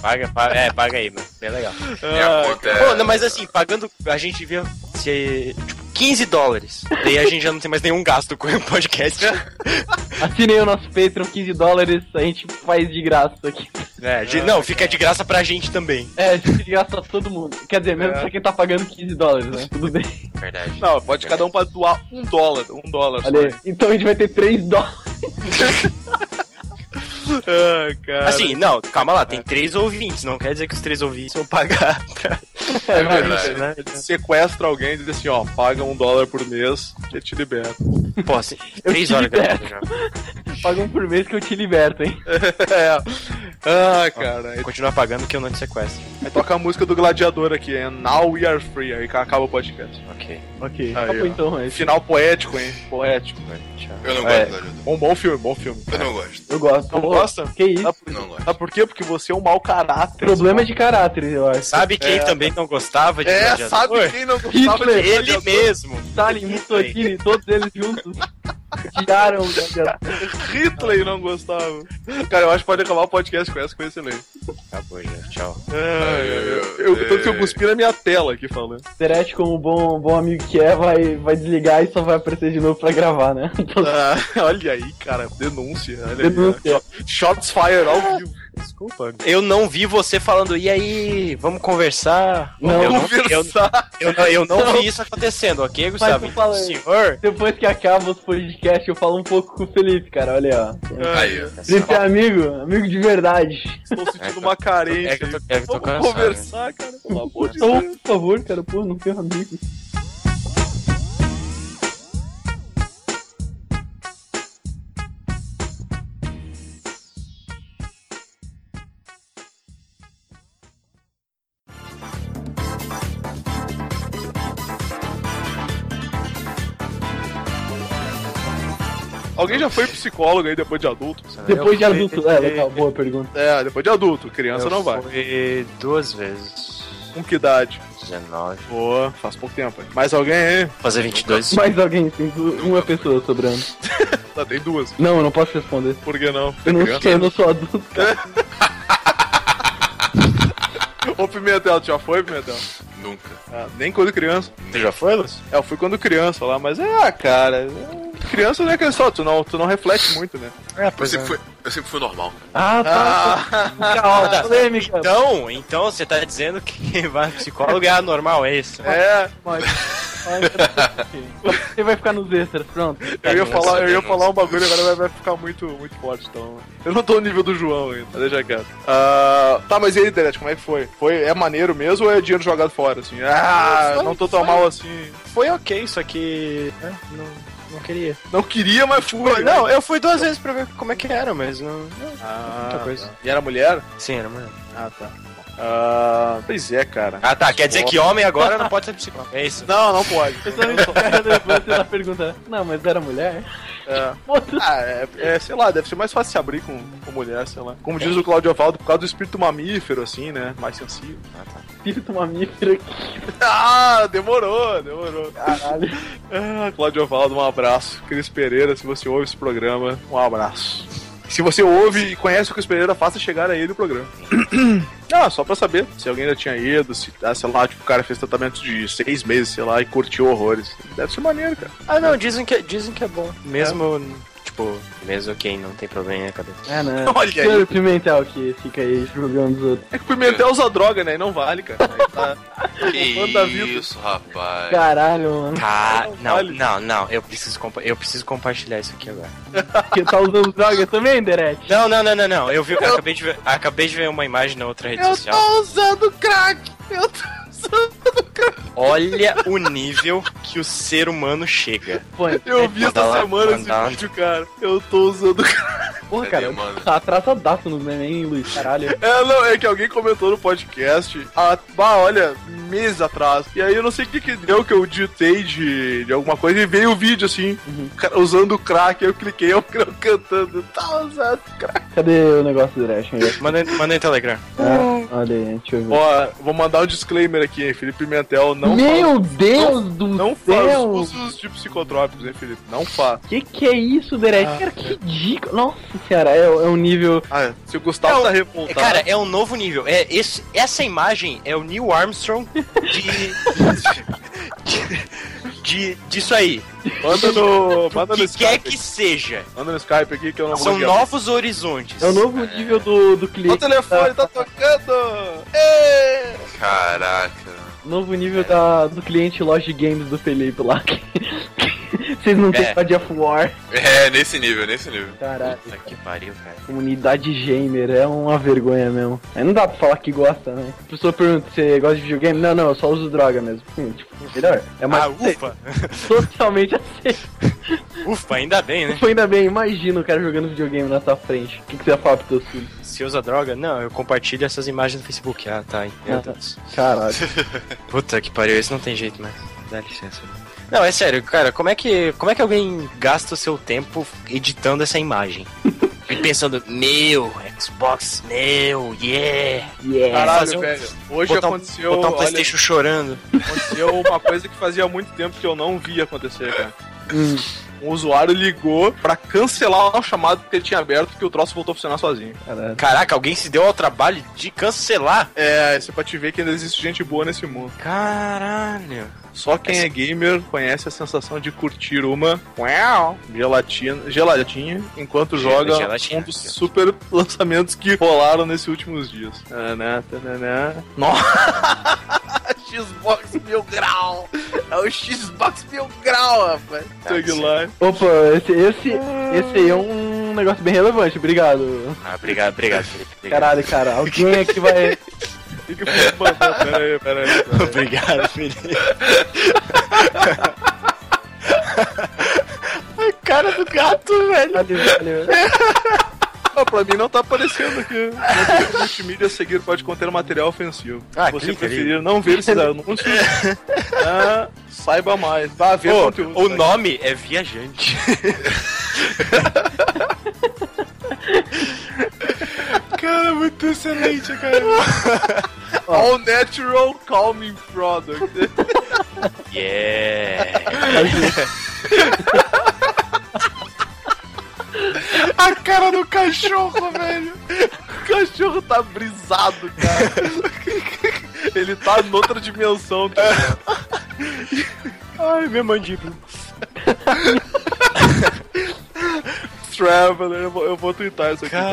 Speaker 4: Paga, paga, é, paga aí, mano. É legal.
Speaker 1: Ah,
Speaker 3: Minha conta
Speaker 4: Pô,
Speaker 3: é.
Speaker 4: não, mas assim, pagando, a gente devia ser, tipo, 15 dólares. Daí a gente já não tem mais nenhum gasto com o podcast.
Speaker 2: Assinei o nosso Patreon, 15 dólares, a gente faz de graça aqui.
Speaker 4: É, de- não, fica de graça pra gente também.
Speaker 2: É, a gente gasta pra todo mundo. Quer dizer,
Speaker 1: É.
Speaker 2: mesmo pra quem tá pagando 15 dólares, né? Tudo bem.
Speaker 4: Verdade.
Speaker 1: Não, pode cada um pra doar um dólar. Um dólar. só.
Speaker 2: Olha aí. Então a gente vai ter 3 dólares.
Speaker 1: Ah, cara.
Speaker 4: Assim, não, calma lá, tem três ouvintes, não quer dizer que os três ouvintes vão pagar <laughs> pra
Speaker 3: É verdade.
Speaker 4: isso, né?
Speaker 1: sequestra alguém e diz assim, ó, paga um dólar por mês que te libera. <laughs>
Speaker 4: Pô, assim, três
Speaker 2: te
Speaker 4: horas
Speaker 2: libero.
Speaker 4: gravando já.
Speaker 2: Paga um por mês que eu te liberto, hein?
Speaker 1: é. Ah, cara. Aí
Speaker 4: Continua pagando que eu não te sequestro.
Speaker 1: toca a música do gladiador aqui, é Now We Are Free, aí acaba o podcast.
Speaker 4: Ok.
Speaker 2: <laughs> Ok.
Speaker 1: Aí,
Speaker 2: Acabou
Speaker 1: ó.
Speaker 2: então, mas
Speaker 1: Final poético, hein? Poético.
Speaker 3: Eu não
Speaker 2: É.
Speaker 3: gosto da ajuda.
Speaker 1: Bom, bom filme, bom filme.
Speaker 3: Eu não gosto.
Speaker 2: eu gosto. Tá
Speaker 1: Não
Speaker 2: Pô,
Speaker 1: gosta?
Speaker 2: Que isso?
Speaker 1: Sabe por-
Speaker 3: Não gosto.
Speaker 1: Sabe por quê? Porque você é um mau caráter.
Speaker 2: Problema de caráter, eu acho.
Speaker 4: Sabe quem também não gostava de
Speaker 1: É,
Speaker 4: Gladiador?
Speaker 1: sabe quem não Tá gostava de
Speaker 2: Hitler.
Speaker 4: Ele
Speaker 1: gladiador?
Speaker 4: mesmo.
Speaker 2: Stalin, Mussolini, Tá <laughs> todos eles juntos. Tiraram né, o gladiador.
Speaker 1: Hitler não gostava. Cara, eu acho que pode acabar o podcast com essa, com esse lei.
Speaker 4: Acabou já, tchau.
Speaker 1: Eu, eu, tanto que eu cuspi na minha tela aqui
Speaker 4: <laughs>
Speaker 1: falando.
Speaker 2: Internet, como bom, bom amigo que é, vai, vai desligar e só vai aparecer de novo pra gravar, né? <laughs> Então,
Speaker 1: Ah, olha aí, cara, denúncia. Olha
Speaker 2: denúncia.
Speaker 1: Aí, ó. Shots fire ao vivo. Desculpa.
Speaker 4: Eu não vi você falando, e aí, vamos conversar?
Speaker 2: Não.
Speaker 4: eu não, eu,
Speaker 1: Conversar.
Speaker 4: eu não- eu não vi isso acontecendo, ok, Gustavo?
Speaker 2: eu falei.
Speaker 4: Senhor?
Speaker 2: Depois que acaba os podcasts, eu falo um pouco com o Felipe, cara. Olha aí, ó.
Speaker 3: Aí, ó.
Speaker 2: Felipe é amigo, amigo de verdade.
Speaker 1: Estou sentindo
Speaker 4: É,
Speaker 1: uma carência.
Speaker 4: É que eu tô, é que eu tô
Speaker 1: Vamos
Speaker 4: cansado. né?
Speaker 1: conversar, cara. Pelo amor de
Speaker 2: Então,
Speaker 1: Deus.
Speaker 2: por favor, cara, pô, não tenho amigo.
Speaker 1: Alguém já foi psicólogo aí depois de adulto?
Speaker 2: Depois de
Speaker 4: né? Eu fui-
Speaker 2: adulto, é legal, boa pergunta.
Speaker 1: É, depois de adulto. Criança
Speaker 4: Eu
Speaker 1: não vai.
Speaker 4: fui duas vezes.
Speaker 1: Com que idade?
Speaker 4: 19.
Speaker 1: Boa, faz pouco tempo. hein? Mais alguém aí?
Speaker 4: Vou fazer 22.
Speaker 2: Mais alguém, tem du- uma pessoa sobrando.
Speaker 1: Tá, tem duas.
Speaker 2: Não, eu não posso responder.
Speaker 1: Por que não?
Speaker 2: Eu não,
Speaker 1: Criança?
Speaker 2: sou, eu não sou adulto, cara.
Speaker 1: Ô, Pimentel, tu já foi, Pimentel?
Speaker 3: Nunca.
Speaker 1: Ah, nem quando criança.
Speaker 4: Você já foi, Luz?
Speaker 1: É, eu fui quando criança lá, mas é, ah, cara. é- Criança não é que é só, tu não, tu não reflete muito, né?
Speaker 4: É,
Speaker 3: Eu
Speaker 4: pois
Speaker 3: sempre, fui, eu sempre fui normal.
Speaker 2: Ah, tá. Calma, polêmica.
Speaker 4: Então, então você tá dizendo que <laughs> quem vai no psicólogo é anormal, é isso?
Speaker 1: É,
Speaker 2: Mas- Você vai ficar nos extras, pronto.
Speaker 1: eu ia,
Speaker 4: Denúncia,
Speaker 1: falar, eu ia
Speaker 4: denúncia.
Speaker 1: falar um bagulho agora vai, vai ficar muito, muito forte, então. Eu não tô no nível do João ainda, mas deixa quieto. Ah, tá, mas e aí, internet, como é que foi? foi? É maneiro mesmo ou é dinheiro jogado fora, assim? Ah,
Speaker 4: Foi,
Speaker 1: não tô tão
Speaker 4: foi.
Speaker 1: mal assim.
Speaker 4: Foi ok, só que. né, não, não queria.
Speaker 1: Não queria, mas fui. né?
Speaker 4: Não, eu fui duas vezes pra ver como é que era, mas não. não.
Speaker 1: Ah,
Speaker 4: Outra coisa.
Speaker 1: tá. E era mulher?
Speaker 4: Sim, era mulher.
Speaker 1: Ah, tá. Ah, pois é, cara.
Speaker 4: Ah tá, quer dizer que homem agora não pode ser psicólogo. É isso.
Speaker 1: Não, não pode. <laughs>
Speaker 2: A relevância da pergunta. né? Não, mas era mulher?
Speaker 1: É.
Speaker 2: Foda-se.
Speaker 1: Ah, é, é, sei lá, deve ser mais fácil se abrir com, com mulher, sei lá. Como diz o Claudio Valdo, por causa do espírito mamífero, assim, né? Mais sensível. <laughs>
Speaker 2: Espírito mamífero aqui,
Speaker 1: Ah, demorou, demorou.
Speaker 2: caralho.
Speaker 1: Ah, Claudio Valdo, um abraço. Cris Pereira, se você ouve esse programa, um abraço. Se você ouve e conhece o Cris Pereira, faça chegar a ele o programa. <clears throat> Ah, só pra saber se alguém já tinha ido, se, ah, sei lá, tipo, o cara fez tratamento de seis meses, sei lá, e curtiu horrores. Deve ser maneiro, cara.
Speaker 4: Ah não, dizem que, dizem que é bom. Mesmo. Tipo, mesmo quem não tem problema na cabeça.
Speaker 2: É, né?
Speaker 1: <laughs> Olha aí.
Speaker 2: Senhor Pimentel que fica aí julgando os outros.
Speaker 1: É que o Pimentel usa droga, né? E não vale, cara. Aí tá-
Speaker 3: Que
Speaker 1: Toda a vida.
Speaker 3: isso, rapaz.
Speaker 2: Caralho, mano.
Speaker 4: <laughs> Ca... Tá, Não,
Speaker 1: vale.
Speaker 4: não, não. Eu preciso, compa- eu preciso compartilhar isso aqui agora.
Speaker 2: Porque tá usando <laughs> droga também, Derek?
Speaker 4: Não, não, não, não, não. Eu vi. <laughs> eu Acabei, de ver, acabei de ver uma imagem na outra rede social.
Speaker 1: usando crack! Eu tô usando.
Speaker 4: Olha o nível que o ser humano chega.
Speaker 1: Eu vi
Speaker 4: Manda
Speaker 1: essa
Speaker 4: lá,
Speaker 1: semana esse
Speaker 4: manda lá.
Speaker 1: vídeo, cara. Eu tô usando.
Speaker 2: Porra,
Speaker 3: É,
Speaker 2: cara,
Speaker 3: mano.
Speaker 2: tá atrasadaço nos neném, hein, Luiz, caralho.
Speaker 1: É, não, é que alguém comentou no podcast. Ah, bah, olha, meses atrás. E aí eu não sei o que que deu que eu digitei de, de alguma coisa e veio o vídeo assim,
Speaker 4: Uhum.
Speaker 1: ca- usando o crack. Eu cliquei, eu eu cantando. Tá usando crack.
Speaker 2: Cadê o negócio do Dash aí?
Speaker 4: Manda, manda em Telegram.
Speaker 2: Ah, olha aí, deixa eu ver.
Speaker 1: Ó, vou mandar um disclaimer aqui, hein, Felipe Pimentel. Não faz,
Speaker 2: Meu Deus do
Speaker 1: não faz
Speaker 2: céu!
Speaker 1: usos de psicotrópicos, hein, Felipe? Não faz.
Speaker 2: Que que é isso, Derek? cara, que ridículo! Nossa senhora, é, é um nível.
Speaker 1: Ah, se o Gustavo
Speaker 4: Não,
Speaker 1: tá
Speaker 4: É,
Speaker 1: revoltado.
Speaker 4: Cara, é um novo nível. É esse, essa imagem é o Neil Armstrong <laughs> de. de, disso aí.
Speaker 1: manda no. Manda
Speaker 4: O
Speaker 1: no
Speaker 4: que quer
Speaker 1: Skype.
Speaker 4: que seja.
Speaker 1: Manda no Skype aqui que eu não vou
Speaker 4: São
Speaker 1: ligar.
Speaker 4: novos horizontes.
Speaker 2: É o novo nível do, do
Speaker 1: O
Speaker 2: cliente.
Speaker 1: telefone tá tocando! Ê!
Speaker 3: Caraca.
Speaker 2: Novo nível da, do cliente loja de games do Felipe lá. <laughs> que- Vocês não têm
Speaker 4: É.
Speaker 2: God of War.
Speaker 3: É, nesse nível, nesse nível.
Speaker 2: Caralho,
Speaker 4: Puta que pariu, cara.
Speaker 2: comunidade gamer é uma vergonha mesmo. Aí não dá pra falar que gosta, né? A pessoa pergunta, você gosta de videogame? Não, não, eu só uso droga mesmo. Hum, tipo, melhor. É mais
Speaker 4: Ah, ufa!
Speaker 2: <laughs> totalmente <laughs> aceito. Tipo,
Speaker 4: Ufa, ainda bem, né?
Speaker 2: Ainda bem, imagina o cara jogando videogame na sua frente. O que, que você ia falar pros teus filhos?
Speaker 4: Se usa droga? Não, eu compartilho essas imagens no Facebook. Ah, tá.
Speaker 2: Ah,
Speaker 4: Entendo.
Speaker 2: tá. Caralho.
Speaker 4: Puta que pariu, esse não tem jeito mais. Dá licença. né? Não, é sério, cara, como é que, como é que alguém gasta o seu tempo editando
Speaker 2: <laughs>
Speaker 4: essa imagem? E pensando, meu, Xbox, meu, yeah.
Speaker 2: Yeah.
Speaker 1: Caralho,
Speaker 4: fazer um-
Speaker 1: velho. Hoje
Speaker 4: botar um-
Speaker 1: aconteceu.
Speaker 4: Botar um
Speaker 1: olha,
Speaker 4: Playstation chorando.
Speaker 1: aconteceu uma coisa que fazia muito tempo que eu não via acontecer, cara. Um usuário ligou pra cancelar o chamado que ele tinha aberto, que o troço voltou a funcionar sozinho.
Speaker 2: Caralho.
Speaker 4: Caraca, alguém se deu ao trabalho de cancelar.
Speaker 1: É, isso é pra te ver que ainda existe gente boa nesse mundo.
Speaker 4: Caralho.
Speaker 1: Só quem é gamer conhece a sensação de curtir uma uau, gelatina, geladinha enquanto
Speaker 4: Gel-
Speaker 1: joga
Speaker 4: gelatina.
Speaker 1: um dos super lançamentos que rolaram nesses últimos dias.
Speaker 4: Ah, né?
Speaker 1: Taná, taná. Nossa! Xbox Mil Grau! É o Xbox Mil Grau, rapaz! Segue lá.
Speaker 2: Opa, esse, esse, esse aí é um negócio bem relevante, obrigado.
Speaker 4: Ah, obrigado, obrigado, Felipe. Obrigado,
Speaker 2: Caralho, cara, alguém aqui vai.
Speaker 1: O que que foi? Pera aí, pera aí. pera aí.
Speaker 4: <laughs> obrigado Felipe. <laughs> A cara do gato, velho.
Speaker 2: Valeu, valeu.
Speaker 1: Ah, pra mim não tá aparecendo aqui. Não tem Multimídia a seguir pode conter material ofensivo.
Speaker 4: Ah,
Speaker 1: Se Você
Speaker 4: clica ali.
Speaker 1: preferir não ver esses anúncios, ah, saiba mais. Vá ver
Speaker 4: Pô,
Speaker 1: conteúdo.
Speaker 4: o
Speaker 1: Tá
Speaker 4: nome
Speaker 1: <laughs>
Speaker 4: é Viajante. cara, muito excelente, cara.
Speaker 1: All natural calming product.
Speaker 4: Yeah.
Speaker 1: <laughs> A cara do cachorro, velho. O cachorro tá brisado, cara. Ele tá noutra dimensão. Tá?
Speaker 4: Ai, minha mandíbula.
Speaker 1: Traveler, eu vou, eu vou twittar isso aqui. cara.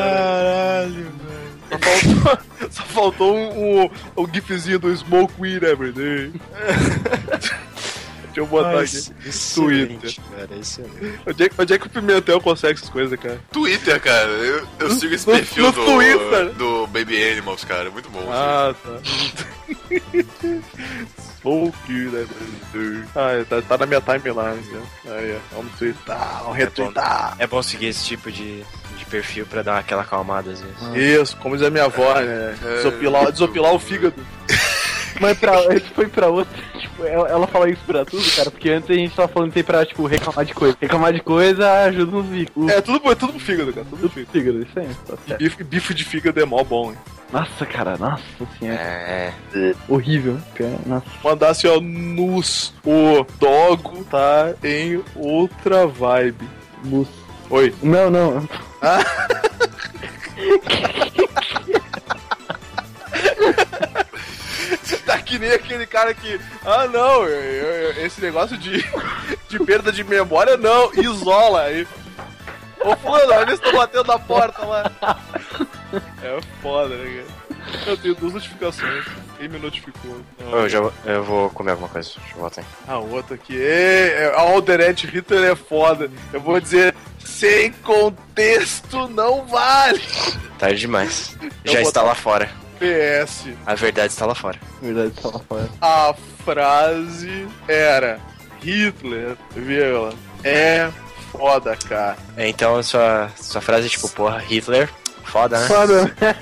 Speaker 4: Caralho, velho.
Speaker 1: Só faltou, <laughs> só faltou um, um, um gifzinho do Smoke Weed Everyday. <laughs> Deixa eu botar
Speaker 4: Ai,
Speaker 1: aqui.
Speaker 4: excelente, cara, excelente.
Speaker 1: Onde é, que- onde é que o Pimentel consegue essas coisas, cara?
Speaker 3: Twitter, cara. Eu, eu sigo esse
Speaker 1: No-
Speaker 3: perfil
Speaker 1: no
Speaker 3: do,
Speaker 1: Twitter.
Speaker 3: do Baby Animals, cara. Muito bom. assim.
Speaker 1: tá. <laughs> Smoke Weed Everyday. Ah, tá, tá na minha timeline. Né? Aí, ó, vamos twittar, vamos retweetar.
Speaker 4: É bom seguir esse tipo de, de perfil pra dar aquela acalmada às vezes.
Speaker 1: Isso, como diz a minha avó, né? Desopilar, desopilar o fígado.
Speaker 2: Mas pra, isso foi pra outra. Tipo, ela, ela fala isso pra tudo, cara, porque antes a gente tava falando que tem pra, tipo, reclamar de coisa. Reclamar de coisa ajuda nos vínculos.
Speaker 1: É, tudo, pro- tudo pro fígado, cara. Tudo pro fígado.
Speaker 2: Fígado, isso aí, tá certo.
Speaker 1: Bife, bife de fígado é mó bom, hein?
Speaker 2: Nossa, cara, nossa senhora.
Speaker 4: É,
Speaker 2: Horrível. Cara, nossa.
Speaker 1: Mandar assim, ó, nus. O dogo tá em outra vibe.
Speaker 2: Luz.
Speaker 1: Oi.
Speaker 2: Não, não. <laughs>
Speaker 1: Tá que nem aquele cara que. Ah, não, eu- eu- eu- esse negócio de, de perda de memória não, isola aí. Ô, fulano, olha, eles estão batendo na porta lá. É foda, né, cara? Eu tenho duas notificações. Quem me notificou?
Speaker 4: Eu, já, vou- eu vou comer alguma coisa. Deixa eu voltar aí.
Speaker 1: A outra aqui. Ê, a Alderet Hitler é foda. Eu vou dizer. Sem contexto não vale!
Speaker 4: Tarde <laughs> demais.
Speaker 1: Eu
Speaker 4: Já
Speaker 1: vou
Speaker 4: está lá fora.
Speaker 1: PS.
Speaker 4: A verdade está lá fora.
Speaker 2: Na verdade, só lá fora.
Speaker 1: A frase era: Hitler, vírgula. É foda, cara.
Speaker 4: Então, sua, sua frase é tipo, porra, Hitler, foda, né?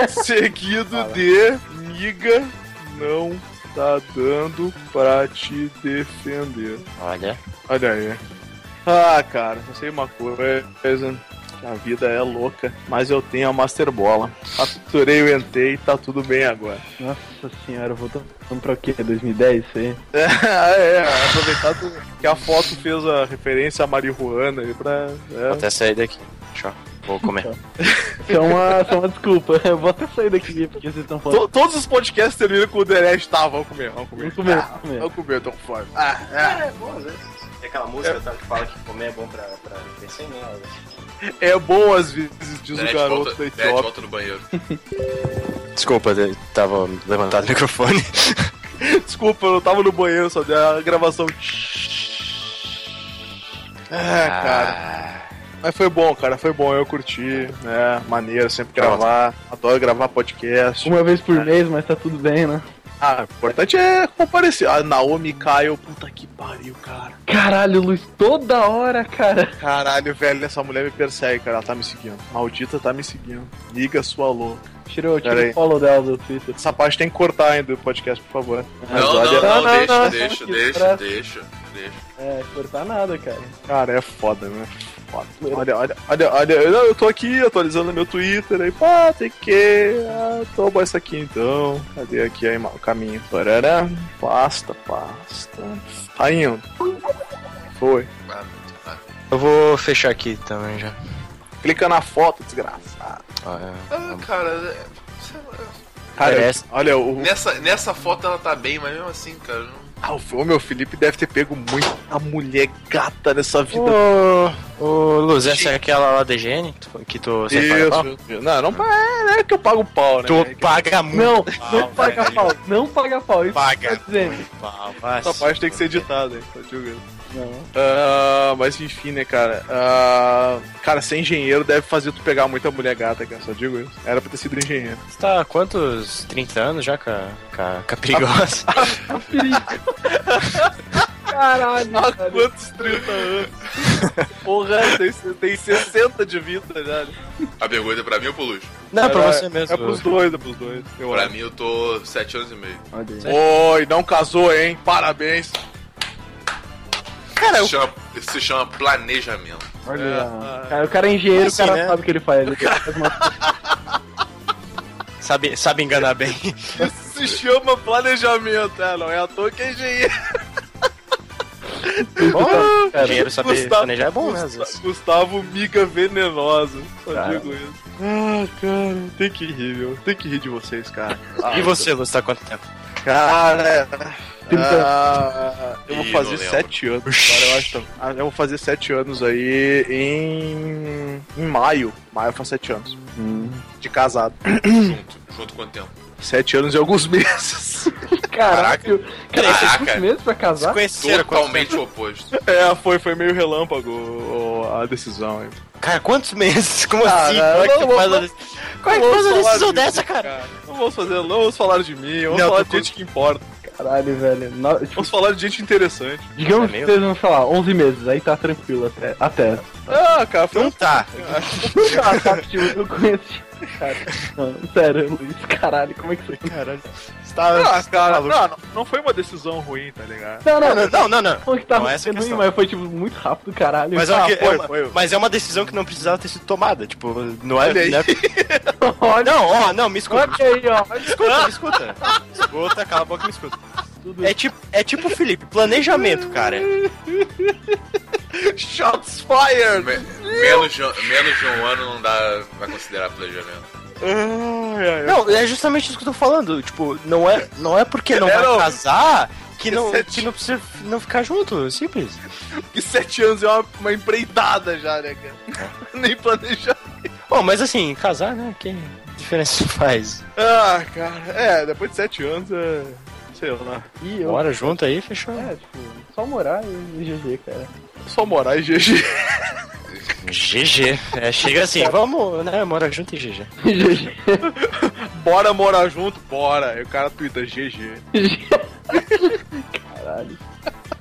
Speaker 1: Seguido de miga não tá dando pra te defender.
Speaker 4: Olha.
Speaker 1: Olha aí. Ah, cara, eu sei uma coisa. A vida é louca, mas eu tenho a Master Bola. Faturei o Entei e tá tudo bem agora. <laughs>
Speaker 6: Nossa senhora, voltando pra o quê? 2010 isso aí?
Speaker 1: É, é aproveitar tudo que a foto fez a referência à marihuana aí pra.
Speaker 4: Vou
Speaker 1: É,
Speaker 4: até sair daqui. Deixa eu. Vou comer.
Speaker 6: Isso é uma, isso é uma desculpa. <laughs> Eu vou até sair daqui porque vocês estão falando.
Speaker 1: To- todos os podcasts terminam com o Derek, tá, vamos comer, vamos comer.
Speaker 6: Vamos comer, vamos comer.
Speaker 1: Vamos comer, eu tô com fome. Ah,
Speaker 4: É bom, às vezes. Tem aquela música sabe, que fala que comer é bom pra, pra crescer, né?
Speaker 1: É bom às vezes, diz
Speaker 3: Derek
Speaker 1: o garoto
Speaker 3: volta,
Speaker 1: da
Speaker 3: Derek
Speaker 1: Etiópia.
Speaker 3: volta no banheiro.
Speaker 4: Desculpa, eu tava levantado o microfone. <laughs>
Speaker 1: Desculpa, eu não tava no banheiro, só deu a gravação. É, cara. Mas foi bom, cara, foi bom, eu curti, né? Maneiro, sempre gravar. Adoro gravar podcast.
Speaker 6: Uma vez por mês, mas tá tudo bem, né?
Speaker 1: Ah, o importante é comparecer. A Naomi Kyle, puta que pariu, cara.
Speaker 6: Caralho, Luiz, toda hora, cara.
Speaker 1: Caralho, velho, essa mulher me persegue, cara. Ela tá me seguindo. Maldita tá me seguindo. Liga sua louca.
Speaker 6: Tirou,
Speaker 1: Pera
Speaker 6: tirou
Speaker 1: aí.
Speaker 6: o follow dela do Twitter.
Speaker 1: Essa parte tem que cortar ainda do podcast, por favor. né?
Speaker 3: Não, não,
Speaker 1: olha-
Speaker 6: Não,
Speaker 3: não,
Speaker 6: não,
Speaker 3: deixa,
Speaker 6: não,
Speaker 3: deixa,
Speaker 6: que
Speaker 3: deixa,
Speaker 6: pressa.
Speaker 3: deixa, deixa.
Speaker 6: É, cortar nada, cara.
Speaker 1: Cara, é foda, né? Foda. Olha, olha, olha, olha, eu, eu tô aqui atualizando meu Twitter aí, pá, tem que. Ah, toma isso aqui então. Cadê aqui aí, o caminho? Parará. Pasta, pasta. Tá indo. Foi.
Speaker 4: Eu vou fechar aqui também já.
Speaker 1: Clica na foto, desgraçado.
Speaker 3: Ah, cara, é- sei lá.
Speaker 1: Cara,
Speaker 4: Parece.
Speaker 1: olha, o,
Speaker 3: nessa, nessa foto ela tá bem, mas mesmo assim, cara, não-
Speaker 1: ah, o, o meu Felipe deve ter pego muita mulher gata nessa vida.
Speaker 4: Ô, ô Luz, essa é aquela lá da higiene que tu- que tu você paga pau?
Speaker 1: Isso. Não, não, é, não é que eu pago pau, né?
Speaker 4: Tu paga muito
Speaker 6: Não, não paga pau, não paga pau. Isso
Speaker 4: Paga.
Speaker 6: que eu tô dizendo.
Speaker 4: pau, vai.
Speaker 1: Essa parte tem que ser editada, hein? Tá julgando.
Speaker 6: Não.
Speaker 1: Ah, mas enfim, né, cara? Ah, cara, ser engenheiro deve fazer tu pegar muita mulher gata, cara. Só digo isso. Era pra ter sido <laughs> engenheiro.
Speaker 4: Você tá há quantos? 30 anos já com a, com a, com a perigosa?
Speaker 1: <laughs>
Speaker 6: Caralho, velho.
Speaker 1: Quantos 30 anos? <laughs> Porra, tem, tem 60 de vida já. né?
Speaker 3: A pergunta é pra mim ou pro Luz?
Speaker 4: Não, é pra
Speaker 1: Era-
Speaker 4: você mesmo.
Speaker 1: É pros dois, é pros dois. Eu
Speaker 3: Pra
Speaker 1: acho.
Speaker 3: mim eu tô 7 anos e meio.
Speaker 1: Oi, não casou, hein? Parabéns.
Speaker 3: Isso se chama, isso se chama planejamento.
Speaker 6: Olha,
Speaker 1: É,
Speaker 6: cara, o cara é engenheiro,
Speaker 4: Assim,
Speaker 6: o cara
Speaker 4: né?
Speaker 6: sabe o que ele faz. Ele faz uma-
Speaker 4: Sabe, sabe enganar bem.
Speaker 1: Isso se chama planejamento. É, não é à toa que é engenheiro.
Speaker 4: Dinheiro saber
Speaker 1: Gustavo-
Speaker 4: planejar é bom, né? às
Speaker 1: Gusta-
Speaker 4: vezes.
Speaker 1: Gustavo Miga Venenosa. Só digo isso. Ah, cara, tem que rir, meu. Tem que rir de vocês, cara.
Speaker 4: E você, Luz, tá há quanto tempo?
Speaker 1: Cara, Então, ah, eu vou
Speaker 3: Ih,
Speaker 1: fazer
Speaker 3: não lembro.
Speaker 1: sete anos, cara, eu acho. também. Ah, Eu vou fazer sete anos aí em, em maio. Maio faz sete anos.
Speaker 4: Hum.
Speaker 1: De casado.
Speaker 3: junto, junto quanto tempo?
Speaker 1: Sete anos e alguns <laughs> meses.
Speaker 6: Caralho, cara, você tem
Speaker 3: Caraca.
Speaker 6: quantos meses pra
Speaker 4: Se
Speaker 6: casar?
Speaker 4: conheceram quanto tempo?
Speaker 3: Totalmente o oposto.
Speaker 1: É, foi, foi meio relâmpago o- a decisão. hein.
Speaker 4: Cara, quantos meses? Como
Speaker 1: Cara,
Speaker 4: assim? Como é que
Speaker 1: não
Speaker 4: tu
Speaker 1: vou-
Speaker 4: faz a
Speaker 1: não-
Speaker 4: decisão? Como é que
Speaker 1: não
Speaker 4: tu faz
Speaker 1: vou
Speaker 4: uma
Speaker 1: falar disso,
Speaker 4: decisão dessa, cara?
Speaker 1: Não vamos fazer, não vamos falar de mim, vamos
Speaker 4: Não,
Speaker 1: falar
Speaker 4: tô
Speaker 1: de gente que importa.
Speaker 6: Caralho, velho. No- tipo,
Speaker 1: Vamos falar de gente interessante.
Speaker 6: digamos
Speaker 4: É
Speaker 6: que
Speaker 4: meio-
Speaker 6: vocês vão falar 11 meses, aí tá tranquilo até. até.
Speaker 1: Ah, cara, foi um
Speaker 4: Não tá.
Speaker 6: Ah, tá, tipo, eu conheci. Cara, não, sério, Luiz, caralho, como é que você.
Speaker 4: Caralho. Você tá...
Speaker 1: Ah, cara, não, não- não foi uma decisão ruim, tá
Speaker 4: <laughs>
Speaker 1: ligado?
Speaker 6: Não, não,
Speaker 4: Não,
Speaker 6: não.
Speaker 4: não, não, não, não.
Speaker 6: Falou que tá
Speaker 4: Não é essa a
Speaker 6: ruim,
Speaker 4: questão.
Speaker 6: mas foi tipo muito rápido, caralho.
Speaker 4: Mas,
Speaker 1: Ah,
Speaker 4: é que-
Speaker 1: foi,
Speaker 4: é uma-
Speaker 1: foi.
Speaker 4: mas é uma decisão que não precisava ter sido tomada. Tipo, não é.
Speaker 1: Olha aí.
Speaker 4: Não, é... não, ó, não, me escuta.
Speaker 6: Olha aí, ó.
Speaker 4: Me escuta, me escuta. Me Escuta, cala a boca e me escuta.
Speaker 6: Tudo.
Speaker 4: É tipo, é tipo o Felipe, planejamento, cara.
Speaker 1: <laughs> Shots fired!
Speaker 3: Me- menos, de, um- menos de um ano não dá pra considerar planejamento.
Speaker 4: Não, é justamente isso que eu tô falando. Tipo, não é, não é porque não
Speaker 1: É,
Speaker 4: vai
Speaker 1: não.
Speaker 4: casar que não,
Speaker 1: Esse é
Speaker 4: que não precisa f- não ficar junto. é Simples.
Speaker 1: E sete anos é uma, uma empreitada já, né, cara? <laughs>
Speaker 4: É.
Speaker 1: Nem planejar.
Speaker 4: Bom, mas assim, casar, né? Que diferença <laughs> faz?
Speaker 1: Ah, cara, é, depois de sete anos é. Sei lá.
Speaker 6: Ih, eu.
Speaker 4: Bora junto aí, fechou.
Speaker 6: É, tipo, só morar e GG, cara.
Speaker 1: Só morar e GG.
Speaker 4: GG. <laughs> É, chega assim, vamos, né? Morar junto e GG.
Speaker 6: GG.
Speaker 1: <laughs> Bora morar junto?
Speaker 4: <laughs>
Speaker 1: Bora. Aí o cara twitta GG.
Speaker 6: Caralho.
Speaker 1: <laughs>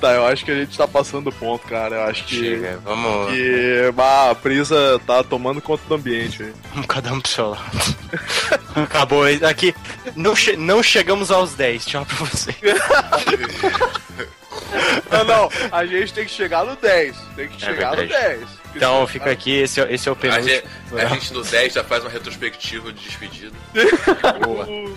Speaker 1: Tá, eu acho que a gente tá passando do ponto, cara. Eu acho que.
Speaker 4: Chega, É, vamos,
Speaker 1: que, bah, a Prisa tá tomando conta do ambiente. aí.
Speaker 4: vamos cada um pro seu lado. <laughs> Acabou. Aqui, não, che- não chegamos aos 10. Tchau pra você.
Speaker 1: Não, não, a gente tem que chegar no 10. Tem que chegar no
Speaker 4: É verdade.
Speaker 1: 10.
Speaker 4: Então, fica aqui, esse, é- esse é o
Speaker 3: A
Speaker 4: penúltimo.
Speaker 3: gente, a gente no 10 já faz uma retrospectiva de despedida.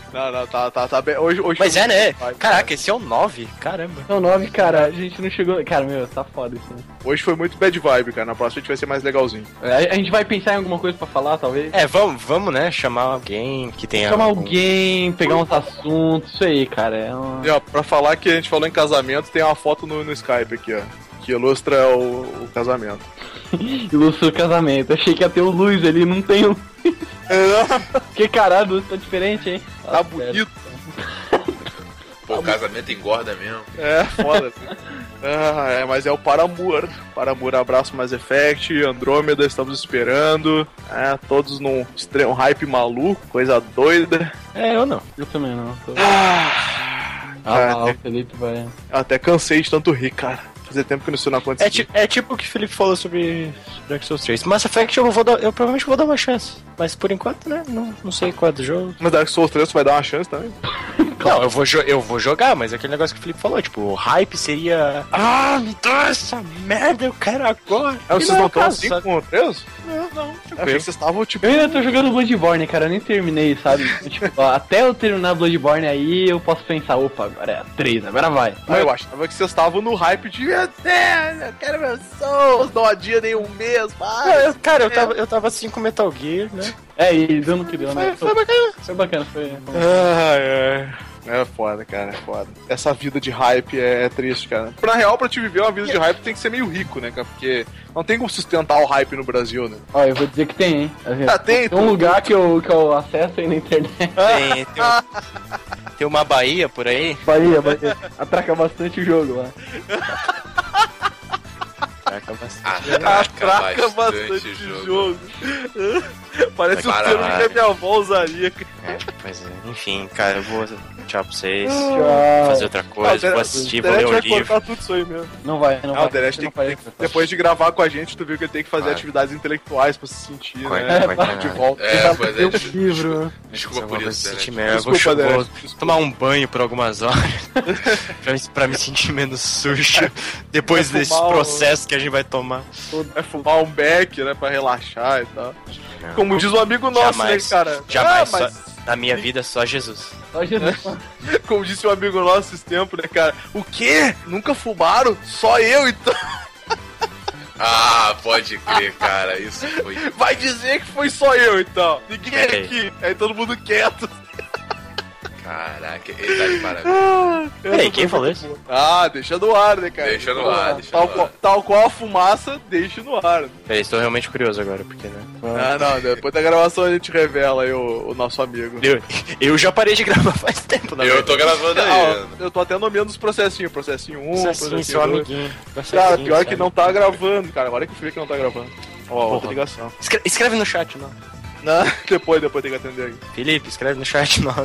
Speaker 1: Não, não, tá, tá, tá bem. Hoje, hoje
Speaker 4: Mas é, né?
Speaker 1: Vai,
Speaker 4: Caraca, esse é o 9? Caramba.
Speaker 2: Não, 9, Então, cara, a gente não chegou. Cara, meu, tá foda isso. né?
Speaker 1: Hoje foi muito bad vibe, cara. Na próxima a gente vai ser mais legalzinho.
Speaker 2: É, A, a gente vai pensar em alguma coisa pra falar, talvez?
Speaker 4: É, vamos, vamos, né? Chamar alguém que tenha.
Speaker 2: Chamar
Speaker 4: algum-
Speaker 2: alguém, pegar uns assuntos, isso aí, cara. É uma...
Speaker 1: E, ó, pra falar que a gente falou em casamento, tem uma foto no, no Skype aqui, ó. Que ilustra o, o casamento.
Speaker 2: Ilustra o casamento. Achei que ia ter o Luiz ali, não tem o. que caralho, o Luiz tá diferente, hein?
Speaker 1: Tá
Speaker 2: Ah,
Speaker 1: bonito.
Speaker 3: Pô, o casamento engorda mesmo.
Speaker 1: É, foda. assim. <laughs> ah, é, mas é o Paramur. Paramur, abraço mais effect. Andrômeda, estamos esperando. É, todos num extre- um hype maluco, coisa doida.
Speaker 4: É, eu não.
Speaker 2: Eu também não. tô-
Speaker 4: Tá.
Speaker 1: cara,
Speaker 2: Ah, lá, o Felipe vai.
Speaker 1: Eu até cansei de tanto rir, cara. Fazia tempo que isso não acontecia.
Speaker 4: É, ti- é tipo o que o Felipe falou sobre Dark Souls 3. Mass Effect eu, vou dar, eu provavelmente vou dar uma chance. Mas por enquanto, né? Não, não sei qual é do jogo.
Speaker 1: Mas Dark Souls 3 tu vai dar uma chance também.
Speaker 4: Não, eu vou, jo- eu vou jogar, mas é aquele negócio que o Felipe falou. Tipo, o hype seria. Ah, me dá essa merda, eu quero agora.
Speaker 1: Ah,
Speaker 4: E
Speaker 1: vocês
Speaker 4: é
Speaker 1: não
Speaker 4: o É
Speaker 1: estão
Speaker 4: caso,
Speaker 1: assim
Speaker 4: sabe?
Speaker 1: com o 3?
Speaker 4: Não, não.
Speaker 1: Eu achei que vocês estavam tipo.
Speaker 2: Eu
Speaker 4: É.
Speaker 2: ainda tô jogando Bloodborne, cara, eu nem terminei, sabe? <laughs> tipo, ó, até eu terminar Bloodborne aí, eu posso pensar, opa, agora é a 3, agora vai.
Speaker 1: Ah, eu achava que vocês estavam no hype de. Meu Deus, eu quero meus Souls, não adia nenhum mês,
Speaker 4: Ah,
Speaker 1: vai.
Speaker 4: eu- cara, eu tava, eu tava assim com Metal Gear, né?
Speaker 2: É, e deu no que deu, né? Foi,
Speaker 4: bacana.
Speaker 2: foi bacana, foi.
Speaker 1: Ai, ai. É foda, cara, é foda. Essa vida de hype é triste, cara. Na real, pra te viver uma vida de hype, tem que ser meio rico, né, cara? Porque não tem como sustentar o hype no Brasil, né?
Speaker 2: Ó, eu vou dizer que tem, hein? Assim,
Speaker 1: Ah, tem,
Speaker 2: um lugar que eu, que eu acesso aí na internet. <laughs>
Speaker 4: Tem, tem, um- tem uma Bahia por aí.
Speaker 2: Bahia, Bahia. Atraca bastante o jogo lá.
Speaker 4: Caraca, mas-
Speaker 3: Atraca
Speaker 1: Traca
Speaker 3: bastante,
Speaker 1: Ah, bastante
Speaker 3: jogo.
Speaker 1: jogo. <laughs> Parece um
Speaker 3: Caralho.
Speaker 1: termo que a minha avó usaria, cara.
Speaker 4: É, pois é. Enfim, cara, eu vou. Tchau pra vocês.
Speaker 1: Ah,
Speaker 2: Tchau.
Speaker 4: Fazer outra coisa, vou assistir, vou ler um livro.
Speaker 1: tudo isso aí mesmo.
Speaker 2: Não vai, não
Speaker 1: Ah,
Speaker 2: vai.
Speaker 1: o Derek tem
Speaker 2: não
Speaker 1: que-
Speaker 2: vai.
Speaker 1: Depois de gravar com a gente, tu viu que ele tem que fazer
Speaker 3: Vai.
Speaker 1: atividades intelectuais pra se sentir,
Speaker 4: Corta,
Speaker 1: né?
Speaker 4: corta
Speaker 1: De
Speaker 4: nada.
Speaker 1: volta.
Speaker 3: É, pois é.
Speaker 2: Um livro.
Speaker 3: Desculpa
Speaker 4: Eu
Speaker 3: por
Speaker 4: vou
Speaker 3: isso,
Speaker 4: me sentir
Speaker 3: né?
Speaker 4: melhor, eu vou,
Speaker 1: Desculpa,
Speaker 4: chu-
Speaker 1: Derek,
Speaker 4: vou tomar um banho por algumas horas
Speaker 1: <laughs>
Speaker 4: pra, me- pra me sentir menos sujo depois
Speaker 1: Vai
Speaker 4: desse
Speaker 1: fumar um-
Speaker 4: processo que a gente vai tomar.
Speaker 1: Vai fumar um beck, né? Pra relaxar e tal. Como diz um amigo nosso,
Speaker 4: Jamais.
Speaker 1: né, cara?
Speaker 4: Jamais,
Speaker 1: Ah, mas
Speaker 4: Na minha vida, só Jesus.
Speaker 2: Só Jesus.
Speaker 1: <laughs> como disse um amigo nosso esses tempos, né, cara? O quê? Nunca fumaram? Só eu, então. <laughs>
Speaker 3: Ah, pode crer, cara. Isso foi.
Speaker 1: Vai dizer que foi só eu, então. Ninguém
Speaker 4: É.
Speaker 1: aqui. Aí todo mundo quieto. <laughs> É,
Speaker 3: Caraca, ele tá de parabéns.
Speaker 4: Peraí, quem falou isso?
Speaker 1: Ah, deixa no ar, né, cara?
Speaker 3: Deixa no ar, deixa
Speaker 1: Tal,
Speaker 3: no
Speaker 1: qual,
Speaker 3: ar.
Speaker 1: tal qual a fumaça, deixa no ar.
Speaker 4: Peraí, estou realmente curioso agora, porque, né?
Speaker 1: Ah, não, depois da gravação a gente revela aí o, o nosso amigo.
Speaker 4: Eu, eu já parei de gravar <laughs> faz tempo, né? na
Speaker 3: Eu tô gravando
Speaker 1: Ah,
Speaker 3: aí.
Speaker 1: ó, eu tô até nomeando os processinhos, processinho 1,
Speaker 4: Assim,
Speaker 1: processinho
Speaker 4: seu
Speaker 1: 2.
Speaker 4: amiguinho.
Speaker 1: Cara,
Speaker 4: Processinho,
Speaker 1: pior que
Speaker 4: sabe?
Speaker 1: não tá gravando, cara. Olha que frio que não tá gravando. Ó, outra ligação.
Speaker 4: Escre- escreve no chat, não.
Speaker 1: Não, <laughs> depois, depois tem que atender aí.
Speaker 4: Felipe, escreve no chat, não.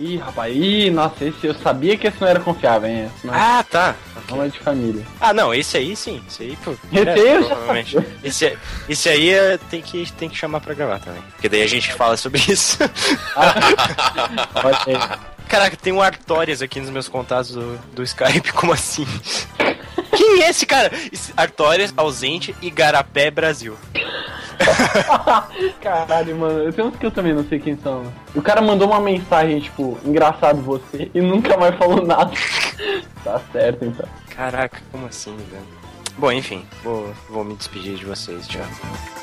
Speaker 2: Ih, rapaz, ih, nossa, esse eu sabia que esse não era confiável, hein? Esse não,
Speaker 4: Ah, tá.
Speaker 2: não é de família.
Speaker 4: Ah, não, esse aí sim. Esse aí, pô. né,
Speaker 2: Esse aí eu já
Speaker 4: provavelmente. Esse, esse aí é, tem, que, tem que chamar pra gravar também. Porque daí a gente fala sobre <laughs> isso.
Speaker 2: Olha aí.
Speaker 4: Caraca, tem um Artorias aqui nos meus contatos do, do Skype, <laughs> como assim? Quem é esse cara? Esse- Artorias, ausente, Igarapé, Brasil.
Speaker 2: <laughs> Caralho, mano, eu tenho uns que eu também não sei quem são. O cara mandou uma mensagem, tipo, engraçado você, e nunca mais falou nada. <laughs> tá certo, então.
Speaker 4: Caraca, como assim, velho? Bom, enfim, vou, vou me despedir de vocês, tchau.